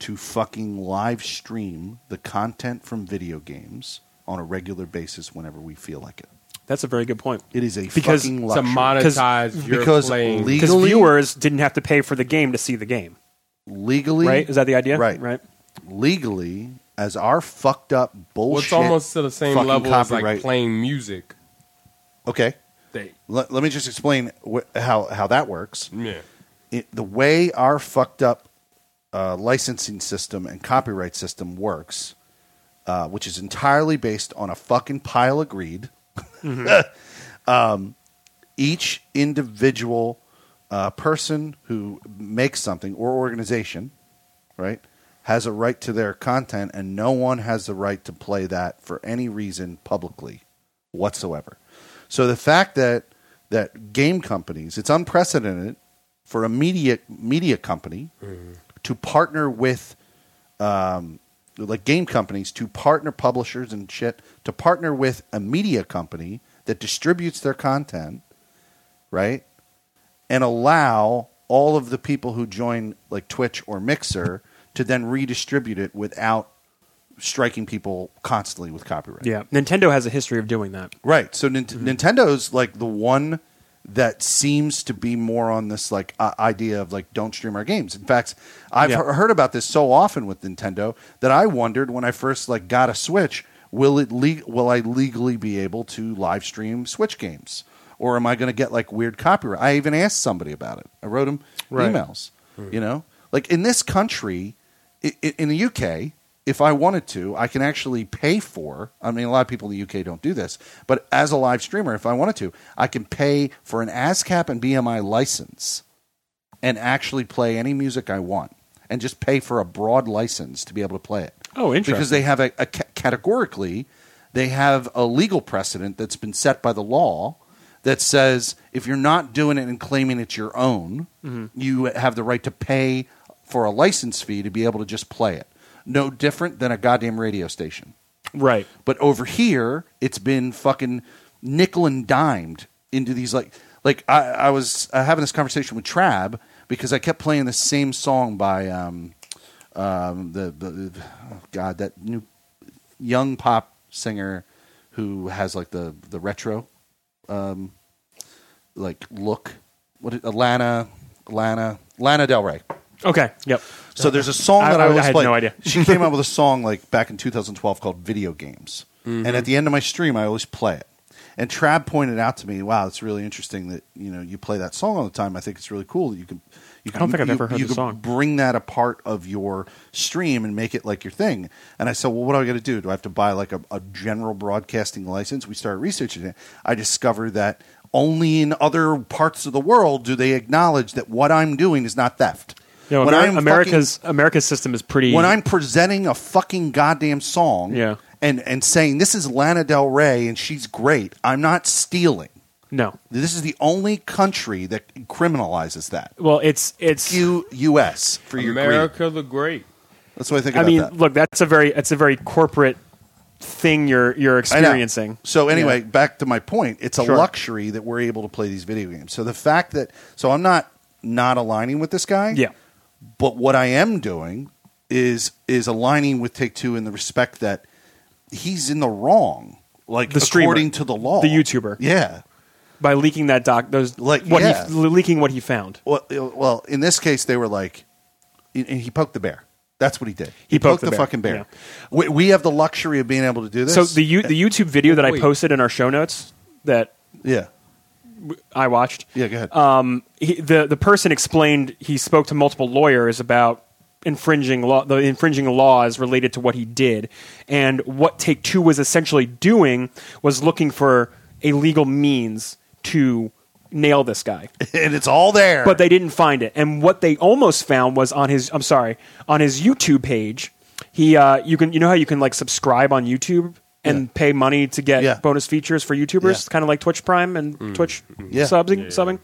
[SPEAKER 3] to fucking live stream the content from video games on a regular basis whenever we feel like it.
[SPEAKER 2] that's a very good point.
[SPEAKER 3] It is a
[SPEAKER 2] Because
[SPEAKER 3] fucking
[SPEAKER 1] To
[SPEAKER 3] luxury.
[SPEAKER 1] monetize your
[SPEAKER 3] because
[SPEAKER 1] playing.
[SPEAKER 3] le-
[SPEAKER 2] Because
[SPEAKER 3] Legally-
[SPEAKER 2] viewers didn't have to pay for the game to see the game,
[SPEAKER 3] legally,
[SPEAKER 2] right? Is that the idea?
[SPEAKER 3] Right.
[SPEAKER 2] right.
[SPEAKER 3] legally, as our fucked up bullshit.
[SPEAKER 1] well, it's almost to the same
[SPEAKER 3] fucking
[SPEAKER 1] level as like
[SPEAKER 3] copyright-
[SPEAKER 1] playing music.
[SPEAKER 3] okay.
[SPEAKER 1] They,
[SPEAKER 3] Let, let me just explain wh- how how that works.
[SPEAKER 1] yeah.
[SPEAKER 3] it, the way our fucked up uh, licensing system and copyright system works, uh, which is entirely based on a fucking pile of greed, (laughs) um, each individual uh, person who makes something or organization, right, has a right to their content, and no one has the right to play that for any reason publicly whatsoever. So the fact that that game companies, it's unprecedented for a media media company to partner with um, like game companies to partner publishers and shit to partner with a media company that distributes their content, right? And allow all of the people who join like Twitch or Mixer to then redistribute it without striking people constantly with copyright.
[SPEAKER 2] Yeah. Nintendo has a history of doing that.
[SPEAKER 3] Right. So Nint- Nintendo's like the one that seems to be more on this like uh, idea of like don't stream our games. In fact, I've
[SPEAKER 2] Yeah.
[SPEAKER 3] he- heard about this so often with Nintendo that I wondered when I first like got a Switch, will it le- will I legally be able to live stream Switch games or am I going to get like weird copyright? I even asked somebody about it. I wrote him
[SPEAKER 2] Right.
[SPEAKER 3] emails, you know? Like in this country, i- i- in the UK, if I wanted to, I can actually pay for. I mean, a lot of people in the UK don't do this, but as a live streamer, if I wanted to, I can pay for an ASCAP and BMI license and actually play any music I want and just pay for a broad license to be able to play it.
[SPEAKER 2] Oh, interesting.
[SPEAKER 3] Because they have a, a ca- categorically, they have a legal precedent that's been set by the law that says if you're not doing it and claiming it's your own,
[SPEAKER 2] Mm-hmm.
[SPEAKER 3] you have the right to pay for a license fee to be able to just play it. No different than a goddamn radio station.
[SPEAKER 2] Right.
[SPEAKER 3] But over here, it's been fucking nickel and dimed into these like like I, I was uh, having this conversation with Trab because I kept playing the same song by um um the, the, the oh God that new young pop singer who has like the the retro um like look what it- Lana Lana Lana Del Rey.
[SPEAKER 2] Okay. Yep.
[SPEAKER 3] So there's a song
[SPEAKER 2] I-
[SPEAKER 3] that
[SPEAKER 2] I-
[SPEAKER 3] I,
[SPEAKER 2] I
[SPEAKER 3] was
[SPEAKER 2] had
[SPEAKER 3] playing.
[SPEAKER 2] no idea.
[SPEAKER 3] she
[SPEAKER 2] (laughs)
[SPEAKER 3] came out with a song like back in 2012 called "Video Games,"
[SPEAKER 2] Mm-hmm.
[SPEAKER 3] and at the end of my stream, I always play it. And Trab pointed out to me, "Wow, it's really interesting that you know you play that song all the time. I think it's really cool that you can." You can
[SPEAKER 2] don't think I've
[SPEAKER 3] you-
[SPEAKER 2] ever heard
[SPEAKER 3] you
[SPEAKER 2] the
[SPEAKER 3] can
[SPEAKER 2] song.
[SPEAKER 3] Bring that a part of your stream and make it like your thing. And I said, "Well, what do I got to do? Do I have to buy like a, a general broadcasting license?" We started researching it. I discovered that only in other parts of the world do they acknowledge that what I'm doing is not theft.
[SPEAKER 2] You know,
[SPEAKER 3] when
[SPEAKER 2] Ameri-
[SPEAKER 3] I'm fucking-
[SPEAKER 2] America's America's system is pretty.
[SPEAKER 3] when I'm presenting a fucking goddamn song
[SPEAKER 2] Yeah.
[SPEAKER 3] and, and saying this is Lana Del Rey and she's great, I'm not stealing.
[SPEAKER 2] no,
[SPEAKER 3] This is the only country that criminalizes that.
[SPEAKER 2] well, it's it's.
[SPEAKER 3] You US for your greed.
[SPEAKER 1] America the Great.
[SPEAKER 3] That's what I think
[SPEAKER 2] I
[SPEAKER 3] about
[SPEAKER 2] mean,
[SPEAKER 3] that.
[SPEAKER 2] look, that's a very that's a very corporate thing you're you're
[SPEAKER 3] I know.
[SPEAKER 2] experiencing.
[SPEAKER 3] So anyway,
[SPEAKER 2] Yeah.
[SPEAKER 3] back to my point, it's a
[SPEAKER 2] Sure.
[SPEAKER 3] luxury that we're able to play these video games. So the fact that so I'm not not aligning with this guy.
[SPEAKER 2] Yeah.
[SPEAKER 3] But what I am doing is is aligning with Take Two in the respect that he's in the wrong, like
[SPEAKER 2] The streamer.
[SPEAKER 3] according to the law,
[SPEAKER 2] The YouTuber.
[SPEAKER 3] Yeah.
[SPEAKER 2] by leaking that doc, those
[SPEAKER 3] Like,
[SPEAKER 2] what
[SPEAKER 3] yeah.
[SPEAKER 2] he leaking what he found.
[SPEAKER 3] Well, uh, well, in this case, they were like, and he poked the bear. That's what he did.
[SPEAKER 2] He poked
[SPEAKER 3] the,
[SPEAKER 2] the bear.
[SPEAKER 3] fucking bear.
[SPEAKER 2] Yeah.
[SPEAKER 3] We, we have the luxury of being able to do this.
[SPEAKER 2] So
[SPEAKER 3] eh,
[SPEAKER 2] the you, the YouTube video that I
[SPEAKER 1] Wait.
[SPEAKER 2] posted in our show notes that
[SPEAKER 3] yeah,
[SPEAKER 2] I watched,
[SPEAKER 3] yeah. Go ahead.
[SPEAKER 2] um, he, the the person explained he spoke to multiple lawyers about infringing law, the infringing laws related to what he did, and what Take Two was essentially doing was looking for a legal means to nail this guy.
[SPEAKER 3] (laughs) and it's all there.
[SPEAKER 2] but they didn't find it. And what they almost found was on his I'm sorry, on his YouTube page. He uh, you can you know how you can like subscribe on YouTube and pay money to get
[SPEAKER 3] Yeah.
[SPEAKER 2] bonus features for YouTubers,
[SPEAKER 3] Yeah.
[SPEAKER 2] kind of like Twitch Prime and Twitch
[SPEAKER 3] Yeah.
[SPEAKER 2] subbing subbing.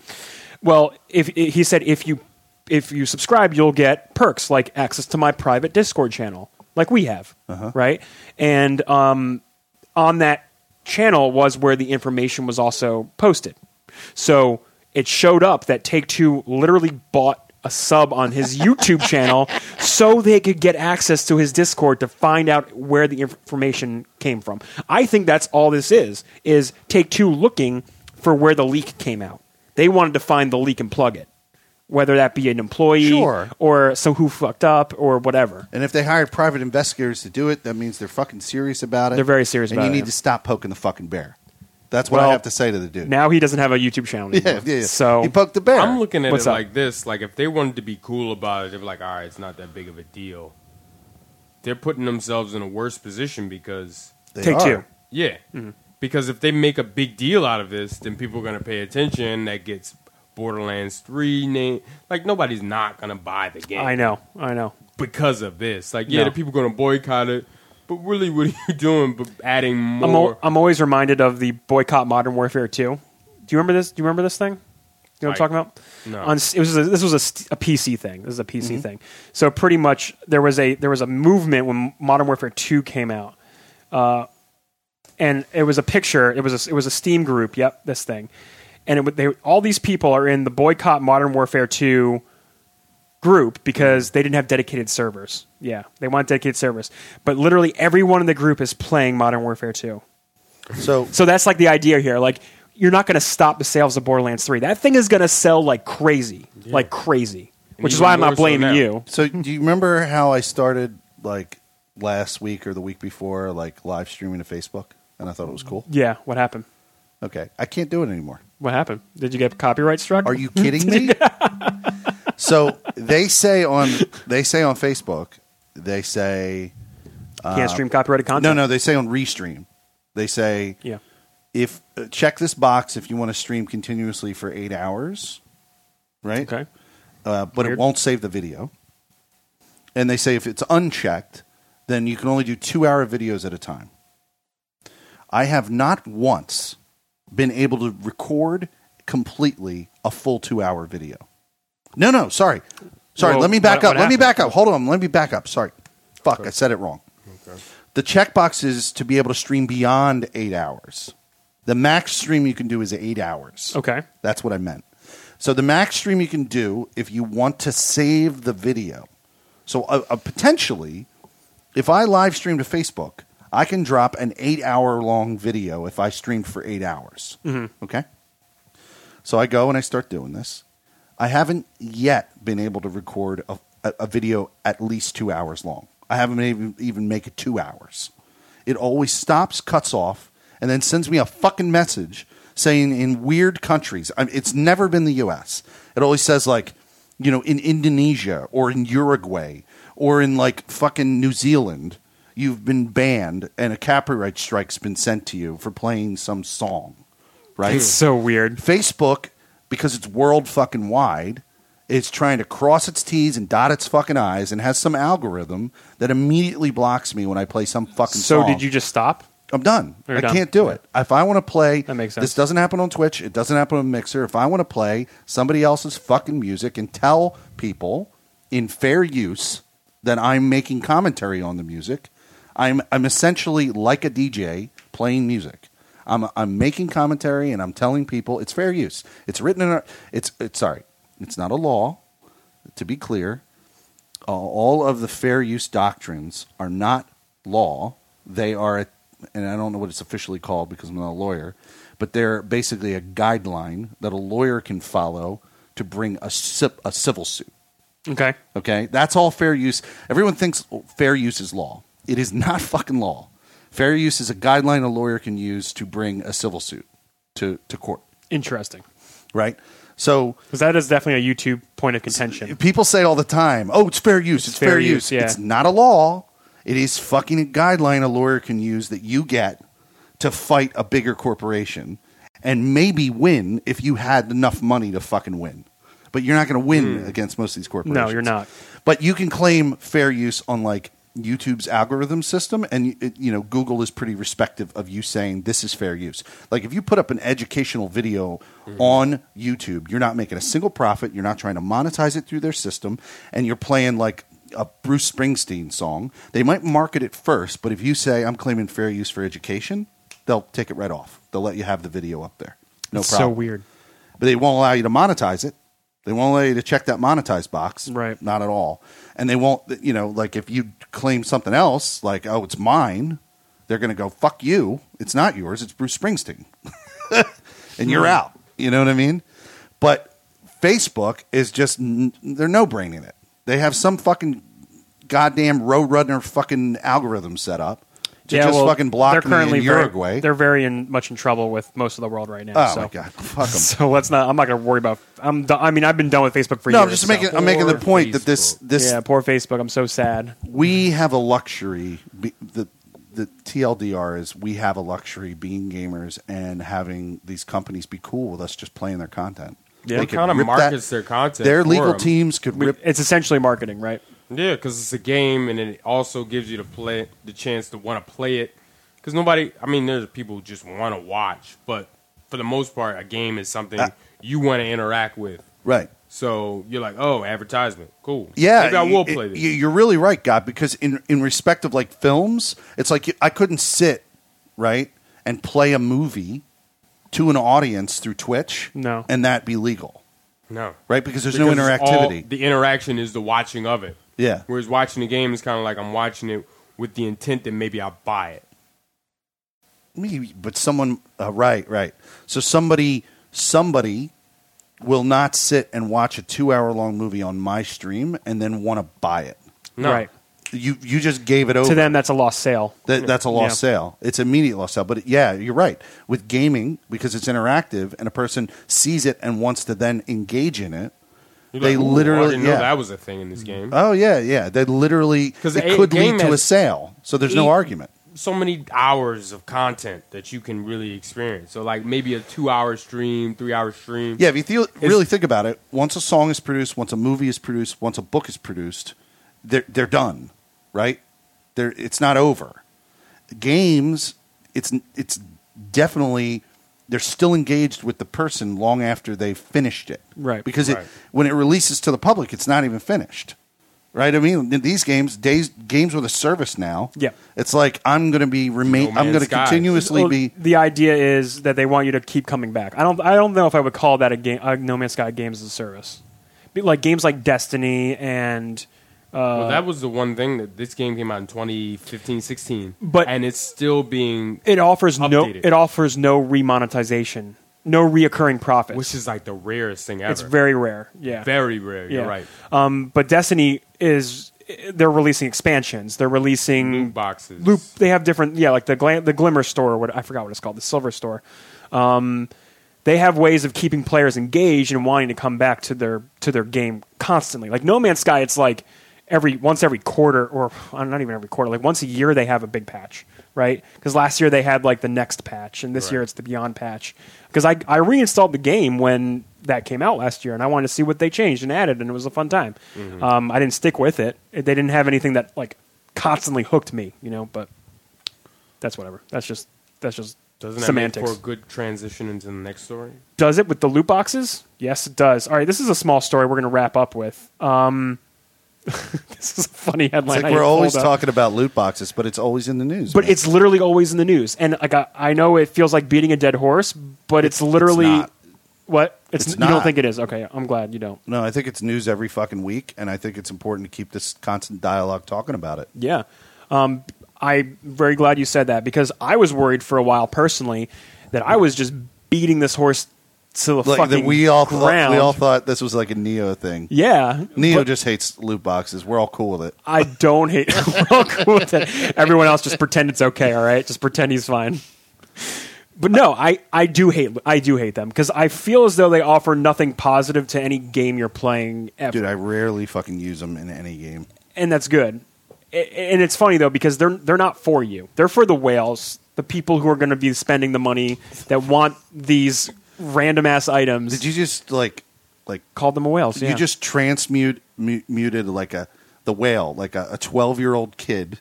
[SPEAKER 2] Well, if he said if you if you subscribe, you'll get perks like access to my private Discord channel, like we have,
[SPEAKER 3] Uh-huh.
[SPEAKER 2] right? And um, on that channel was where the information was also posted. So it showed up that Take Two literally bought a sub on
[SPEAKER 3] (laughs)
[SPEAKER 2] his YouTube channel so they could get access to his Discord to find out where the information came from. I think that's all this is is Take Two looking for where the leak came out. They wanted to find the leak and plug it. Whether that be an employee
[SPEAKER 3] Sure.
[SPEAKER 2] or so who fucked up or whatever.
[SPEAKER 3] And if they hired private investigators to do it, that means they're fucking serious about it.
[SPEAKER 2] They're very serious
[SPEAKER 3] and
[SPEAKER 2] about
[SPEAKER 3] you
[SPEAKER 2] it,
[SPEAKER 3] need
[SPEAKER 2] yeah.
[SPEAKER 3] to stop poking the fucking bear. That's what I
[SPEAKER 2] Well,
[SPEAKER 3] have to say to the dude.
[SPEAKER 2] Now he doesn't have a YouTube channel anymore.
[SPEAKER 3] (laughs) yeah, yeah, yeah.
[SPEAKER 2] So
[SPEAKER 3] he poked the bear.
[SPEAKER 1] I'm looking at
[SPEAKER 2] What's
[SPEAKER 1] it
[SPEAKER 2] up?
[SPEAKER 1] like this: like if they wanted to be cool about it, they're like, all right, it's not that big of a deal. They're putting themselves in a worse position because,
[SPEAKER 3] They
[SPEAKER 2] Take
[SPEAKER 3] are.
[SPEAKER 2] Two.
[SPEAKER 1] yeah,
[SPEAKER 3] Mm-hmm.
[SPEAKER 1] because if they make a big deal out of this, then people are gonna pay attention. That gets Borderlands Three name. Like nobody's not gonna buy the game.
[SPEAKER 2] I know, I know.
[SPEAKER 1] because of this. Like, yeah,
[SPEAKER 2] No.
[SPEAKER 1] the people going to boycott it, but really, what are you (laughs) doing? But adding
[SPEAKER 2] I'm, al-
[SPEAKER 1] more.
[SPEAKER 2] I'm always reminded of the boycott Modern Warfare 2. Do you remember this? Do you remember this thing? You know what I'm
[SPEAKER 1] I-
[SPEAKER 2] talking about?
[SPEAKER 1] no. Mm-hmm.
[SPEAKER 2] On, s- it was a, this was a, st- a PC thing. This is a PC thing. So pretty much there was a there was a movement when Modern Warfare 2 came out, uh, and it was a picture. It was a, it was a Steam group. Yep, this thing, and it, would- they all these people are in the boycott Modern Warfare 2 group because they didn't have dedicated servers. Yeah, they want dedicated servers, but literally everyone in the group is playing Modern Warfare 2.
[SPEAKER 3] So
[SPEAKER 2] So that's like the idea here. Like you're not going to stop the sales of Borderlands 3. That thing is going to sell like crazy, like crazy.
[SPEAKER 1] And
[SPEAKER 2] Which is
[SPEAKER 1] even
[SPEAKER 2] why I'm
[SPEAKER 1] more
[SPEAKER 2] not
[SPEAKER 1] so
[SPEAKER 2] blaming
[SPEAKER 1] now.
[SPEAKER 2] you.
[SPEAKER 3] So do you remember how I started like last week or the week before, like live streaming to Facebook, and I thought it was cool.
[SPEAKER 2] Yeah, what happened?
[SPEAKER 3] Okay, I can't do it anymore.
[SPEAKER 2] What happened? Did you get copyright struck?
[SPEAKER 3] Are you kidding
[SPEAKER 2] (laughs)
[SPEAKER 3] me? so they say on they say on Facebook, they say
[SPEAKER 2] can't stream copyrighted content?
[SPEAKER 3] Uh, no, no, they say on Restream, they say
[SPEAKER 2] Yeah.
[SPEAKER 3] if uh, check this box if you want to stream continuously for eight hours, right?
[SPEAKER 2] Okay.
[SPEAKER 3] uh, but
[SPEAKER 2] Weird.
[SPEAKER 3] it won't save the video. And they say if it's unchecked, then you can only do two hour videos at a time. I have not once been able to record completely a full two hour video. No, no, sorry. Sorry,
[SPEAKER 2] Well,
[SPEAKER 3] let me back
[SPEAKER 2] what-
[SPEAKER 3] up.
[SPEAKER 2] what
[SPEAKER 3] let me
[SPEAKER 2] happened?
[SPEAKER 3] back up. Hold on, let me back up. Sorry. Fuck, I said it wrong. The checkbox is to be able to stream beyond eight hours. The max stream you can do is eight hours.
[SPEAKER 2] Okay.
[SPEAKER 3] That's what I meant. So the max stream you can do if you want to save the video. So uh, uh, potentially, if I live stream to Facebook, I can drop an eight hour long video if I streamed for eight hours. Okay. So I go and I start doing this. I haven't yet been able to record a, a, a video at least two hours long. I haven't been able to even make it two hours. It always stops, cuts off, and then sends me a fucking message saying in weird countries. I it's never been the U.S. It always says like, you know, in Indonesia or in Uruguay or in like fucking New Zealand, you've been banned and a copyright strike's been sent to you for playing some song, right?
[SPEAKER 2] It's so weird.
[SPEAKER 3] Facebook, because it's world fucking wide, It's trying to cross its T's and dot its fucking I's and has some algorithm that immediately blocks me when I play some fucking
[SPEAKER 2] So
[SPEAKER 3] song.
[SPEAKER 2] did you just stop?
[SPEAKER 3] I'm done.
[SPEAKER 2] You're
[SPEAKER 3] I
[SPEAKER 2] done.
[SPEAKER 3] can't do it. If I want to play,
[SPEAKER 2] That makes
[SPEAKER 3] This
[SPEAKER 2] sense.
[SPEAKER 3] doesn't happen on Twitch. It doesn't happen on Mixer. If I want to play somebody else's fucking music and tell people in fair use that I'm making commentary on the music, I'm I'm essentially like a DJ playing music. I'm I'm making commentary and I'm telling people it's fair use. It's written in our, it's it's sorry. It's not a law. To be clear, uh, all of the fair use doctrines are not law. They are, and I don't know what it's officially called because I'm not a lawyer, but they're basically a guideline that a lawyer can follow to bring a, ci- a civil suit.
[SPEAKER 2] Okay.
[SPEAKER 3] Okay, that's all fair use. Everyone thinks fair use is law. It is not (laughs) fucking law. Fair use is a guideline a lawyer can use to bring a civil suit to, to court,
[SPEAKER 2] Interesting.
[SPEAKER 3] right? So
[SPEAKER 2] Because that is definitely a YouTube point of contention.
[SPEAKER 3] People say all the time, "Oh, it's fair use. It's, fair, use."
[SPEAKER 2] yeah.
[SPEAKER 3] It's not a law. It is fucking a guideline a lawyer can use that you get to fight a bigger corporation and maybe win if you had enough money to fucking win. But you're not going to win against most of these corporations.
[SPEAKER 2] Hmm. No, you're not.
[SPEAKER 3] But you can claim fair use on like YouTube's algorithm system, and it- you know Google is pretty respective of you saying this is fair use. Like if you put up an educational video on YouTube, you're not making a single profit. You're not trying to monetize it through their system, and you're playing like a Bruce Springsteen song. They might market it first, but if you say I'm claiming fair use for education, they'll take it right off. They'll let you have the video up there. No
[SPEAKER 2] it's
[SPEAKER 3] problem
[SPEAKER 2] so weird.
[SPEAKER 3] but they won't allow you to monetize it. They won't allow you to check that monetize box.
[SPEAKER 2] Right.
[SPEAKER 3] Not at all. And they won't, you know, like if you claim something else, like, oh, it's mine, they're going to go, fuck you. It's not yours. It's Bruce Springsteen. (laughs) and you're out. You know what I mean? But Facebook is just, n- they're no braining it. They have some fucking goddamn roadrunner fucking algorithm set up to just
[SPEAKER 2] well,
[SPEAKER 3] fucking block
[SPEAKER 2] they're
[SPEAKER 3] me
[SPEAKER 2] currently
[SPEAKER 3] in
[SPEAKER 2] very-
[SPEAKER 3] Uruguay.
[SPEAKER 2] they're very in, much in trouble with most of the world right now.
[SPEAKER 3] oh,
[SPEAKER 2] so.
[SPEAKER 3] my God.
[SPEAKER 2] (laughs)
[SPEAKER 3] Fuck them.
[SPEAKER 2] So let's not. I'm not going to worry about. I'm. do- I mean, I've been done with Facebook for
[SPEAKER 3] No,
[SPEAKER 2] years.
[SPEAKER 3] I'm just making.
[SPEAKER 2] so-
[SPEAKER 3] I'm making the
[SPEAKER 1] Poor
[SPEAKER 3] point that this
[SPEAKER 1] Facebook.
[SPEAKER 3] this
[SPEAKER 2] yeah, poor Facebook. I'm so sad.
[SPEAKER 3] we have a luxury. be- The the TLDR is we have a luxury being gamers and having these companies be cool with us just playing their content.
[SPEAKER 2] Yeah. It
[SPEAKER 3] could
[SPEAKER 1] kinda
[SPEAKER 3] rip
[SPEAKER 1] markets their content
[SPEAKER 3] Their
[SPEAKER 1] for
[SPEAKER 3] legal
[SPEAKER 1] 'em.
[SPEAKER 3] teams could
[SPEAKER 2] We-
[SPEAKER 3] rip.
[SPEAKER 2] It's essentially marketing, right?
[SPEAKER 1] Yeah, because it's a game, and it also gives you the play the chance to want to play it. Because nobody, I mean, there's people who just want to watch, but for the most part, a game is something
[SPEAKER 3] Ah.
[SPEAKER 1] you want to interact with.
[SPEAKER 3] Right.
[SPEAKER 1] So you're like, oh, advertisement, cool.
[SPEAKER 3] Yeah,
[SPEAKER 1] maybe I will
[SPEAKER 3] y-
[SPEAKER 1] play this.
[SPEAKER 3] y- You're really right, God, because in in respect of like films, it's like you- I couldn't sit right and play a movie to an audience through Twitch,
[SPEAKER 2] No.
[SPEAKER 3] and that be legal,
[SPEAKER 1] no,
[SPEAKER 3] right? Because there's no
[SPEAKER 1] Because it's all-
[SPEAKER 3] interactivity.
[SPEAKER 1] the interaction is the watching of it.
[SPEAKER 3] yeah,
[SPEAKER 1] Whereas watching the game is kind of like I'm watching it with the intent that maybe I'll buy it.
[SPEAKER 3] maybe, but someone, uh, right, right. So somebody, somebody will not sit and watch a two-hour-long movie on my stream and then want to buy it.
[SPEAKER 1] No.
[SPEAKER 2] Right.
[SPEAKER 3] You you just gave it over.
[SPEAKER 2] To them, that's a lost sale.
[SPEAKER 3] That, that's a lost
[SPEAKER 2] Yeah.
[SPEAKER 3] sale. It's immediate lost sale. But yeah, you're right. With gaming, because it's interactive and a person sees it and wants to then engage in it.
[SPEAKER 1] You're
[SPEAKER 3] They
[SPEAKER 1] like, "Ooh,
[SPEAKER 3] literally-
[SPEAKER 1] I didn't know
[SPEAKER 3] yeah.
[SPEAKER 1] that was a thing in this
[SPEAKER 2] Mm-hmm.
[SPEAKER 1] game.
[SPEAKER 3] Oh yeah, yeah. They literally
[SPEAKER 1] 'Cause
[SPEAKER 3] it
[SPEAKER 1] a
[SPEAKER 3] could lead
[SPEAKER 1] game
[SPEAKER 3] to a
[SPEAKER 1] has
[SPEAKER 3] sale. So there's no
[SPEAKER 1] eight-
[SPEAKER 3] argument.
[SPEAKER 1] so many hours of content that you can really experience. So like maybe a two hour stream, three hour stream.
[SPEAKER 3] Yeah, if you feel, really think about it, once a song is produced, once a movie is produced, once a book is produced, they're they're done, right? They're, it's not over. Games, it's it's definitely they're still engaged with the person long after they've finished it,
[SPEAKER 2] Right.
[SPEAKER 3] Because
[SPEAKER 1] Right.
[SPEAKER 3] it when it releases to the public, it's not even finished, right? I mean, in these games, days games with a service now,
[SPEAKER 2] Yeah.
[SPEAKER 3] It's like I'm going to be remain,
[SPEAKER 1] No
[SPEAKER 3] I'm
[SPEAKER 1] Man's
[SPEAKER 3] going to
[SPEAKER 1] Sky.
[SPEAKER 3] continuously
[SPEAKER 2] Well,
[SPEAKER 3] be
[SPEAKER 2] The idea is that they want you to keep coming back. I don't. I don't know if I would call that a game. A no Man's Sky games as a service, Be- like games like Destiny and.
[SPEAKER 1] Well, that was the one thing that this game came out in 2015, 16.
[SPEAKER 2] But-
[SPEAKER 1] and it's still being
[SPEAKER 2] It offers no.
[SPEAKER 1] Updated.
[SPEAKER 2] It offers no remonetization, no reoccurring profits,
[SPEAKER 1] which is like the rarest thing ever.
[SPEAKER 2] it's very rare. Yeah,
[SPEAKER 1] very rare. You're
[SPEAKER 2] Yeah.
[SPEAKER 1] right.
[SPEAKER 2] Um, but Destiny is they're releasing expansions. They're releasing
[SPEAKER 1] Loot boxes.
[SPEAKER 2] Mm. loop. They have different. Yeah, like the gla- the Glimmer store. Or what I forgot what it's called. The Silver store. Um, they have ways of keeping players engaged and wanting to come back to their to their game constantly. Like No Man's Sky, it's like every once every quarter or uh, not even every quarter, like once a year they have a big patch, right? Because last year they had like the next patch, and this year
[SPEAKER 1] Right.
[SPEAKER 2] it's the Beyond patch. Because I I reinstalled the game when that came out last year, and I wanted to see what they changed and added, and it was a fun time.
[SPEAKER 1] Mm-hmm.
[SPEAKER 2] Um, I didn't stick with it. They didn't have anything that like constantly hooked me, you know. But that's whatever. That's just that's just
[SPEAKER 1] Doesn't that
[SPEAKER 2] semantics.
[SPEAKER 1] make for a good transition into the next story?
[SPEAKER 2] Does it with the loot boxes? Yes, it does. All right, this is a small story we're going to wrap up with. Um, (laughs) this is a funny headline.
[SPEAKER 3] It's
[SPEAKER 2] I
[SPEAKER 3] like we're
[SPEAKER 2] pulled
[SPEAKER 3] always
[SPEAKER 2] up.
[SPEAKER 3] talking about loot boxes, but it's always in the news.
[SPEAKER 2] But
[SPEAKER 3] man.
[SPEAKER 2] it's literally always in the news. And like I, I know it feels like beating a dead horse, but it's, literally
[SPEAKER 3] not.
[SPEAKER 2] what it's,
[SPEAKER 3] It's
[SPEAKER 2] you don't
[SPEAKER 3] not.
[SPEAKER 2] think it is. Okay, I'm glad you don't.
[SPEAKER 3] no, I think it's news every fucking week, and I think it's important to keep this constant dialogue talking about it.
[SPEAKER 2] Yeah. Um, I'm very glad you said that because I was worried for a while personally that I was just beating this horse to the
[SPEAKER 3] Like
[SPEAKER 2] fucking
[SPEAKER 3] that we all thought,
[SPEAKER 2] ground.
[SPEAKER 3] we all thought this was like a Neo thing.
[SPEAKER 2] yeah.
[SPEAKER 3] Neo
[SPEAKER 2] but
[SPEAKER 3] just hates loot boxes. We're all cool with it.
[SPEAKER 2] I don't hate (laughs) we're all cool with it. Everyone else just pretend it's okay, all right? Just pretend he's fine. But no, I, I do hate I do hate them because I feel as though they offer nothing positive to any game you're playing ever.
[SPEAKER 3] Dude, I rarely fucking use them in any game.
[SPEAKER 2] and that's good. A- And it's funny though because they're they're not for you. They're for the whales, the people who are going to be spending the money that want these random ass items.
[SPEAKER 3] Did you just like like
[SPEAKER 2] call them a whales?
[SPEAKER 3] you just transmute mu- muted like a the whale, like a 12 year old kid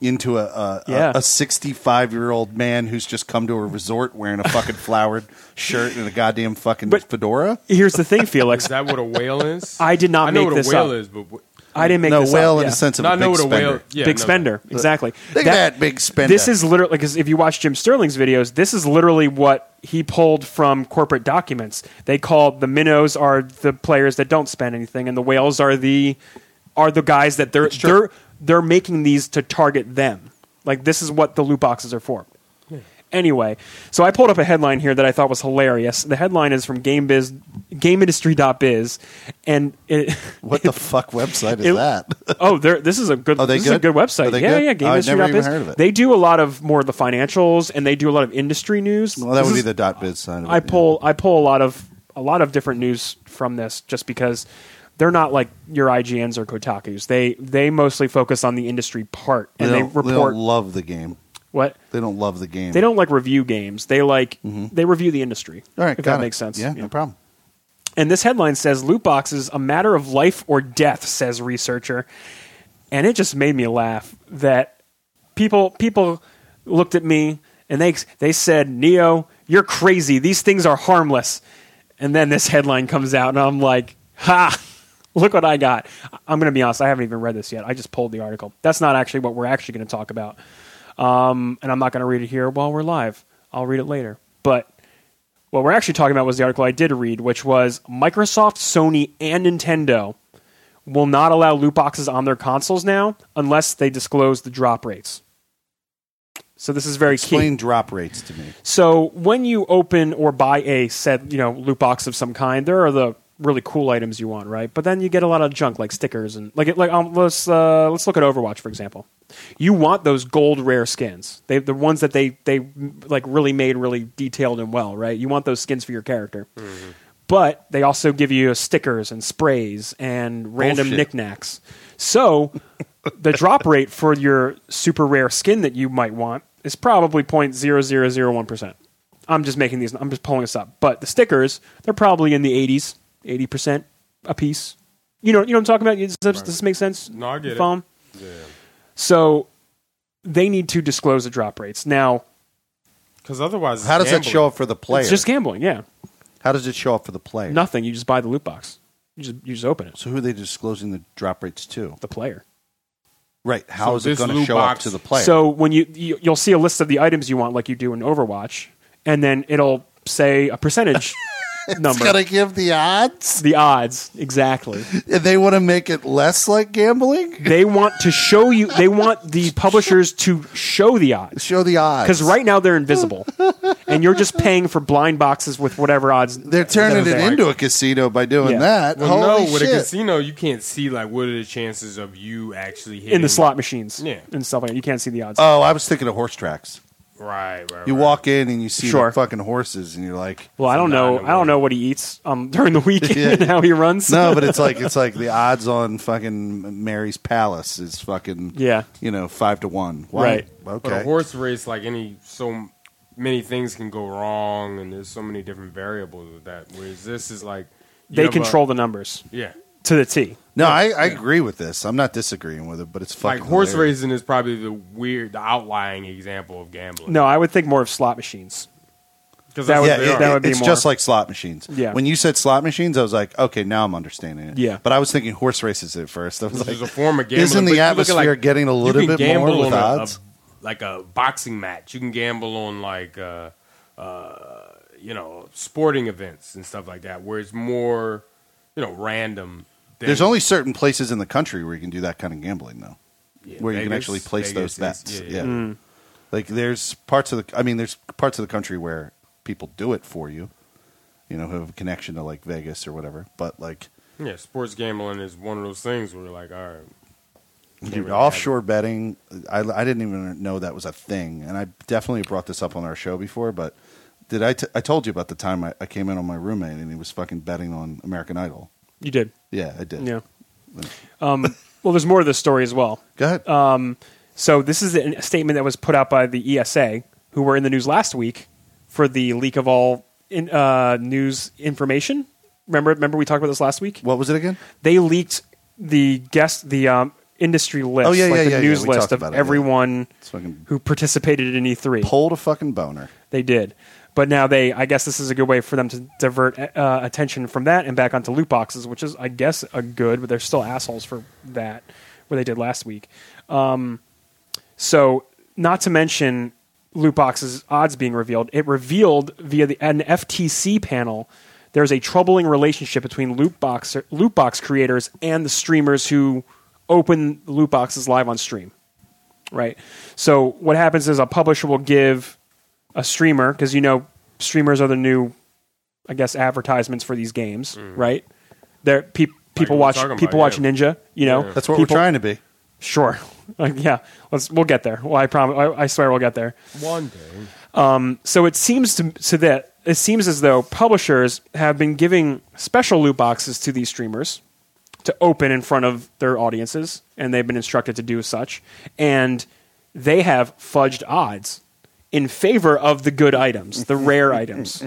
[SPEAKER 3] into a a-
[SPEAKER 2] Yeah.
[SPEAKER 3] a 65 year old man who's just come to a resort wearing
[SPEAKER 2] (laughs)
[SPEAKER 3] a fucking flowered shirt and a goddamn fucking
[SPEAKER 2] But-
[SPEAKER 3] fedora.
[SPEAKER 2] here's the thing,
[SPEAKER 1] Is
[SPEAKER 3] (laughs)
[SPEAKER 2] Felix.
[SPEAKER 1] that what a whale is?
[SPEAKER 2] (laughs) I did not
[SPEAKER 1] I know
[SPEAKER 2] make
[SPEAKER 1] what
[SPEAKER 2] this
[SPEAKER 1] a whale
[SPEAKER 2] up.
[SPEAKER 1] is, but wh-
[SPEAKER 2] I didn't make
[SPEAKER 3] no
[SPEAKER 2] this
[SPEAKER 3] whale
[SPEAKER 2] up.
[SPEAKER 3] in
[SPEAKER 2] Yeah.
[SPEAKER 3] the sense of
[SPEAKER 1] No,
[SPEAKER 3] a
[SPEAKER 1] I
[SPEAKER 3] big
[SPEAKER 1] know what a
[SPEAKER 3] spender.
[SPEAKER 1] whale. Yeah,
[SPEAKER 2] big
[SPEAKER 1] no, no.
[SPEAKER 2] spender, exactly.
[SPEAKER 3] Look at that big spender.
[SPEAKER 2] This is literally because if you watch Jim Sterling's videos, this is literally what he pulled from corporate documents. They called the minnows are the players that don't spend anything, and the whales are the are the guys that they're they're they're making these to target them. Like this is what the loot boxes are for. Anyway, so I pulled up a headline here that I thought was hilarious. The headline is from GameBiz, GameIndustry.biz, and it, (laughs)
[SPEAKER 3] what the fuck website is
[SPEAKER 2] It-
[SPEAKER 3] that?
[SPEAKER 2] oh, they're- (laughs) this is a good.
[SPEAKER 3] Are they
[SPEAKER 2] this is a
[SPEAKER 3] good?
[SPEAKER 2] good website.
[SPEAKER 3] Are they
[SPEAKER 2] yeah,
[SPEAKER 3] good?
[SPEAKER 2] yeah.
[SPEAKER 3] Oh, I've never
[SPEAKER 2] GameIndustry.biz.
[SPEAKER 3] even heard of it.
[SPEAKER 2] They do a lot of more of the financials, and they do a lot of industry news.
[SPEAKER 3] well, that
[SPEAKER 2] This
[SPEAKER 3] would be
[SPEAKER 2] is-
[SPEAKER 3] the dot biz side of it.
[SPEAKER 2] I
[SPEAKER 3] yeah.
[SPEAKER 2] pull I pull a lot of a lot of different news from this just because they're not like your IGNs or Kotaku's. They they mostly focus on the industry part and they,
[SPEAKER 3] don't-
[SPEAKER 2] report
[SPEAKER 3] don't love the game.
[SPEAKER 2] what
[SPEAKER 3] They don't love the game.
[SPEAKER 2] they don't like review games. They like they review the industry.
[SPEAKER 3] Mm-hmm. All right,
[SPEAKER 2] if
[SPEAKER 3] got
[SPEAKER 2] that
[SPEAKER 3] it.
[SPEAKER 2] makes sense.
[SPEAKER 3] Yeah, no problem.
[SPEAKER 2] And this headline says loot boxes a matter of life or death, says researcher. And it just made me laugh that people people looked at me and they they said, "Neo, you're crazy. These things are harmless." And then this headline comes out and I'm like, "Ha! Look what I got." I'm going to be honest, I haven't even read this yet. I just pulled the article. That's not actually what we're actually going to talk about. Um, and I'm not going to read it here while we're live. I'll read it later. But what we're actually talking about was the article I did read, which was Microsoft, Sony, and Nintendo will not allow loot boxes on their consoles now unless they disclose the drop rates. So this is very key.
[SPEAKER 3] Explain drop rates to me.
[SPEAKER 2] So when you open or buy a said, you know, loot box of some kind, there are the really cool items you want, right? But then you get a lot of junk like stickers and like like um, let's uh, let's look at Overwatch for example. You want those gold rare skins. They the ones that they they like really made really detailed and well, right? You want those skins for your character. But they also give you stickers and sprays and random
[SPEAKER 3] Bullshit.
[SPEAKER 2] knickknacks. So (laughs) the drop rate for your super rare skin that you might want is probably 0.0001%. I'm just making these, I'm just pulling this up. But the stickers, they're probably in the 80s, 80% a piece. You know, you know what I'm talking about? Does this, does this make sense?
[SPEAKER 1] No, I get it.
[SPEAKER 2] Foam? So they need to disclose the drop rates. Now,
[SPEAKER 1] Because otherwise,
[SPEAKER 3] How does that show up for the player?
[SPEAKER 2] it's just gambling, yeah.
[SPEAKER 3] How does it show up for the player?
[SPEAKER 2] Nothing. You just buy the loot box. You just, you just open it.
[SPEAKER 3] So who are they disclosing the drop rates to?
[SPEAKER 2] The player.
[SPEAKER 3] Right. How
[SPEAKER 1] So
[SPEAKER 3] is
[SPEAKER 1] this
[SPEAKER 3] it going to
[SPEAKER 1] loot
[SPEAKER 3] show
[SPEAKER 1] box-
[SPEAKER 3] up to the player?
[SPEAKER 2] So when you, you you'll see a list of the items you want, like you do in Overwatch, and then it'll say a
[SPEAKER 3] (laughs)
[SPEAKER 2] percentage
[SPEAKER 3] it's
[SPEAKER 2] number,
[SPEAKER 3] going to give the odds.
[SPEAKER 2] the odds exactly.
[SPEAKER 3] They want to make it less like gambling.
[SPEAKER 2] They want to show you. They want the publishers to show the odds
[SPEAKER 3] Show the odds
[SPEAKER 2] because right now they're invisible, and you're just paying for blind boxes with whatever odds
[SPEAKER 3] they're turning
[SPEAKER 2] that are
[SPEAKER 3] it
[SPEAKER 2] there.
[SPEAKER 3] into a casino by doing
[SPEAKER 2] Yeah.
[SPEAKER 3] that.
[SPEAKER 1] Well,
[SPEAKER 3] Holy
[SPEAKER 1] no, with
[SPEAKER 3] shit!
[SPEAKER 1] a casino, you can't see like what are the chances of you actually hitting
[SPEAKER 2] in the slot machines
[SPEAKER 1] Yeah.
[SPEAKER 2] and stuff like that. You can't see the odds.
[SPEAKER 3] oh, I was thinking of horse tracks.
[SPEAKER 1] Right, right.
[SPEAKER 3] You
[SPEAKER 1] right.
[SPEAKER 3] walk in and you see
[SPEAKER 2] Sure.
[SPEAKER 3] the fucking horses, and you're like,
[SPEAKER 2] well, I don't know. I don't know what he eats um, (laughs) during the week
[SPEAKER 3] (laughs) Yeah.
[SPEAKER 2] and how he runs.
[SPEAKER 3] no, but it's like it's like the odds on fucking Mary's Palace is fucking
[SPEAKER 2] Yeah.
[SPEAKER 3] you know, five to one. Why?
[SPEAKER 2] Right.
[SPEAKER 1] But a
[SPEAKER 3] Okay.
[SPEAKER 1] horse race, like any so many things can go wrong, and there's so many different variables with that. Whereas this is like you
[SPEAKER 2] They
[SPEAKER 1] have a-
[SPEAKER 2] control the numbers
[SPEAKER 1] yeah,
[SPEAKER 2] to the T.
[SPEAKER 3] No, I, I agree with this. I'm not disagreeing with it, but it's fucking
[SPEAKER 1] like horse
[SPEAKER 3] hilarious.
[SPEAKER 1] racing is probably the weird, the outlying example of gambling.
[SPEAKER 2] No, I would think more of slot machines.
[SPEAKER 1] because
[SPEAKER 2] that
[SPEAKER 1] that's
[SPEAKER 3] Yeah,
[SPEAKER 1] what they
[SPEAKER 3] it-
[SPEAKER 1] are.
[SPEAKER 2] that would be
[SPEAKER 3] it's
[SPEAKER 2] more-
[SPEAKER 3] just like slot machines.
[SPEAKER 2] Yeah.
[SPEAKER 3] When you said slot machines, I was like, okay, now I'm understanding it.
[SPEAKER 2] Yeah.
[SPEAKER 3] But I was thinking horse races at first. I was
[SPEAKER 1] Which is a
[SPEAKER 3] like,
[SPEAKER 1] form of gambling. but
[SPEAKER 3] isn't the
[SPEAKER 1] you look at,
[SPEAKER 3] atmosphere
[SPEAKER 1] like,
[SPEAKER 3] getting a
[SPEAKER 1] you
[SPEAKER 3] little
[SPEAKER 1] can
[SPEAKER 3] bit more
[SPEAKER 1] gamble on
[SPEAKER 3] with
[SPEAKER 1] a- a-
[SPEAKER 3] odds?
[SPEAKER 1] like a boxing match. You can gamble on like uh, uh, you know sporting events and stuff like that, where it's more you know random. Than,
[SPEAKER 3] There's only certain places in the country where you can do that kind of gambling, though,
[SPEAKER 1] Yeah,
[SPEAKER 3] where you can
[SPEAKER 1] Vegas-
[SPEAKER 3] actually place
[SPEAKER 1] Vegas
[SPEAKER 3] those
[SPEAKER 1] is-
[SPEAKER 3] bets. yeah.
[SPEAKER 2] Hmm.
[SPEAKER 3] Like there's parts of the, I mean, there's parts of the country where people do it for you, you know, who have a connection to like Vegas or whatever. But like
[SPEAKER 1] Yeah, sports gambling is one of those things where you're like, all right,
[SPEAKER 3] Dude,
[SPEAKER 1] really
[SPEAKER 3] offshore betting, I, I didn't even know that was a thing. And I definitely brought this up on our show before, but did I, t- I told you about the time I, I came in on my roommate and he was fucking betting on American Idol.
[SPEAKER 2] You did.
[SPEAKER 3] Yeah, I did.
[SPEAKER 2] Yeah. Um, well, there's more to this story as well.
[SPEAKER 3] Go ahead.
[SPEAKER 2] Uh, So this is a statement that was put out by the ESA, who were in the news last week for the leak of all in, uh, news information. Remember, remember we talked about this last week.
[SPEAKER 3] what was it again?
[SPEAKER 2] They leaked the guest, the um, industry list,
[SPEAKER 3] Oh, yeah,
[SPEAKER 2] like
[SPEAKER 3] yeah,
[SPEAKER 2] the
[SPEAKER 3] yeah, yeah.
[SPEAKER 2] news
[SPEAKER 3] We
[SPEAKER 2] list
[SPEAKER 3] talked
[SPEAKER 2] of
[SPEAKER 3] about it, yeah.
[SPEAKER 2] everyone
[SPEAKER 3] It's fucking
[SPEAKER 2] who participated in E E3.
[SPEAKER 3] pulled a fucking boner.
[SPEAKER 2] They did. But now they, I guess this is a good way for them to divert uh, attention from that and back onto loot boxes, which is, I guess, a good, but they're still assholes for that, what they did last week. Um, so, not to mention loot boxes' odds being revealed, it revealed via the, an FTC panel there's a troubling relationship between loot box, loot box creators and the streamers who open loot boxes live on stream right? So what happens is a publisher will give a streamer because you know streamers are the new, I guess, advertisements for these games, right? They're peop people
[SPEAKER 1] we're
[SPEAKER 2] watch
[SPEAKER 1] talking
[SPEAKER 2] people
[SPEAKER 1] about,
[SPEAKER 2] watch
[SPEAKER 1] yeah.
[SPEAKER 2] Ninja, you know.
[SPEAKER 1] Yeah.
[SPEAKER 3] That's what
[SPEAKER 2] People-
[SPEAKER 3] we're trying to be.
[SPEAKER 2] Sure, like, yeah. Let's we'll get there. Well, I promise. I, I swear we'll get there.
[SPEAKER 1] one day.
[SPEAKER 2] So it seems to, to that it seems as though publishers have been giving special loot boxes to these streamers to open in front of their audiences, and they've been instructed to do such, and they have fudged odds in favor of the good items, the
[SPEAKER 1] (laughs)
[SPEAKER 2] rare items.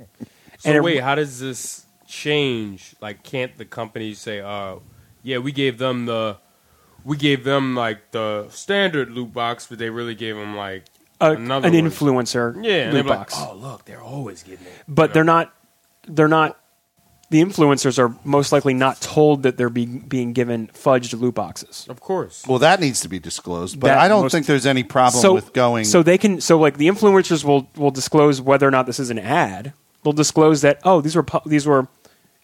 [SPEAKER 1] So
[SPEAKER 2] And it-
[SPEAKER 1] wait, how does this change? Like, can't the company say, "Uh, yeah, we gave them the, we gave them like the standard loot box, but they really gave them like
[SPEAKER 2] A,
[SPEAKER 1] another
[SPEAKER 2] an
[SPEAKER 1] one."
[SPEAKER 2] influencer
[SPEAKER 1] Yeah, and they're
[SPEAKER 2] loot
[SPEAKER 1] like,
[SPEAKER 2] box,
[SPEAKER 1] oh look, they're always getting it.
[SPEAKER 2] but they're not. They're not. The influencers are most likely not told that they're being being given fudged loot boxes.
[SPEAKER 1] Of course.
[SPEAKER 3] Well, that needs to be disclosed, but
[SPEAKER 2] That
[SPEAKER 3] I don't
[SPEAKER 2] most-
[SPEAKER 3] think there's any problem with going.
[SPEAKER 2] So they can. So like the influencers will will disclose whether or not this is an ad. They'll disclose that oh these were pu- these were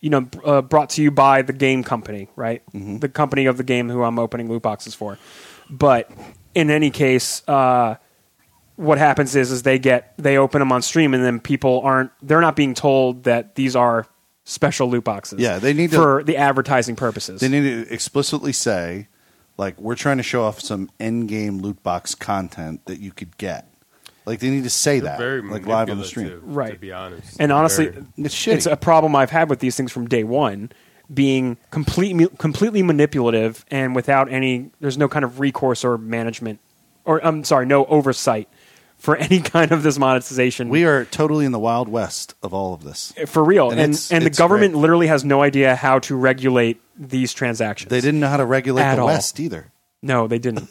[SPEAKER 2] you know br- uh, brought to you by the game company right
[SPEAKER 3] Mm-hmm.
[SPEAKER 2] the company of the game who I'm opening loot boxes for. But in any case, uh, what happens is is they get they open them on stream and then people aren't they're not being told that these are special loot boxes.
[SPEAKER 3] Yeah, they need to-
[SPEAKER 2] for the advertising purposes.
[SPEAKER 3] They need to explicitly say, like, we're trying to show off some end game loot box content that you could get. Like, they need to say that,
[SPEAKER 1] very
[SPEAKER 3] like, live on the stream.
[SPEAKER 1] manipulative, To
[SPEAKER 2] Right.
[SPEAKER 1] be honest,
[SPEAKER 2] And honestly,
[SPEAKER 1] Very-
[SPEAKER 3] It's shitty.
[SPEAKER 2] it's a problem I've had with these things from day one, being complete, completely manipulative and without any. There's no kind of recourse or management, or I'm sorry, no oversight for (laughs) any kind of this monetization.
[SPEAKER 3] We are totally in the wild west of all of this.
[SPEAKER 2] for real, and
[SPEAKER 3] And
[SPEAKER 2] and,
[SPEAKER 3] it's-
[SPEAKER 2] the
[SPEAKER 3] it's
[SPEAKER 2] government
[SPEAKER 3] great.
[SPEAKER 2] literally has no idea how to regulate these transactions.
[SPEAKER 3] They didn't know how to regulate
[SPEAKER 2] At
[SPEAKER 3] the
[SPEAKER 2] all.
[SPEAKER 3] west either.
[SPEAKER 2] No, they didn't.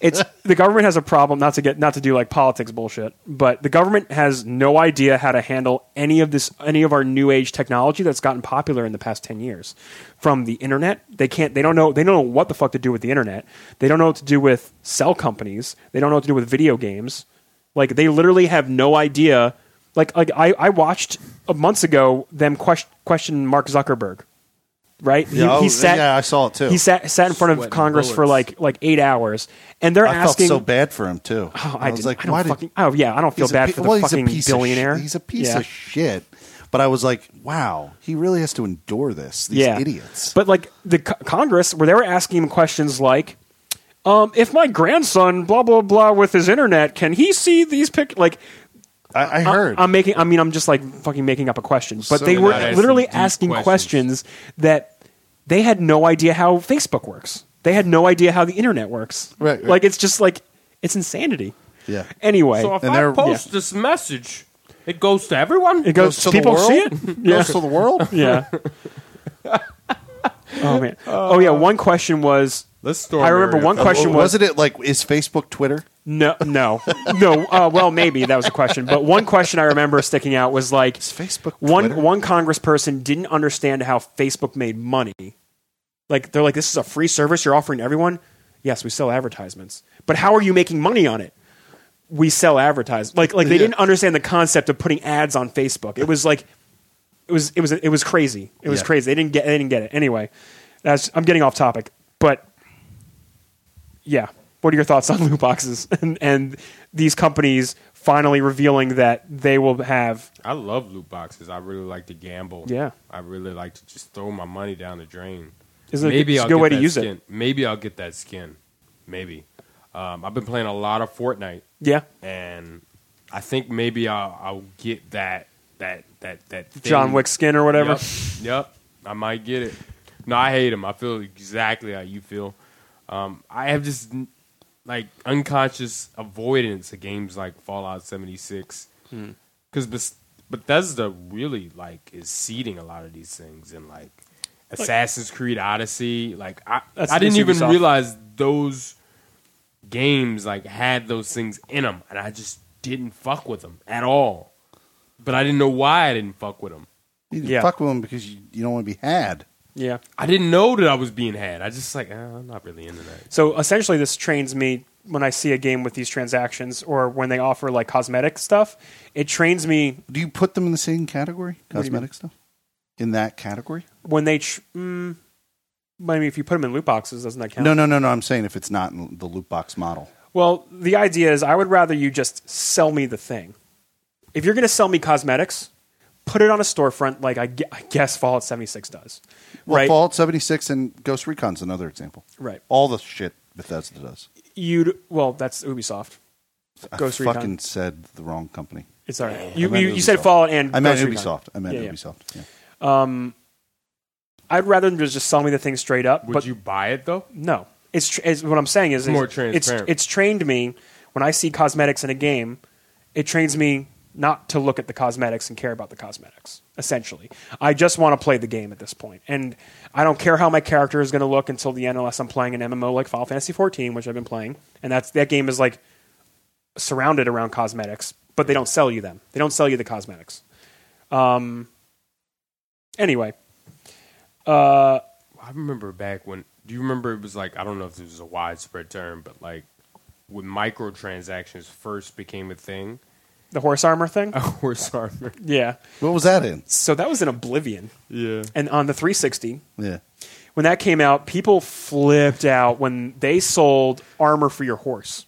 [SPEAKER 2] It's the government has a problem not to get not to do like politics bullshit, but the government has no idea how to handle any of this any of our new age technology that's gotten popular in the past 10 years. From the internet, they can't they don't know they don't know what the fuck to do with the internet. They don't know what to do with cell companies. They don't know what to do with video games. Like they literally have no idea. Like like I I watched uh, months ago them question question Mark Zuckerberg. Right? He-
[SPEAKER 3] Yeah,
[SPEAKER 2] he
[SPEAKER 3] oh,
[SPEAKER 2] sat
[SPEAKER 3] yeah, I saw it too.
[SPEAKER 2] He sat sat in front of
[SPEAKER 1] Sweating
[SPEAKER 2] Congress for
[SPEAKER 1] bullets.
[SPEAKER 2] like like eight hours, and they're
[SPEAKER 3] I
[SPEAKER 2] asking.
[SPEAKER 3] felt so bad for him too.
[SPEAKER 2] Oh, (sighs) I,
[SPEAKER 3] was
[SPEAKER 2] didn't- I don't
[SPEAKER 3] did-
[SPEAKER 2] fucking, oh yeah, I don't feel
[SPEAKER 3] he's a
[SPEAKER 2] bad
[SPEAKER 3] pi-
[SPEAKER 2] for the
[SPEAKER 3] well, he's a
[SPEAKER 2] fucking
[SPEAKER 3] piece of
[SPEAKER 2] billionaire.
[SPEAKER 3] shit. he's a piece
[SPEAKER 2] yeah.
[SPEAKER 3] of shit. But I was like, wow, he really has to endure this. These
[SPEAKER 2] yeah.
[SPEAKER 3] idiots.
[SPEAKER 2] But like the co- Congress, where they were asking him questions like, um, "If my grandson, blah blah blah, with his internet, can he see these pic?" Like
[SPEAKER 3] I, I heard.
[SPEAKER 2] I, am making. I mean, I'm just like fucking making up a question. But
[SPEAKER 3] So
[SPEAKER 2] they
[SPEAKER 3] they're
[SPEAKER 2] were
[SPEAKER 3] not asking
[SPEAKER 2] literally
[SPEAKER 1] deep
[SPEAKER 2] asking questions.
[SPEAKER 1] questions.
[SPEAKER 2] that they had no idea how Facebook works. They had no idea how the internet works.
[SPEAKER 3] Right, right.
[SPEAKER 2] Like it's just like it's insanity.
[SPEAKER 3] Yeah.
[SPEAKER 2] Anyway,
[SPEAKER 1] So if
[SPEAKER 3] And
[SPEAKER 1] I
[SPEAKER 3] they're-
[SPEAKER 1] post this message, it goes to everyone.
[SPEAKER 2] it goes.
[SPEAKER 3] to the
[SPEAKER 2] people
[SPEAKER 3] world?
[SPEAKER 2] see it.
[SPEAKER 3] (laughs)
[SPEAKER 2] (laughs) Yeah.
[SPEAKER 3] Goes to the world.
[SPEAKER 2] yeah. (laughs) oh man. oh yeah. One question was
[SPEAKER 1] Let's storm.
[SPEAKER 2] I remember
[SPEAKER 1] Area
[SPEAKER 2] one
[SPEAKER 1] Five.
[SPEAKER 2] question was-
[SPEAKER 3] not it like is Facebook Twitter?
[SPEAKER 2] no, no, no. Uh, well, maybe that was a question, but one question I remember sticking out was like
[SPEAKER 3] Is Facebook
[SPEAKER 2] one
[SPEAKER 3] Twitter?
[SPEAKER 2] one congressperson didn't understand how Facebook made money. Like they're like, this is a free service you're offering everyone. Yes, we sell advertisements, but how are you making money on it? We sell advertisements. Like like they
[SPEAKER 3] Yeah.
[SPEAKER 2] didn't understand the concept of putting ads on Facebook. It was like it was it was it was crazy. It was
[SPEAKER 3] Yeah.
[SPEAKER 2] crazy. They didn't get they didn't get it. Anyway, that's I'm getting off topic, but yeah. What are your thoughts on (laughs) loot boxes and, and these companies finally revealing that they will have
[SPEAKER 1] I love loot boxes. I really like to gamble.
[SPEAKER 2] Yeah.
[SPEAKER 1] I really like to just throw my money down the drain.
[SPEAKER 2] Isn't it just a good
[SPEAKER 1] get
[SPEAKER 2] way to
[SPEAKER 1] that
[SPEAKER 2] use it?
[SPEAKER 1] skin. Maybe I'll get that skin. Maybe. Um, I've been playing a lot of Fortnite,
[SPEAKER 2] yeah
[SPEAKER 1] and I think maybe I'll, I'll get that that that that thing.
[SPEAKER 2] John Wick skin or whatever.
[SPEAKER 1] Yep, yep. I might get it. No, I hate him. I feel exactly how you feel. Um, I have this like unconscious avoidance of games like Fallout seventy six
[SPEAKER 2] Hmm.
[SPEAKER 1] because Bethesda really like is seeding a lot of these things and like Assassin's Creed Odyssey. Like I,
[SPEAKER 2] That's-
[SPEAKER 1] I didn't
[SPEAKER 2] that's
[SPEAKER 1] even
[SPEAKER 2] Ubisoft.
[SPEAKER 1] realize those games like had those things in them, and I just didn't fuck with them at all. But I didn't know why I didn't fuck with them.
[SPEAKER 3] You
[SPEAKER 2] Yeah.
[SPEAKER 3] fuck with them because you, you don't want to be had.
[SPEAKER 2] Yeah.
[SPEAKER 1] I didn't know that I was being had. I just like eh, I'm not really into that.
[SPEAKER 2] So essentially, this trains me when I see a game with these transactions or when they offer like cosmetic stuff. It trains me
[SPEAKER 3] Do you put them in the same category?
[SPEAKER 2] What do you mean?
[SPEAKER 3] Cosmetic stuff? In that category?
[SPEAKER 2] when they. Tr- mm, I mean, if you put them in loot boxes, doesn't that count?
[SPEAKER 3] No, no, no, no. I'm saying if it's not in the loot box model.
[SPEAKER 2] Well, the idea is I would rather you just sell me the thing. If you're going to sell me cosmetics, put it on a storefront like I, gue- I guess Fallout 76 does.
[SPEAKER 3] Well,
[SPEAKER 2] right?
[SPEAKER 3] Fallout 76 and Ghost Recon's another example.
[SPEAKER 2] right.
[SPEAKER 3] All the shit Bethesda does.
[SPEAKER 2] You'd well, that's Ubisoft. Ghost
[SPEAKER 3] I
[SPEAKER 2] Recon.
[SPEAKER 3] fucking said the wrong company.
[SPEAKER 2] It's all right. You,
[SPEAKER 3] meant
[SPEAKER 2] you, you said
[SPEAKER 3] Ubisoft.
[SPEAKER 2] Fallout and
[SPEAKER 3] I meant
[SPEAKER 2] Ghost Recon.
[SPEAKER 3] Ubisoft. I meant
[SPEAKER 2] Yeah, yeah.
[SPEAKER 3] Ubisoft. Yeah.
[SPEAKER 2] Um, I'd rather them just sell me the thing straight up.
[SPEAKER 1] Would
[SPEAKER 2] but
[SPEAKER 1] you buy it though?
[SPEAKER 2] no, it's, tr- it's what I'm saying is, is
[SPEAKER 1] More
[SPEAKER 2] it's
[SPEAKER 1] transparent.
[SPEAKER 2] it's trained me when I see cosmetics in a game, it trains me not to look at the cosmetics and care about the cosmetics. Essentially, I just want to play the game at this point, and I don't care how my character is going to look until the end, unless I'm playing an MMO like Final Fantasy 14, which I've been playing, and that's that game is like surrounded around cosmetics, but they don't sell you them. They don't sell you the cosmetics. Um. Anyway, uh,
[SPEAKER 1] I remember back when. Do you remember it was like I don't know if this was a widespread term, but like when microtransactions first became a
[SPEAKER 2] (laughs)
[SPEAKER 1] thing,
[SPEAKER 2] the horse armor thing.
[SPEAKER 1] Uh, horse armor.
[SPEAKER 2] Yeah.
[SPEAKER 3] What was that in?
[SPEAKER 2] So that was in Oblivion,
[SPEAKER 1] Yeah.
[SPEAKER 2] and on the 360,
[SPEAKER 3] Yeah.
[SPEAKER 2] when that came out, people flipped out when they sold armor for your horse,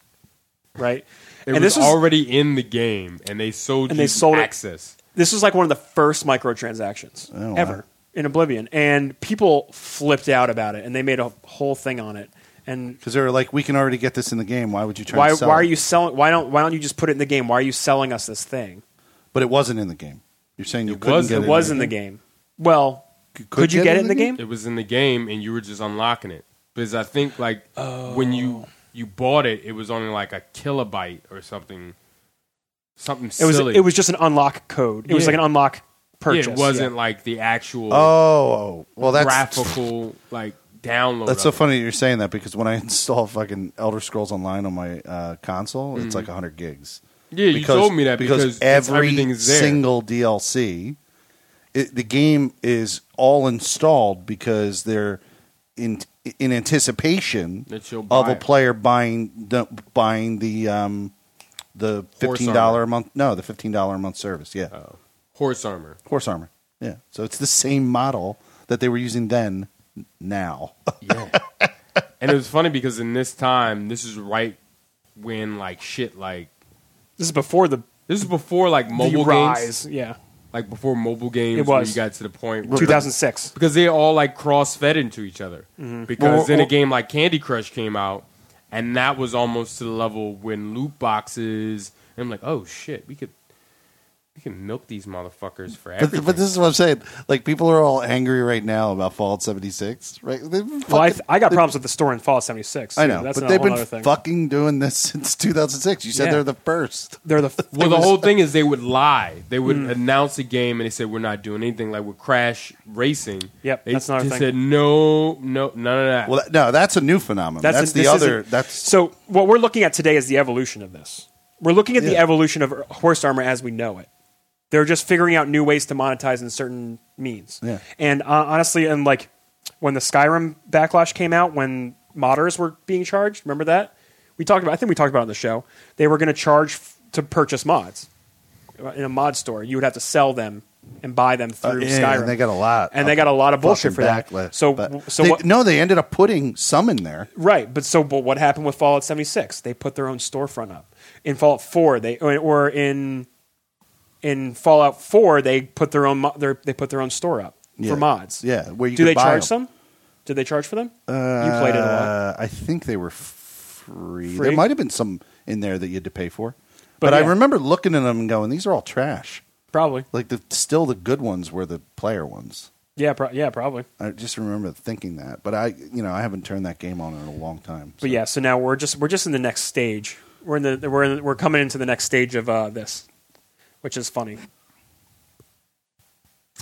[SPEAKER 2] right?
[SPEAKER 1] It was
[SPEAKER 2] and this was
[SPEAKER 1] already in the game, and they sold
[SPEAKER 2] And
[SPEAKER 1] you
[SPEAKER 2] they sold it-
[SPEAKER 1] access.
[SPEAKER 2] this was like one of the first microtransactions
[SPEAKER 3] Oh, wow.
[SPEAKER 2] ever in Oblivion, and people flipped out about it, and they made a whole thing on it. And
[SPEAKER 3] Because they were like, we can already get this in the game. Why would you try
[SPEAKER 2] why
[SPEAKER 3] to sell
[SPEAKER 2] why are
[SPEAKER 3] it?
[SPEAKER 2] you selling? Why don't why don't you just put it in the game? Why are you selling us this thing?
[SPEAKER 3] But it wasn't in the game. You're saying you
[SPEAKER 1] It
[SPEAKER 3] couldn't
[SPEAKER 1] was-
[SPEAKER 3] get
[SPEAKER 2] It was in the game. Well,
[SPEAKER 3] You
[SPEAKER 2] could, you get it in the game?
[SPEAKER 1] It was in the game, and you were just unlocking it because I think like when you you bought it, it was only like a kilobyte or something, something
[SPEAKER 2] It was
[SPEAKER 1] silly.
[SPEAKER 2] it was just an unlock code. It was
[SPEAKER 1] Yeah.
[SPEAKER 2] like an unlock purchase.
[SPEAKER 1] Yeah, it
[SPEAKER 2] yeah.
[SPEAKER 1] wasn't like the actual
[SPEAKER 3] Oh, well, that's
[SPEAKER 1] graphical like download.
[SPEAKER 3] That's so
[SPEAKER 1] of it.
[SPEAKER 3] funny that you're saying that because when I (laughs) install fucking Elder Scrolls Online on my uh, console, it's like 100 gigs.
[SPEAKER 1] Mm-hmm. Yeah, you told me that because, it's-
[SPEAKER 3] every
[SPEAKER 1] everything is there.
[SPEAKER 3] single DLC, it, the game is all installed because they're in in anticipation
[SPEAKER 1] That you'll
[SPEAKER 3] of
[SPEAKER 1] buy
[SPEAKER 3] a
[SPEAKER 1] it.
[SPEAKER 3] player buying the, buying the um, the
[SPEAKER 1] Horse
[SPEAKER 3] fifteen dollar a month no the fifteen dollar a month service
[SPEAKER 1] Oh.
[SPEAKER 3] yeah
[SPEAKER 1] Horse armor.
[SPEAKER 3] horse armor yeah so it's the same model that they were using then now (laughs)
[SPEAKER 1] Yeah. (laughs) and it was funny because in this time, this is right when like shit like
[SPEAKER 2] This is before the
[SPEAKER 1] this is before like mobile
[SPEAKER 2] the
[SPEAKER 1] games,
[SPEAKER 2] rise. Yeah,
[SPEAKER 1] like before mobile games.
[SPEAKER 2] It
[SPEAKER 1] when
[SPEAKER 2] was.
[SPEAKER 1] you got to the point where
[SPEAKER 2] 2006.
[SPEAKER 1] because they all like cross fed into each other.
[SPEAKER 2] Mm-hmm.
[SPEAKER 1] Because
[SPEAKER 3] Well,
[SPEAKER 1] then
[SPEAKER 2] oh.
[SPEAKER 3] well-
[SPEAKER 1] a game like Candy Crush came out, and that was almost to the level when loot boxes. And I'm like, oh shit, we could You can milk these motherfuckers for everything.
[SPEAKER 3] But, but this is what I'm saying. Like people are all angry right now about Fallout 76, right? They've been
[SPEAKER 2] Well, I,
[SPEAKER 3] fucking-
[SPEAKER 2] I got problems with the store in Fallout 76.
[SPEAKER 3] I know,
[SPEAKER 2] That's
[SPEAKER 3] but
[SPEAKER 2] another
[SPEAKER 3] they've been
[SPEAKER 2] thing.
[SPEAKER 3] fucking doing this (laughs) since 2006. You said
[SPEAKER 2] Yeah.
[SPEAKER 3] they're the first.
[SPEAKER 2] They're the
[SPEAKER 1] well, the whole
[SPEAKER 2] (laughs)
[SPEAKER 1] thing is they would lie. They would
[SPEAKER 2] Mm.
[SPEAKER 1] announce a game and they said we're not doing anything. Like with Crash Racing,
[SPEAKER 2] Yep,
[SPEAKER 1] they
[SPEAKER 2] that's another
[SPEAKER 1] just
[SPEAKER 2] thing.
[SPEAKER 1] said no, no, none of that.
[SPEAKER 3] Well, that, no, that's a new phenomenon. That's,
[SPEAKER 2] an-
[SPEAKER 3] the
[SPEAKER 2] this
[SPEAKER 3] other.
[SPEAKER 2] isn't-
[SPEAKER 3] That's
[SPEAKER 2] so. What we're looking at today is the evolution of this. We're looking at the
[SPEAKER 3] Yeah.
[SPEAKER 2] evolution of horse armor as we know it. They're just figuring out new ways to monetize in certain means.
[SPEAKER 3] Yeah.
[SPEAKER 2] And uh, honestly, and like when the Skyrim backlash came out, when modders were being charged, remember that we talked about? I think we talked about it on the show. They were going to charge f- to purchase mods uh, in a mod store. You would have to sell them and buy them
[SPEAKER 3] uh,
[SPEAKER 2] through
[SPEAKER 3] yeah,
[SPEAKER 2] Skyrim.
[SPEAKER 3] and they got a lot,
[SPEAKER 2] and they got a lot of bullshit
[SPEAKER 3] fucking
[SPEAKER 2] for that.
[SPEAKER 3] backlash,
[SPEAKER 2] So,
[SPEAKER 3] but
[SPEAKER 2] so
[SPEAKER 3] they-
[SPEAKER 2] what,
[SPEAKER 3] no, they ended up putting some in there.
[SPEAKER 2] Right, but so but what happened with Fallout 76? They put their own storefront up. In Fallout 4, they or- or in in Fallout 4, they put their own mo- their, they put their own store up
[SPEAKER 3] Yeah.
[SPEAKER 2] for mods.
[SPEAKER 3] Yeah, where you
[SPEAKER 2] Do
[SPEAKER 3] could
[SPEAKER 2] they
[SPEAKER 3] buy
[SPEAKER 2] charge
[SPEAKER 3] them.
[SPEAKER 2] some? Did they charge for them?
[SPEAKER 3] Uh,
[SPEAKER 2] you played it a lot.
[SPEAKER 3] I think they were free.
[SPEAKER 2] Free?
[SPEAKER 3] There might have been some in there that you had to pay for,
[SPEAKER 2] But
[SPEAKER 3] but,
[SPEAKER 2] yeah.
[SPEAKER 3] I remember looking at them and going, "These are all trash."
[SPEAKER 2] Probably.
[SPEAKER 3] Like the still the good ones were the player ones.
[SPEAKER 2] Yeah, pro- yeah, probably.
[SPEAKER 3] I just remember thinking that, but I, you know, I haven't turned that game on in a long time. so-
[SPEAKER 2] But yeah, so now we're just we're just in the next stage. We're in the we're in, we're coming into the next stage of uh, this, which is funny.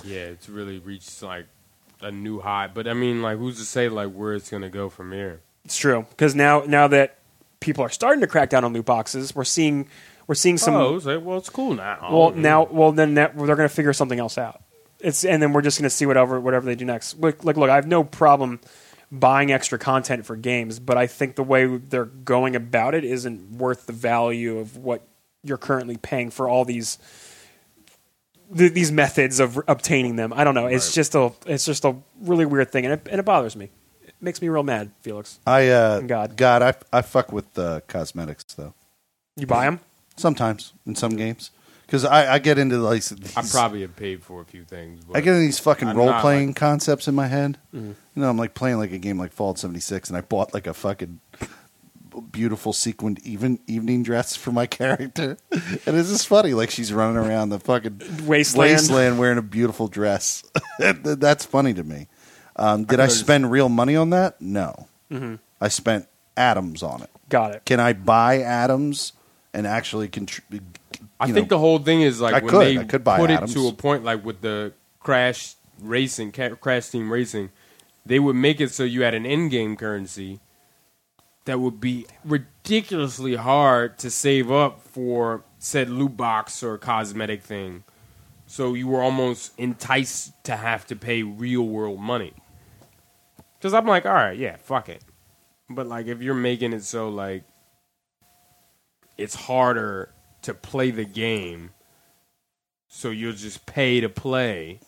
[SPEAKER 1] yeah, it's really reached like a new high. But I mean, like, who's to say like where it's gonna go from here?
[SPEAKER 2] It's true because now now that people are starting to crack down on loot boxes, we're seeing we're seeing some
[SPEAKER 1] oh, it's like, well, it's cool now.
[SPEAKER 2] Well, now, well, then that, they're going to figure something else out. It's and then we're just going to see whatever whatever they do next. Like, like, look, I have no problem buying extra content for games, but I think the way they're going about it isn't worth the value of what you're currently paying for all these th- these methods of obtaining them. I don't know. It's just a it's just a really weird thing, and it, and it bothers me. It makes me real mad, Felix.
[SPEAKER 3] I uh,
[SPEAKER 2] God.
[SPEAKER 3] God, God, I I fuck with the cosmetics though.
[SPEAKER 2] You buy them?
[SPEAKER 3] Sometimes in some games, because I, I get into like these,
[SPEAKER 1] I probably have paid for a few things. But
[SPEAKER 3] I get into these fucking
[SPEAKER 1] I'm not, Mm.
[SPEAKER 3] role playing concepts in my head. You know, I'm like playing like a game like Fallout 76, and I bought like a fucking beautiful sequined even evening dress for my (laughs) character, and it's just funny. Like she's running around the fucking
[SPEAKER 2] Wasteland.
[SPEAKER 3] wasteland wearing a beautiful dress. (laughs) That's funny to me. Um, did I,
[SPEAKER 1] could've-
[SPEAKER 3] spend real money on that? No,
[SPEAKER 1] Mm-hmm.
[SPEAKER 3] I spent atoms on it.
[SPEAKER 2] Got it.
[SPEAKER 3] Can I buy atoms and actually contribute?
[SPEAKER 1] I think the whole thing is like
[SPEAKER 3] I
[SPEAKER 1] when
[SPEAKER 3] could,
[SPEAKER 1] they
[SPEAKER 3] I could buy
[SPEAKER 1] put
[SPEAKER 3] Adams.
[SPEAKER 1] it to a point, like with the crash racing, ca- crash team racing, they would make it so you had an in-game currency that would be ridiculously hard to save up for said loot box or cosmetic thing. So you were almost enticed to have to pay real world money. Because I'm like, all right, yeah, fuck it. But like, if you're making it so like it's harder to play the game, so you'll just pay to play.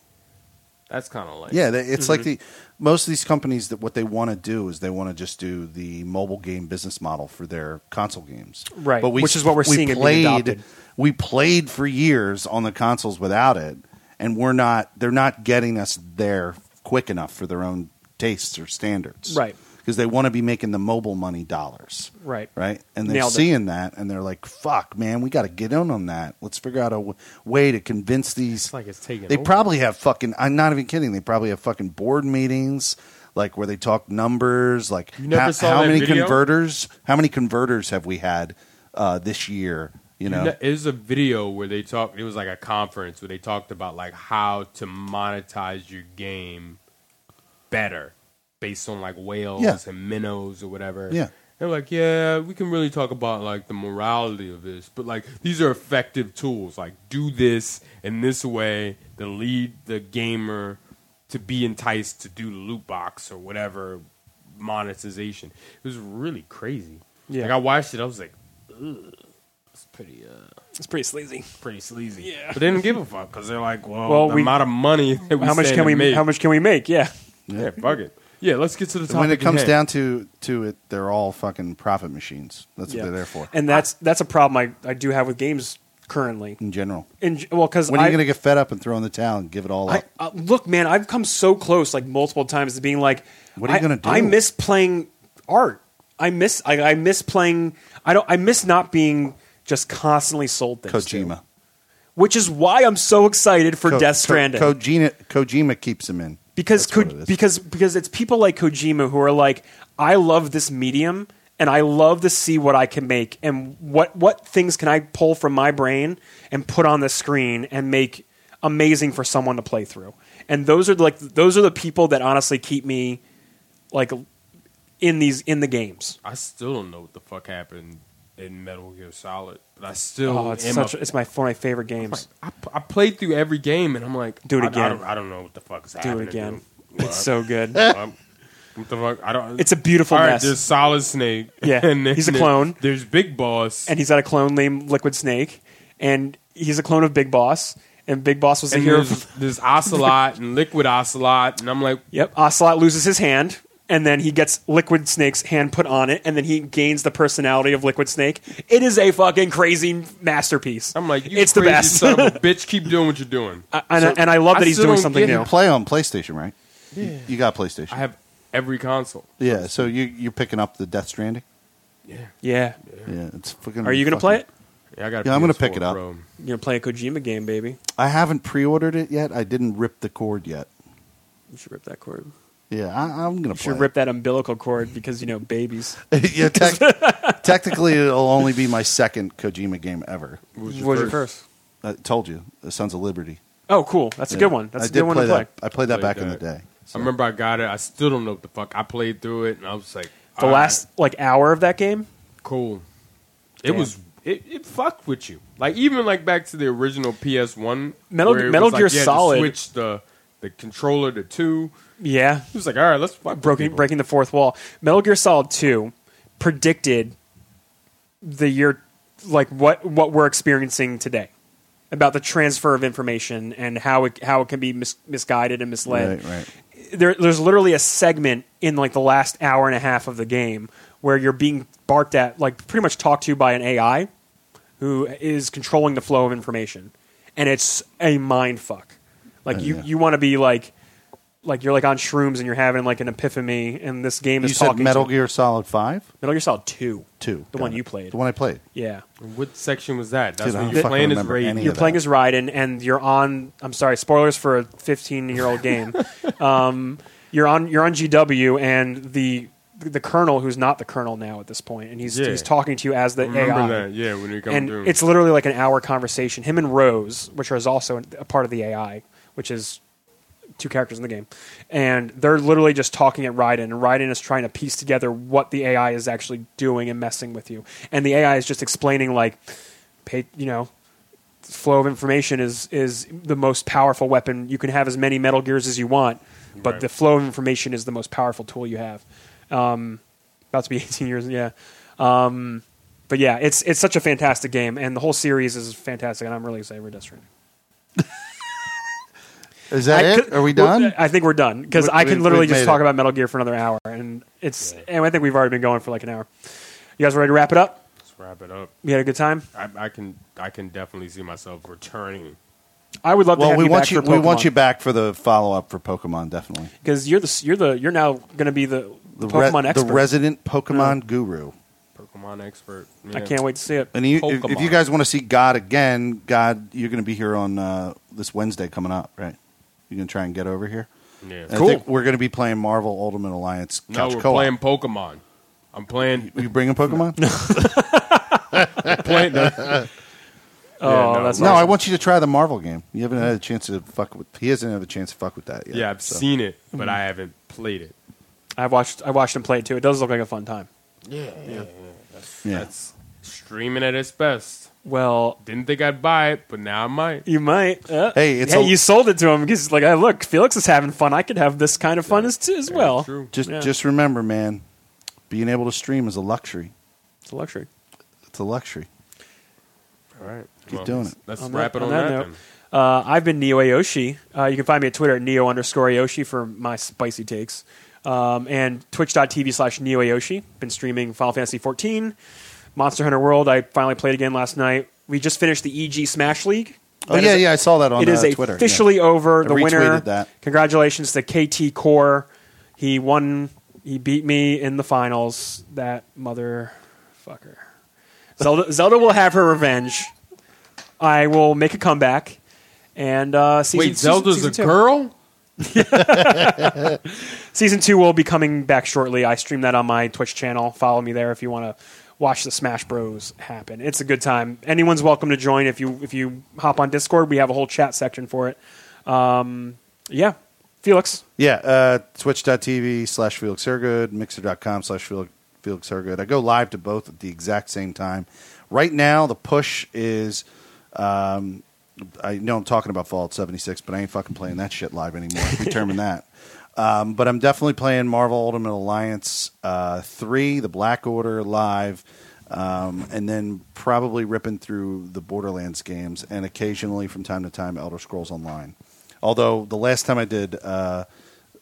[SPEAKER 1] That's kind of like
[SPEAKER 3] Yeah, they- it's like
[SPEAKER 2] Mm-hmm.
[SPEAKER 3] the most of these companies that what they want to do is they want to just do the mobile game business model for their console games,
[SPEAKER 2] Right, which is what we're seeing it being adopted.
[SPEAKER 3] We played for years on the consoles without it, and we're not. They're not getting us there quick enough for their own tastes or standards,
[SPEAKER 2] Right.
[SPEAKER 3] Because they want to be making the mobile money dollars,
[SPEAKER 2] Right.
[SPEAKER 3] Right, and they're
[SPEAKER 2] Nailed it.
[SPEAKER 3] seeing that, and they're like, "Fuck, man, we got to get in on that. Let's figure out a w- way to convince these."
[SPEAKER 1] It's like it's taking
[SPEAKER 3] They
[SPEAKER 1] over.
[SPEAKER 3] probably have fucking. I'm not even kidding. They probably have fucking board meetings, like where they talk numbers, like
[SPEAKER 1] You never
[SPEAKER 3] how,
[SPEAKER 1] saw
[SPEAKER 3] how
[SPEAKER 1] that
[SPEAKER 3] many
[SPEAKER 1] video?
[SPEAKER 3] converters, how many converters have we had uh, this year? You know,
[SPEAKER 1] It was a video where they talked. It was like a conference where they talked about like how to monetize your game better, based on like whales
[SPEAKER 3] Yeah.
[SPEAKER 1] and minnows or whatever.
[SPEAKER 3] Yeah.
[SPEAKER 1] they're like, yeah, we can really talk about like the morality of this, but like these are effective tools. Like do this in this way to lead the gamer to be enticed to do the loot box or whatever monetization. It was really crazy.
[SPEAKER 2] Yeah.
[SPEAKER 1] like I watched it, I was like, it's pretty. uh
[SPEAKER 2] It's pretty sleazy.
[SPEAKER 1] pretty sleazy.
[SPEAKER 2] Yeah.
[SPEAKER 1] But they didn't give a fuck because they're like, well,
[SPEAKER 2] Well,
[SPEAKER 1] the
[SPEAKER 2] we-
[SPEAKER 1] amount of money (laughs) that we
[SPEAKER 2] how much
[SPEAKER 1] stand
[SPEAKER 2] can
[SPEAKER 1] to
[SPEAKER 2] we?
[SPEAKER 1] make.
[SPEAKER 2] How much can we make? Yeah.
[SPEAKER 1] Yeah, fuck it. Yeah, let's get to the topic.
[SPEAKER 3] when it
[SPEAKER 1] at
[SPEAKER 3] comes
[SPEAKER 1] hand.
[SPEAKER 3] down to to it, they're all fucking profit machines. That's
[SPEAKER 2] Yeah.
[SPEAKER 3] what they're there for.
[SPEAKER 2] And that's that's a problem I, I do have with games currently.
[SPEAKER 3] in general,
[SPEAKER 2] In, g- well, because
[SPEAKER 3] when are you going to get fed up and throw in the towel and give it all
[SPEAKER 2] I,
[SPEAKER 3] up?
[SPEAKER 2] uh, look, man, I've come so close, like multiple times, to being like,
[SPEAKER 3] What are you
[SPEAKER 2] I-
[SPEAKER 3] gonna do?
[SPEAKER 2] I miss playing art. I miss. I, I miss playing. I don't. I miss not being just constantly sold things. to.
[SPEAKER 3] Kojima.
[SPEAKER 2] which is why I'm so excited for
[SPEAKER 3] Ko-
[SPEAKER 2] Death
[SPEAKER 3] Ko-
[SPEAKER 2] Stranding.
[SPEAKER 3] Kojima, Kojima keeps him in
[SPEAKER 2] because
[SPEAKER 3] That's what
[SPEAKER 2] Ko-
[SPEAKER 3] it is.
[SPEAKER 2] because because it's people like Kojima who are like, I love this medium and I love to see what I can make and what what things can I pull from my brain and put on the screen and make amazing for someone to play through. And those are like those are the people that honestly keep me like in these in the games.
[SPEAKER 1] I still don't know what the fuck happened in Metal Gear Solid, but I still
[SPEAKER 2] Oh, it's
[SPEAKER 1] am
[SPEAKER 2] such
[SPEAKER 1] up-
[SPEAKER 2] it's my one of my favorite games.
[SPEAKER 1] I, I played through every game and I'm like,
[SPEAKER 2] Do it
[SPEAKER 1] I- I,
[SPEAKER 2] again.
[SPEAKER 1] don't, I don't know what the fuck is
[SPEAKER 2] Do
[SPEAKER 1] happening.
[SPEAKER 2] it again.
[SPEAKER 1] dude.
[SPEAKER 2] It's so good.
[SPEAKER 1] (laughs) Um, what the fuck? I don't.
[SPEAKER 2] It's a beautiful
[SPEAKER 1] all right.
[SPEAKER 2] mess.
[SPEAKER 1] There's Solid Snake. (laughs)
[SPEAKER 2] Yeah,
[SPEAKER 1] then
[SPEAKER 2] he's a
[SPEAKER 1] there-
[SPEAKER 2] clone.
[SPEAKER 1] There's Big Boss.
[SPEAKER 2] and he's got a clone named Liquid Snake, and he's a clone of Big Boss, and Big Boss was the
[SPEAKER 1] and
[SPEAKER 2] hero.
[SPEAKER 1] there's, there's Ocelot and Liquid Ocelot, and I'm like,
[SPEAKER 2] Yep, Ocelot loses his hand, and then he gets Liquid Snake's hand put on it, and then he gains the personality of Liquid Snake. It is a fucking crazy masterpiece.
[SPEAKER 1] I'm like, you
[SPEAKER 2] it's the
[SPEAKER 1] crazy
[SPEAKER 2] best.
[SPEAKER 1] son
[SPEAKER 2] (laughs)
[SPEAKER 1] of a bitch. Keep doing what you're doing.
[SPEAKER 2] I- and, I- and I love
[SPEAKER 1] I
[SPEAKER 2] that he's
[SPEAKER 1] still
[SPEAKER 2] doing
[SPEAKER 1] don't
[SPEAKER 2] something
[SPEAKER 1] get
[SPEAKER 2] new.
[SPEAKER 1] it.
[SPEAKER 3] You play on PlayStation, right? Yeah. You, you got PlayStation.
[SPEAKER 1] I have every console.
[SPEAKER 3] yeah, so you you're picking up the Death Stranding.
[SPEAKER 2] yeah.
[SPEAKER 3] Yeah, it's fucking.
[SPEAKER 2] Are you gonna
[SPEAKER 3] fucking-
[SPEAKER 2] play it?
[SPEAKER 1] Yeah, I got.
[SPEAKER 3] Yeah, I'm gonna pick it up.
[SPEAKER 1] Bro.
[SPEAKER 2] You're gonna play a Kojima game, baby.
[SPEAKER 3] I haven't pre-ordered it yet. I didn't rip the cord yet.
[SPEAKER 2] You should rip that cord.
[SPEAKER 3] Yeah, I, I'm gonna
[SPEAKER 2] You
[SPEAKER 3] play.
[SPEAKER 2] should rip that umbilical cord because you know babies.
[SPEAKER 3] it. (laughs) yeah, (laughs) tec- technically, it'll only be my second Kojima game ever.
[SPEAKER 1] What was your
[SPEAKER 2] What was your
[SPEAKER 1] first?
[SPEAKER 2] first?
[SPEAKER 3] I told you, The Sons of Liberty.
[SPEAKER 2] Oh, cool. That's a
[SPEAKER 3] Yeah.
[SPEAKER 2] good one. That's
[SPEAKER 3] I
[SPEAKER 2] a
[SPEAKER 3] did
[SPEAKER 2] good one to play.
[SPEAKER 3] That. I played that
[SPEAKER 1] Played
[SPEAKER 3] back in the
[SPEAKER 1] that.
[SPEAKER 3] day.
[SPEAKER 1] I remember I got it. I still don't know what the fuck. I played through it, and I was like,
[SPEAKER 2] The
[SPEAKER 1] all
[SPEAKER 2] last like hour of that game.
[SPEAKER 1] right, cool. It
[SPEAKER 2] Damn.
[SPEAKER 1] was it, it fucked with you. Like even like back to the original PS One
[SPEAKER 2] Metal- Metal Gear Solid-
[SPEAKER 1] Switch the the controller to two.
[SPEAKER 2] Yeah,
[SPEAKER 1] He was like, all right, let's fuck with
[SPEAKER 2] breaking
[SPEAKER 1] people.
[SPEAKER 2] breaking the fourth wall. Metal Gear Solid Two predicted the year, like what what we're experiencing today, about the transfer of information and how it how it can be mis- misguided and misled.
[SPEAKER 3] Right, right.
[SPEAKER 2] There, there's literally a segment in like the last hour and a half of the game where you're being barked at, like pretty much talked to by an AI who is controlling the flow of information, and it's a mind fuck. Like you,
[SPEAKER 3] Oh, yeah.
[SPEAKER 2] you want to be like like you're like on shrooms and you're having like an epiphany and this game
[SPEAKER 3] You
[SPEAKER 2] is
[SPEAKER 3] said
[SPEAKER 2] talking
[SPEAKER 3] Metal
[SPEAKER 2] to,
[SPEAKER 3] Gear Solid Five,
[SPEAKER 2] Metal Gear Solid 2
[SPEAKER 3] two,
[SPEAKER 2] the
[SPEAKER 3] Got
[SPEAKER 2] one
[SPEAKER 3] it.
[SPEAKER 2] you played
[SPEAKER 3] the one I played.
[SPEAKER 2] yeah
[SPEAKER 1] What section was that? That's
[SPEAKER 3] Dude, I
[SPEAKER 1] when
[SPEAKER 3] don't
[SPEAKER 1] you're
[SPEAKER 3] fucking
[SPEAKER 1] playing as
[SPEAKER 3] remember
[SPEAKER 1] Raiden.
[SPEAKER 3] any
[SPEAKER 2] you're
[SPEAKER 3] of
[SPEAKER 2] playing
[SPEAKER 3] that.
[SPEAKER 2] as Raiden and you're on I'm sorry spoilers for a 15 year
[SPEAKER 1] (laughs)
[SPEAKER 2] old game um, you're on you're on GW and the the colonel who's not the colonel now at this point and he's
[SPEAKER 1] Yeah.
[SPEAKER 2] he's talking to you as the
[SPEAKER 1] I remember
[SPEAKER 2] AI
[SPEAKER 1] that? Yeah, when you're coming
[SPEAKER 2] and
[SPEAKER 1] through.
[SPEAKER 2] it's literally like an hour conversation. Him and Rose, which is also a part of the AI, which is two characters in the game, and they're literally just talking at Raiden, and Raiden is trying to piece together what the AI is actually doing and messing with you, and the AI is just explaining like, pay, you know. Flow of information is is the most powerful weapon. You can have as many Metal Gears as you want, but
[SPEAKER 1] Right.
[SPEAKER 2] the flow of information is the most powerful tool you have. Um, about to be (laughs) 18 years, yeah Um, but yeah, it's it's such a fantastic game, and the whole series is fantastic, and I'm really excited for Death Stranding.
[SPEAKER 3] Is that
[SPEAKER 2] I
[SPEAKER 3] it?
[SPEAKER 2] could-
[SPEAKER 3] Are we
[SPEAKER 2] well,
[SPEAKER 3] done?
[SPEAKER 2] I think we're done because
[SPEAKER 3] We-
[SPEAKER 2] I can
[SPEAKER 3] we-
[SPEAKER 2] literally
[SPEAKER 3] we've
[SPEAKER 2] just
[SPEAKER 3] made
[SPEAKER 2] talk
[SPEAKER 3] it.
[SPEAKER 2] about Metal Gear for another hour, and it's and I think we've already been going for like an hour. You guys ready to wrap it up?
[SPEAKER 1] Let's wrap it up.
[SPEAKER 2] You had a good time.
[SPEAKER 1] I, I can I can definitely see myself returning.
[SPEAKER 2] I would love to
[SPEAKER 3] well,
[SPEAKER 2] have
[SPEAKER 3] we
[SPEAKER 2] you
[SPEAKER 3] want
[SPEAKER 2] back
[SPEAKER 3] you.
[SPEAKER 2] for
[SPEAKER 3] We want you back for the follow up for Pokemon, definitely.
[SPEAKER 2] because you're the s- you're the you're now going to be the, the
[SPEAKER 3] re-
[SPEAKER 2] Pokemon expert.
[SPEAKER 3] the resident Pokemon guru.
[SPEAKER 1] Pokemon expert.
[SPEAKER 2] I can't wait to see it.
[SPEAKER 3] And you, if, if
[SPEAKER 1] Pokemon.
[SPEAKER 3] you guys want to see God again, God, you're going to be here on uh, this Wednesday coming up, right? You're going to try and get over here.
[SPEAKER 1] Yeah.
[SPEAKER 3] And I
[SPEAKER 2] Cool.
[SPEAKER 3] think we're going to be playing Marvel Ultimate Alliance.
[SPEAKER 1] No,
[SPEAKER 3] Couch
[SPEAKER 1] we're
[SPEAKER 3] Co-op.
[SPEAKER 1] playing Pokemon. I'm
[SPEAKER 3] (laughs)
[SPEAKER 1] playing.
[SPEAKER 3] You bringing Pokemon? no,
[SPEAKER 1] playing
[SPEAKER 3] (laughs)
[SPEAKER 2] Oh,
[SPEAKER 1] Yeah, no.
[SPEAKER 2] that's
[SPEAKER 1] No,
[SPEAKER 2] awesome.
[SPEAKER 3] I want you to try the Marvel game. You haven't had a chance to fuck with. He hasn't had a chance to fuck with that yet.
[SPEAKER 1] yeah, I've
[SPEAKER 3] so.
[SPEAKER 1] seen it, but I haven't played it.
[SPEAKER 2] I watched I watched him play it too. It does look like a fun time.
[SPEAKER 3] Yeah.
[SPEAKER 1] That's streaming at its best.
[SPEAKER 2] Well,
[SPEAKER 1] Didn't think I'd buy it, but now I might.
[SPEAKER 2] You might. Uh,
[SPEAKER 3] Hey, it's
[SPEAKER 2] hey,
[SPEAKER 3] a-
[SPEAKER 2] you sold it to him because, like, hey, look, Felix is having fun. I could have this kind of fun as, as well.
[SPEAKER 1] true.
[SPEAKER 3] Just,
[SPEAKER 2] Yeah.
[SPEAKER 3] just remember, man, being able to stream is a luxury.
[SPEAKER 2] It's a luxury.
[SPEAKER 3] It's a luxury.
[SPEAKER 1] All right,
[SPEAKER 3] Keep doing it.
[SPEAKER 1] Let's
[SPEAKER 2] On that-
[SPEAKER 1] wrap it
[SPEAKER 2] on
[SPEAKER 1] on
[SPEAKER 2] that
[SPEAKER 1] that.
[SPEAKER 2] note.
[SPEAKER 1] then.
[SPEAKER 2] Uh, I've been Neo Ayoshi. Uh, you can find me at Twitter at Neo underscore Ayoshi for my spicy takes. Um, and twitch.tv slash Neo Ayoshi. Been streaming Final Fantasy 14, Monster Hunter World. I finally played again last night. We just finished the EG Smash League.
[SPEAKER 3] Oh
[SPEAKER 2] That
[SPEAKER 3] yeah,
[SPEAKER 2] is-
[SPEAKER 3] yeah, I saw that on
[SPEAKER 2] It is
[SPEAKER 3] uh, Twitter. yeah.
[SPEAKER 2] officially over.
[SPEAKER 3] I
[SPEAKER 2] The winner.
[SPEAKER 3] retweeted that.
[SPEAKER 2] Congratulations to KT Core. He won. He beat me in the finals. (laughs) That motherfucker. Zelda, Zelda will have her revenge. I will make a comeback and uh, season,
[SPEAKER 1] Wait, Zelda's
[SPEAKER 2] season,
[SPEAKER 1] a
[SPEAKER 2] season
[SPEAKER 1] girl?
[SPEAKER 2] two. Season two will be coming back shortly. I stream that on my Twitch channel. Follow me there if you want to watch the Smash Bros happen. It's a good time. Anyone's welcome to join if you if you hop on Discord. We have a whole chat section for it. Um, yeah, Felix,
[SPEAKER 3] Yeah, uh, twitch.tv slash Felix Hergood, mixer.com slash Felix Felix Hergood. I go live to both at the exact same time. Right now, the push is. Um, I know I'm talking about Fallout 76, but I ain't fucking playing that shit live anymore. I determined that. Um, but I'm definitely playing Marvel Ultimate Alliance uh, 3, The Black Order live, um, and then probably ripping through the Borderlands games and occasionally from time to time Elder Scrolls Online. Although the last time I did uh,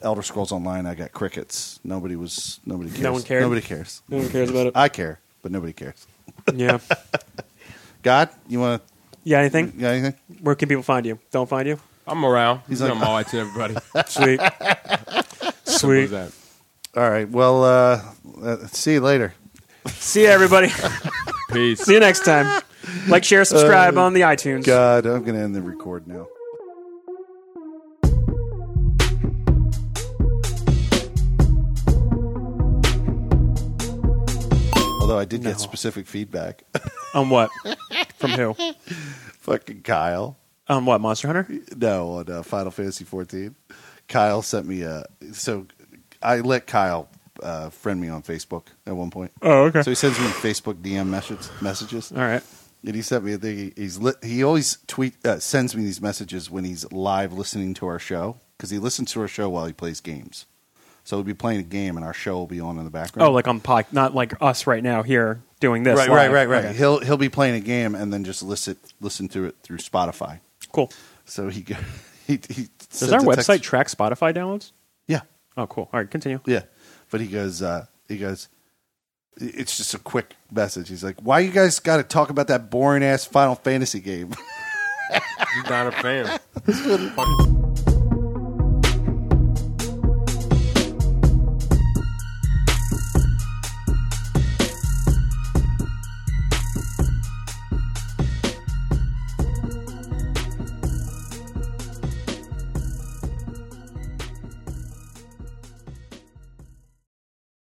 [SPEAKER 3] Elder Scrolls Online, I got crickets. Nobody was nobody cares.
[SPEAKER 2] one cared?
[SPEAKER 3] Nobody cares.
[SPEAKER 2] no one cares about (laughs) it.
[SPEAKER 3] I care, but nobody cares.
[SPEAKER 2] yeah,
[SPEAKER 3] God, you want
[SPEAKER 2] yeah.
[SPEAKER 3] to
[SPEAKER 2] Anything?
[SPEAKER 3] got anything?
[SPEAKER 2] Where can people find you? Don't find you.
[SPEAKER 1] I'm around.
[SPEAKER 3] He's
[SPEAKER 1] He's
[SPEAKER 3] like-
[SPEAKER 1] I'm all right to
[SPEAKER 2] (laughs)
[SPEAKER 1] everybody.
[SPEAKER 2] Sweet,
[SPEAKER 1] What was
[SPEAKER 2] sweet.
[SPEAKER 1] that?
[SPEAKER 3] All right. Well, uh, uh, see you later.
[SPEAKER 2] See you, everybody. (laughs)
[SPEAKER 1] Peace.
[SPEAKER 2] See you next time. Like, share, subscribe on the iTunes.
[SPEAKER 3] God, I'm going to end the record now. Although I did
[SPEAKER 2] No.
[SPEAKER 3] get specific feedback. (laughs)
[SPEAKER 2] On what? From (laughs) who?
[SPEAKER 3] Fucking Kyle.
[SPEAKER 2] On what? Monster Hunter?
[SPEAKER 3] No, on uh, Final Fantasy 14. Kyle sent me a. So I let Kyle uh, friend me on Facebook at one point.
[SPEAKER 2] Oh, okay.
[SPEAKER 3] So he sends me Facebook DM messages. messages.
[SPEAKER 2] All right.
[SPEAKER 3] And he sent me a thing. He's li- he always tweet uh, sends me these messages when he's live listening to our show because he listens to our show while he plays games. So he'll be playing a game and our show will be on in the background.
[SPEAKER 2] Oh, like on pod, not like us right now here doing this.
[SPEAKER 3] right, right,
[SPEAKER 2] live.
[SPEAKER 3] right, right.
[SPEAKER 2] Okay.
[SPEAKER 3] He'll he'll be playing a game and then just listen listen to it through Spotify.
[SPEAKER 2] Cool.
[SPEAKER 3] So he go- (laughs) he, he
[SPEAKER 2] Does
[SPEAKER 3] sent
[SPEAKER 2] our
[SPEAKER 3] a text-
[SPEAKER 2] website track Spotify downloads?
[SPEAKER 3] yeah,
[SPEAKER 2] Oh, cool. All right, continue.
[SPEAKER 3] yeah. But he goes uh, he goes. It's just a quick message. He's like, "Why you guys got to talk about that boring ass Final Fantasy game?" (laughs)
[SPEAKER 1] He's not a fan. Fuck.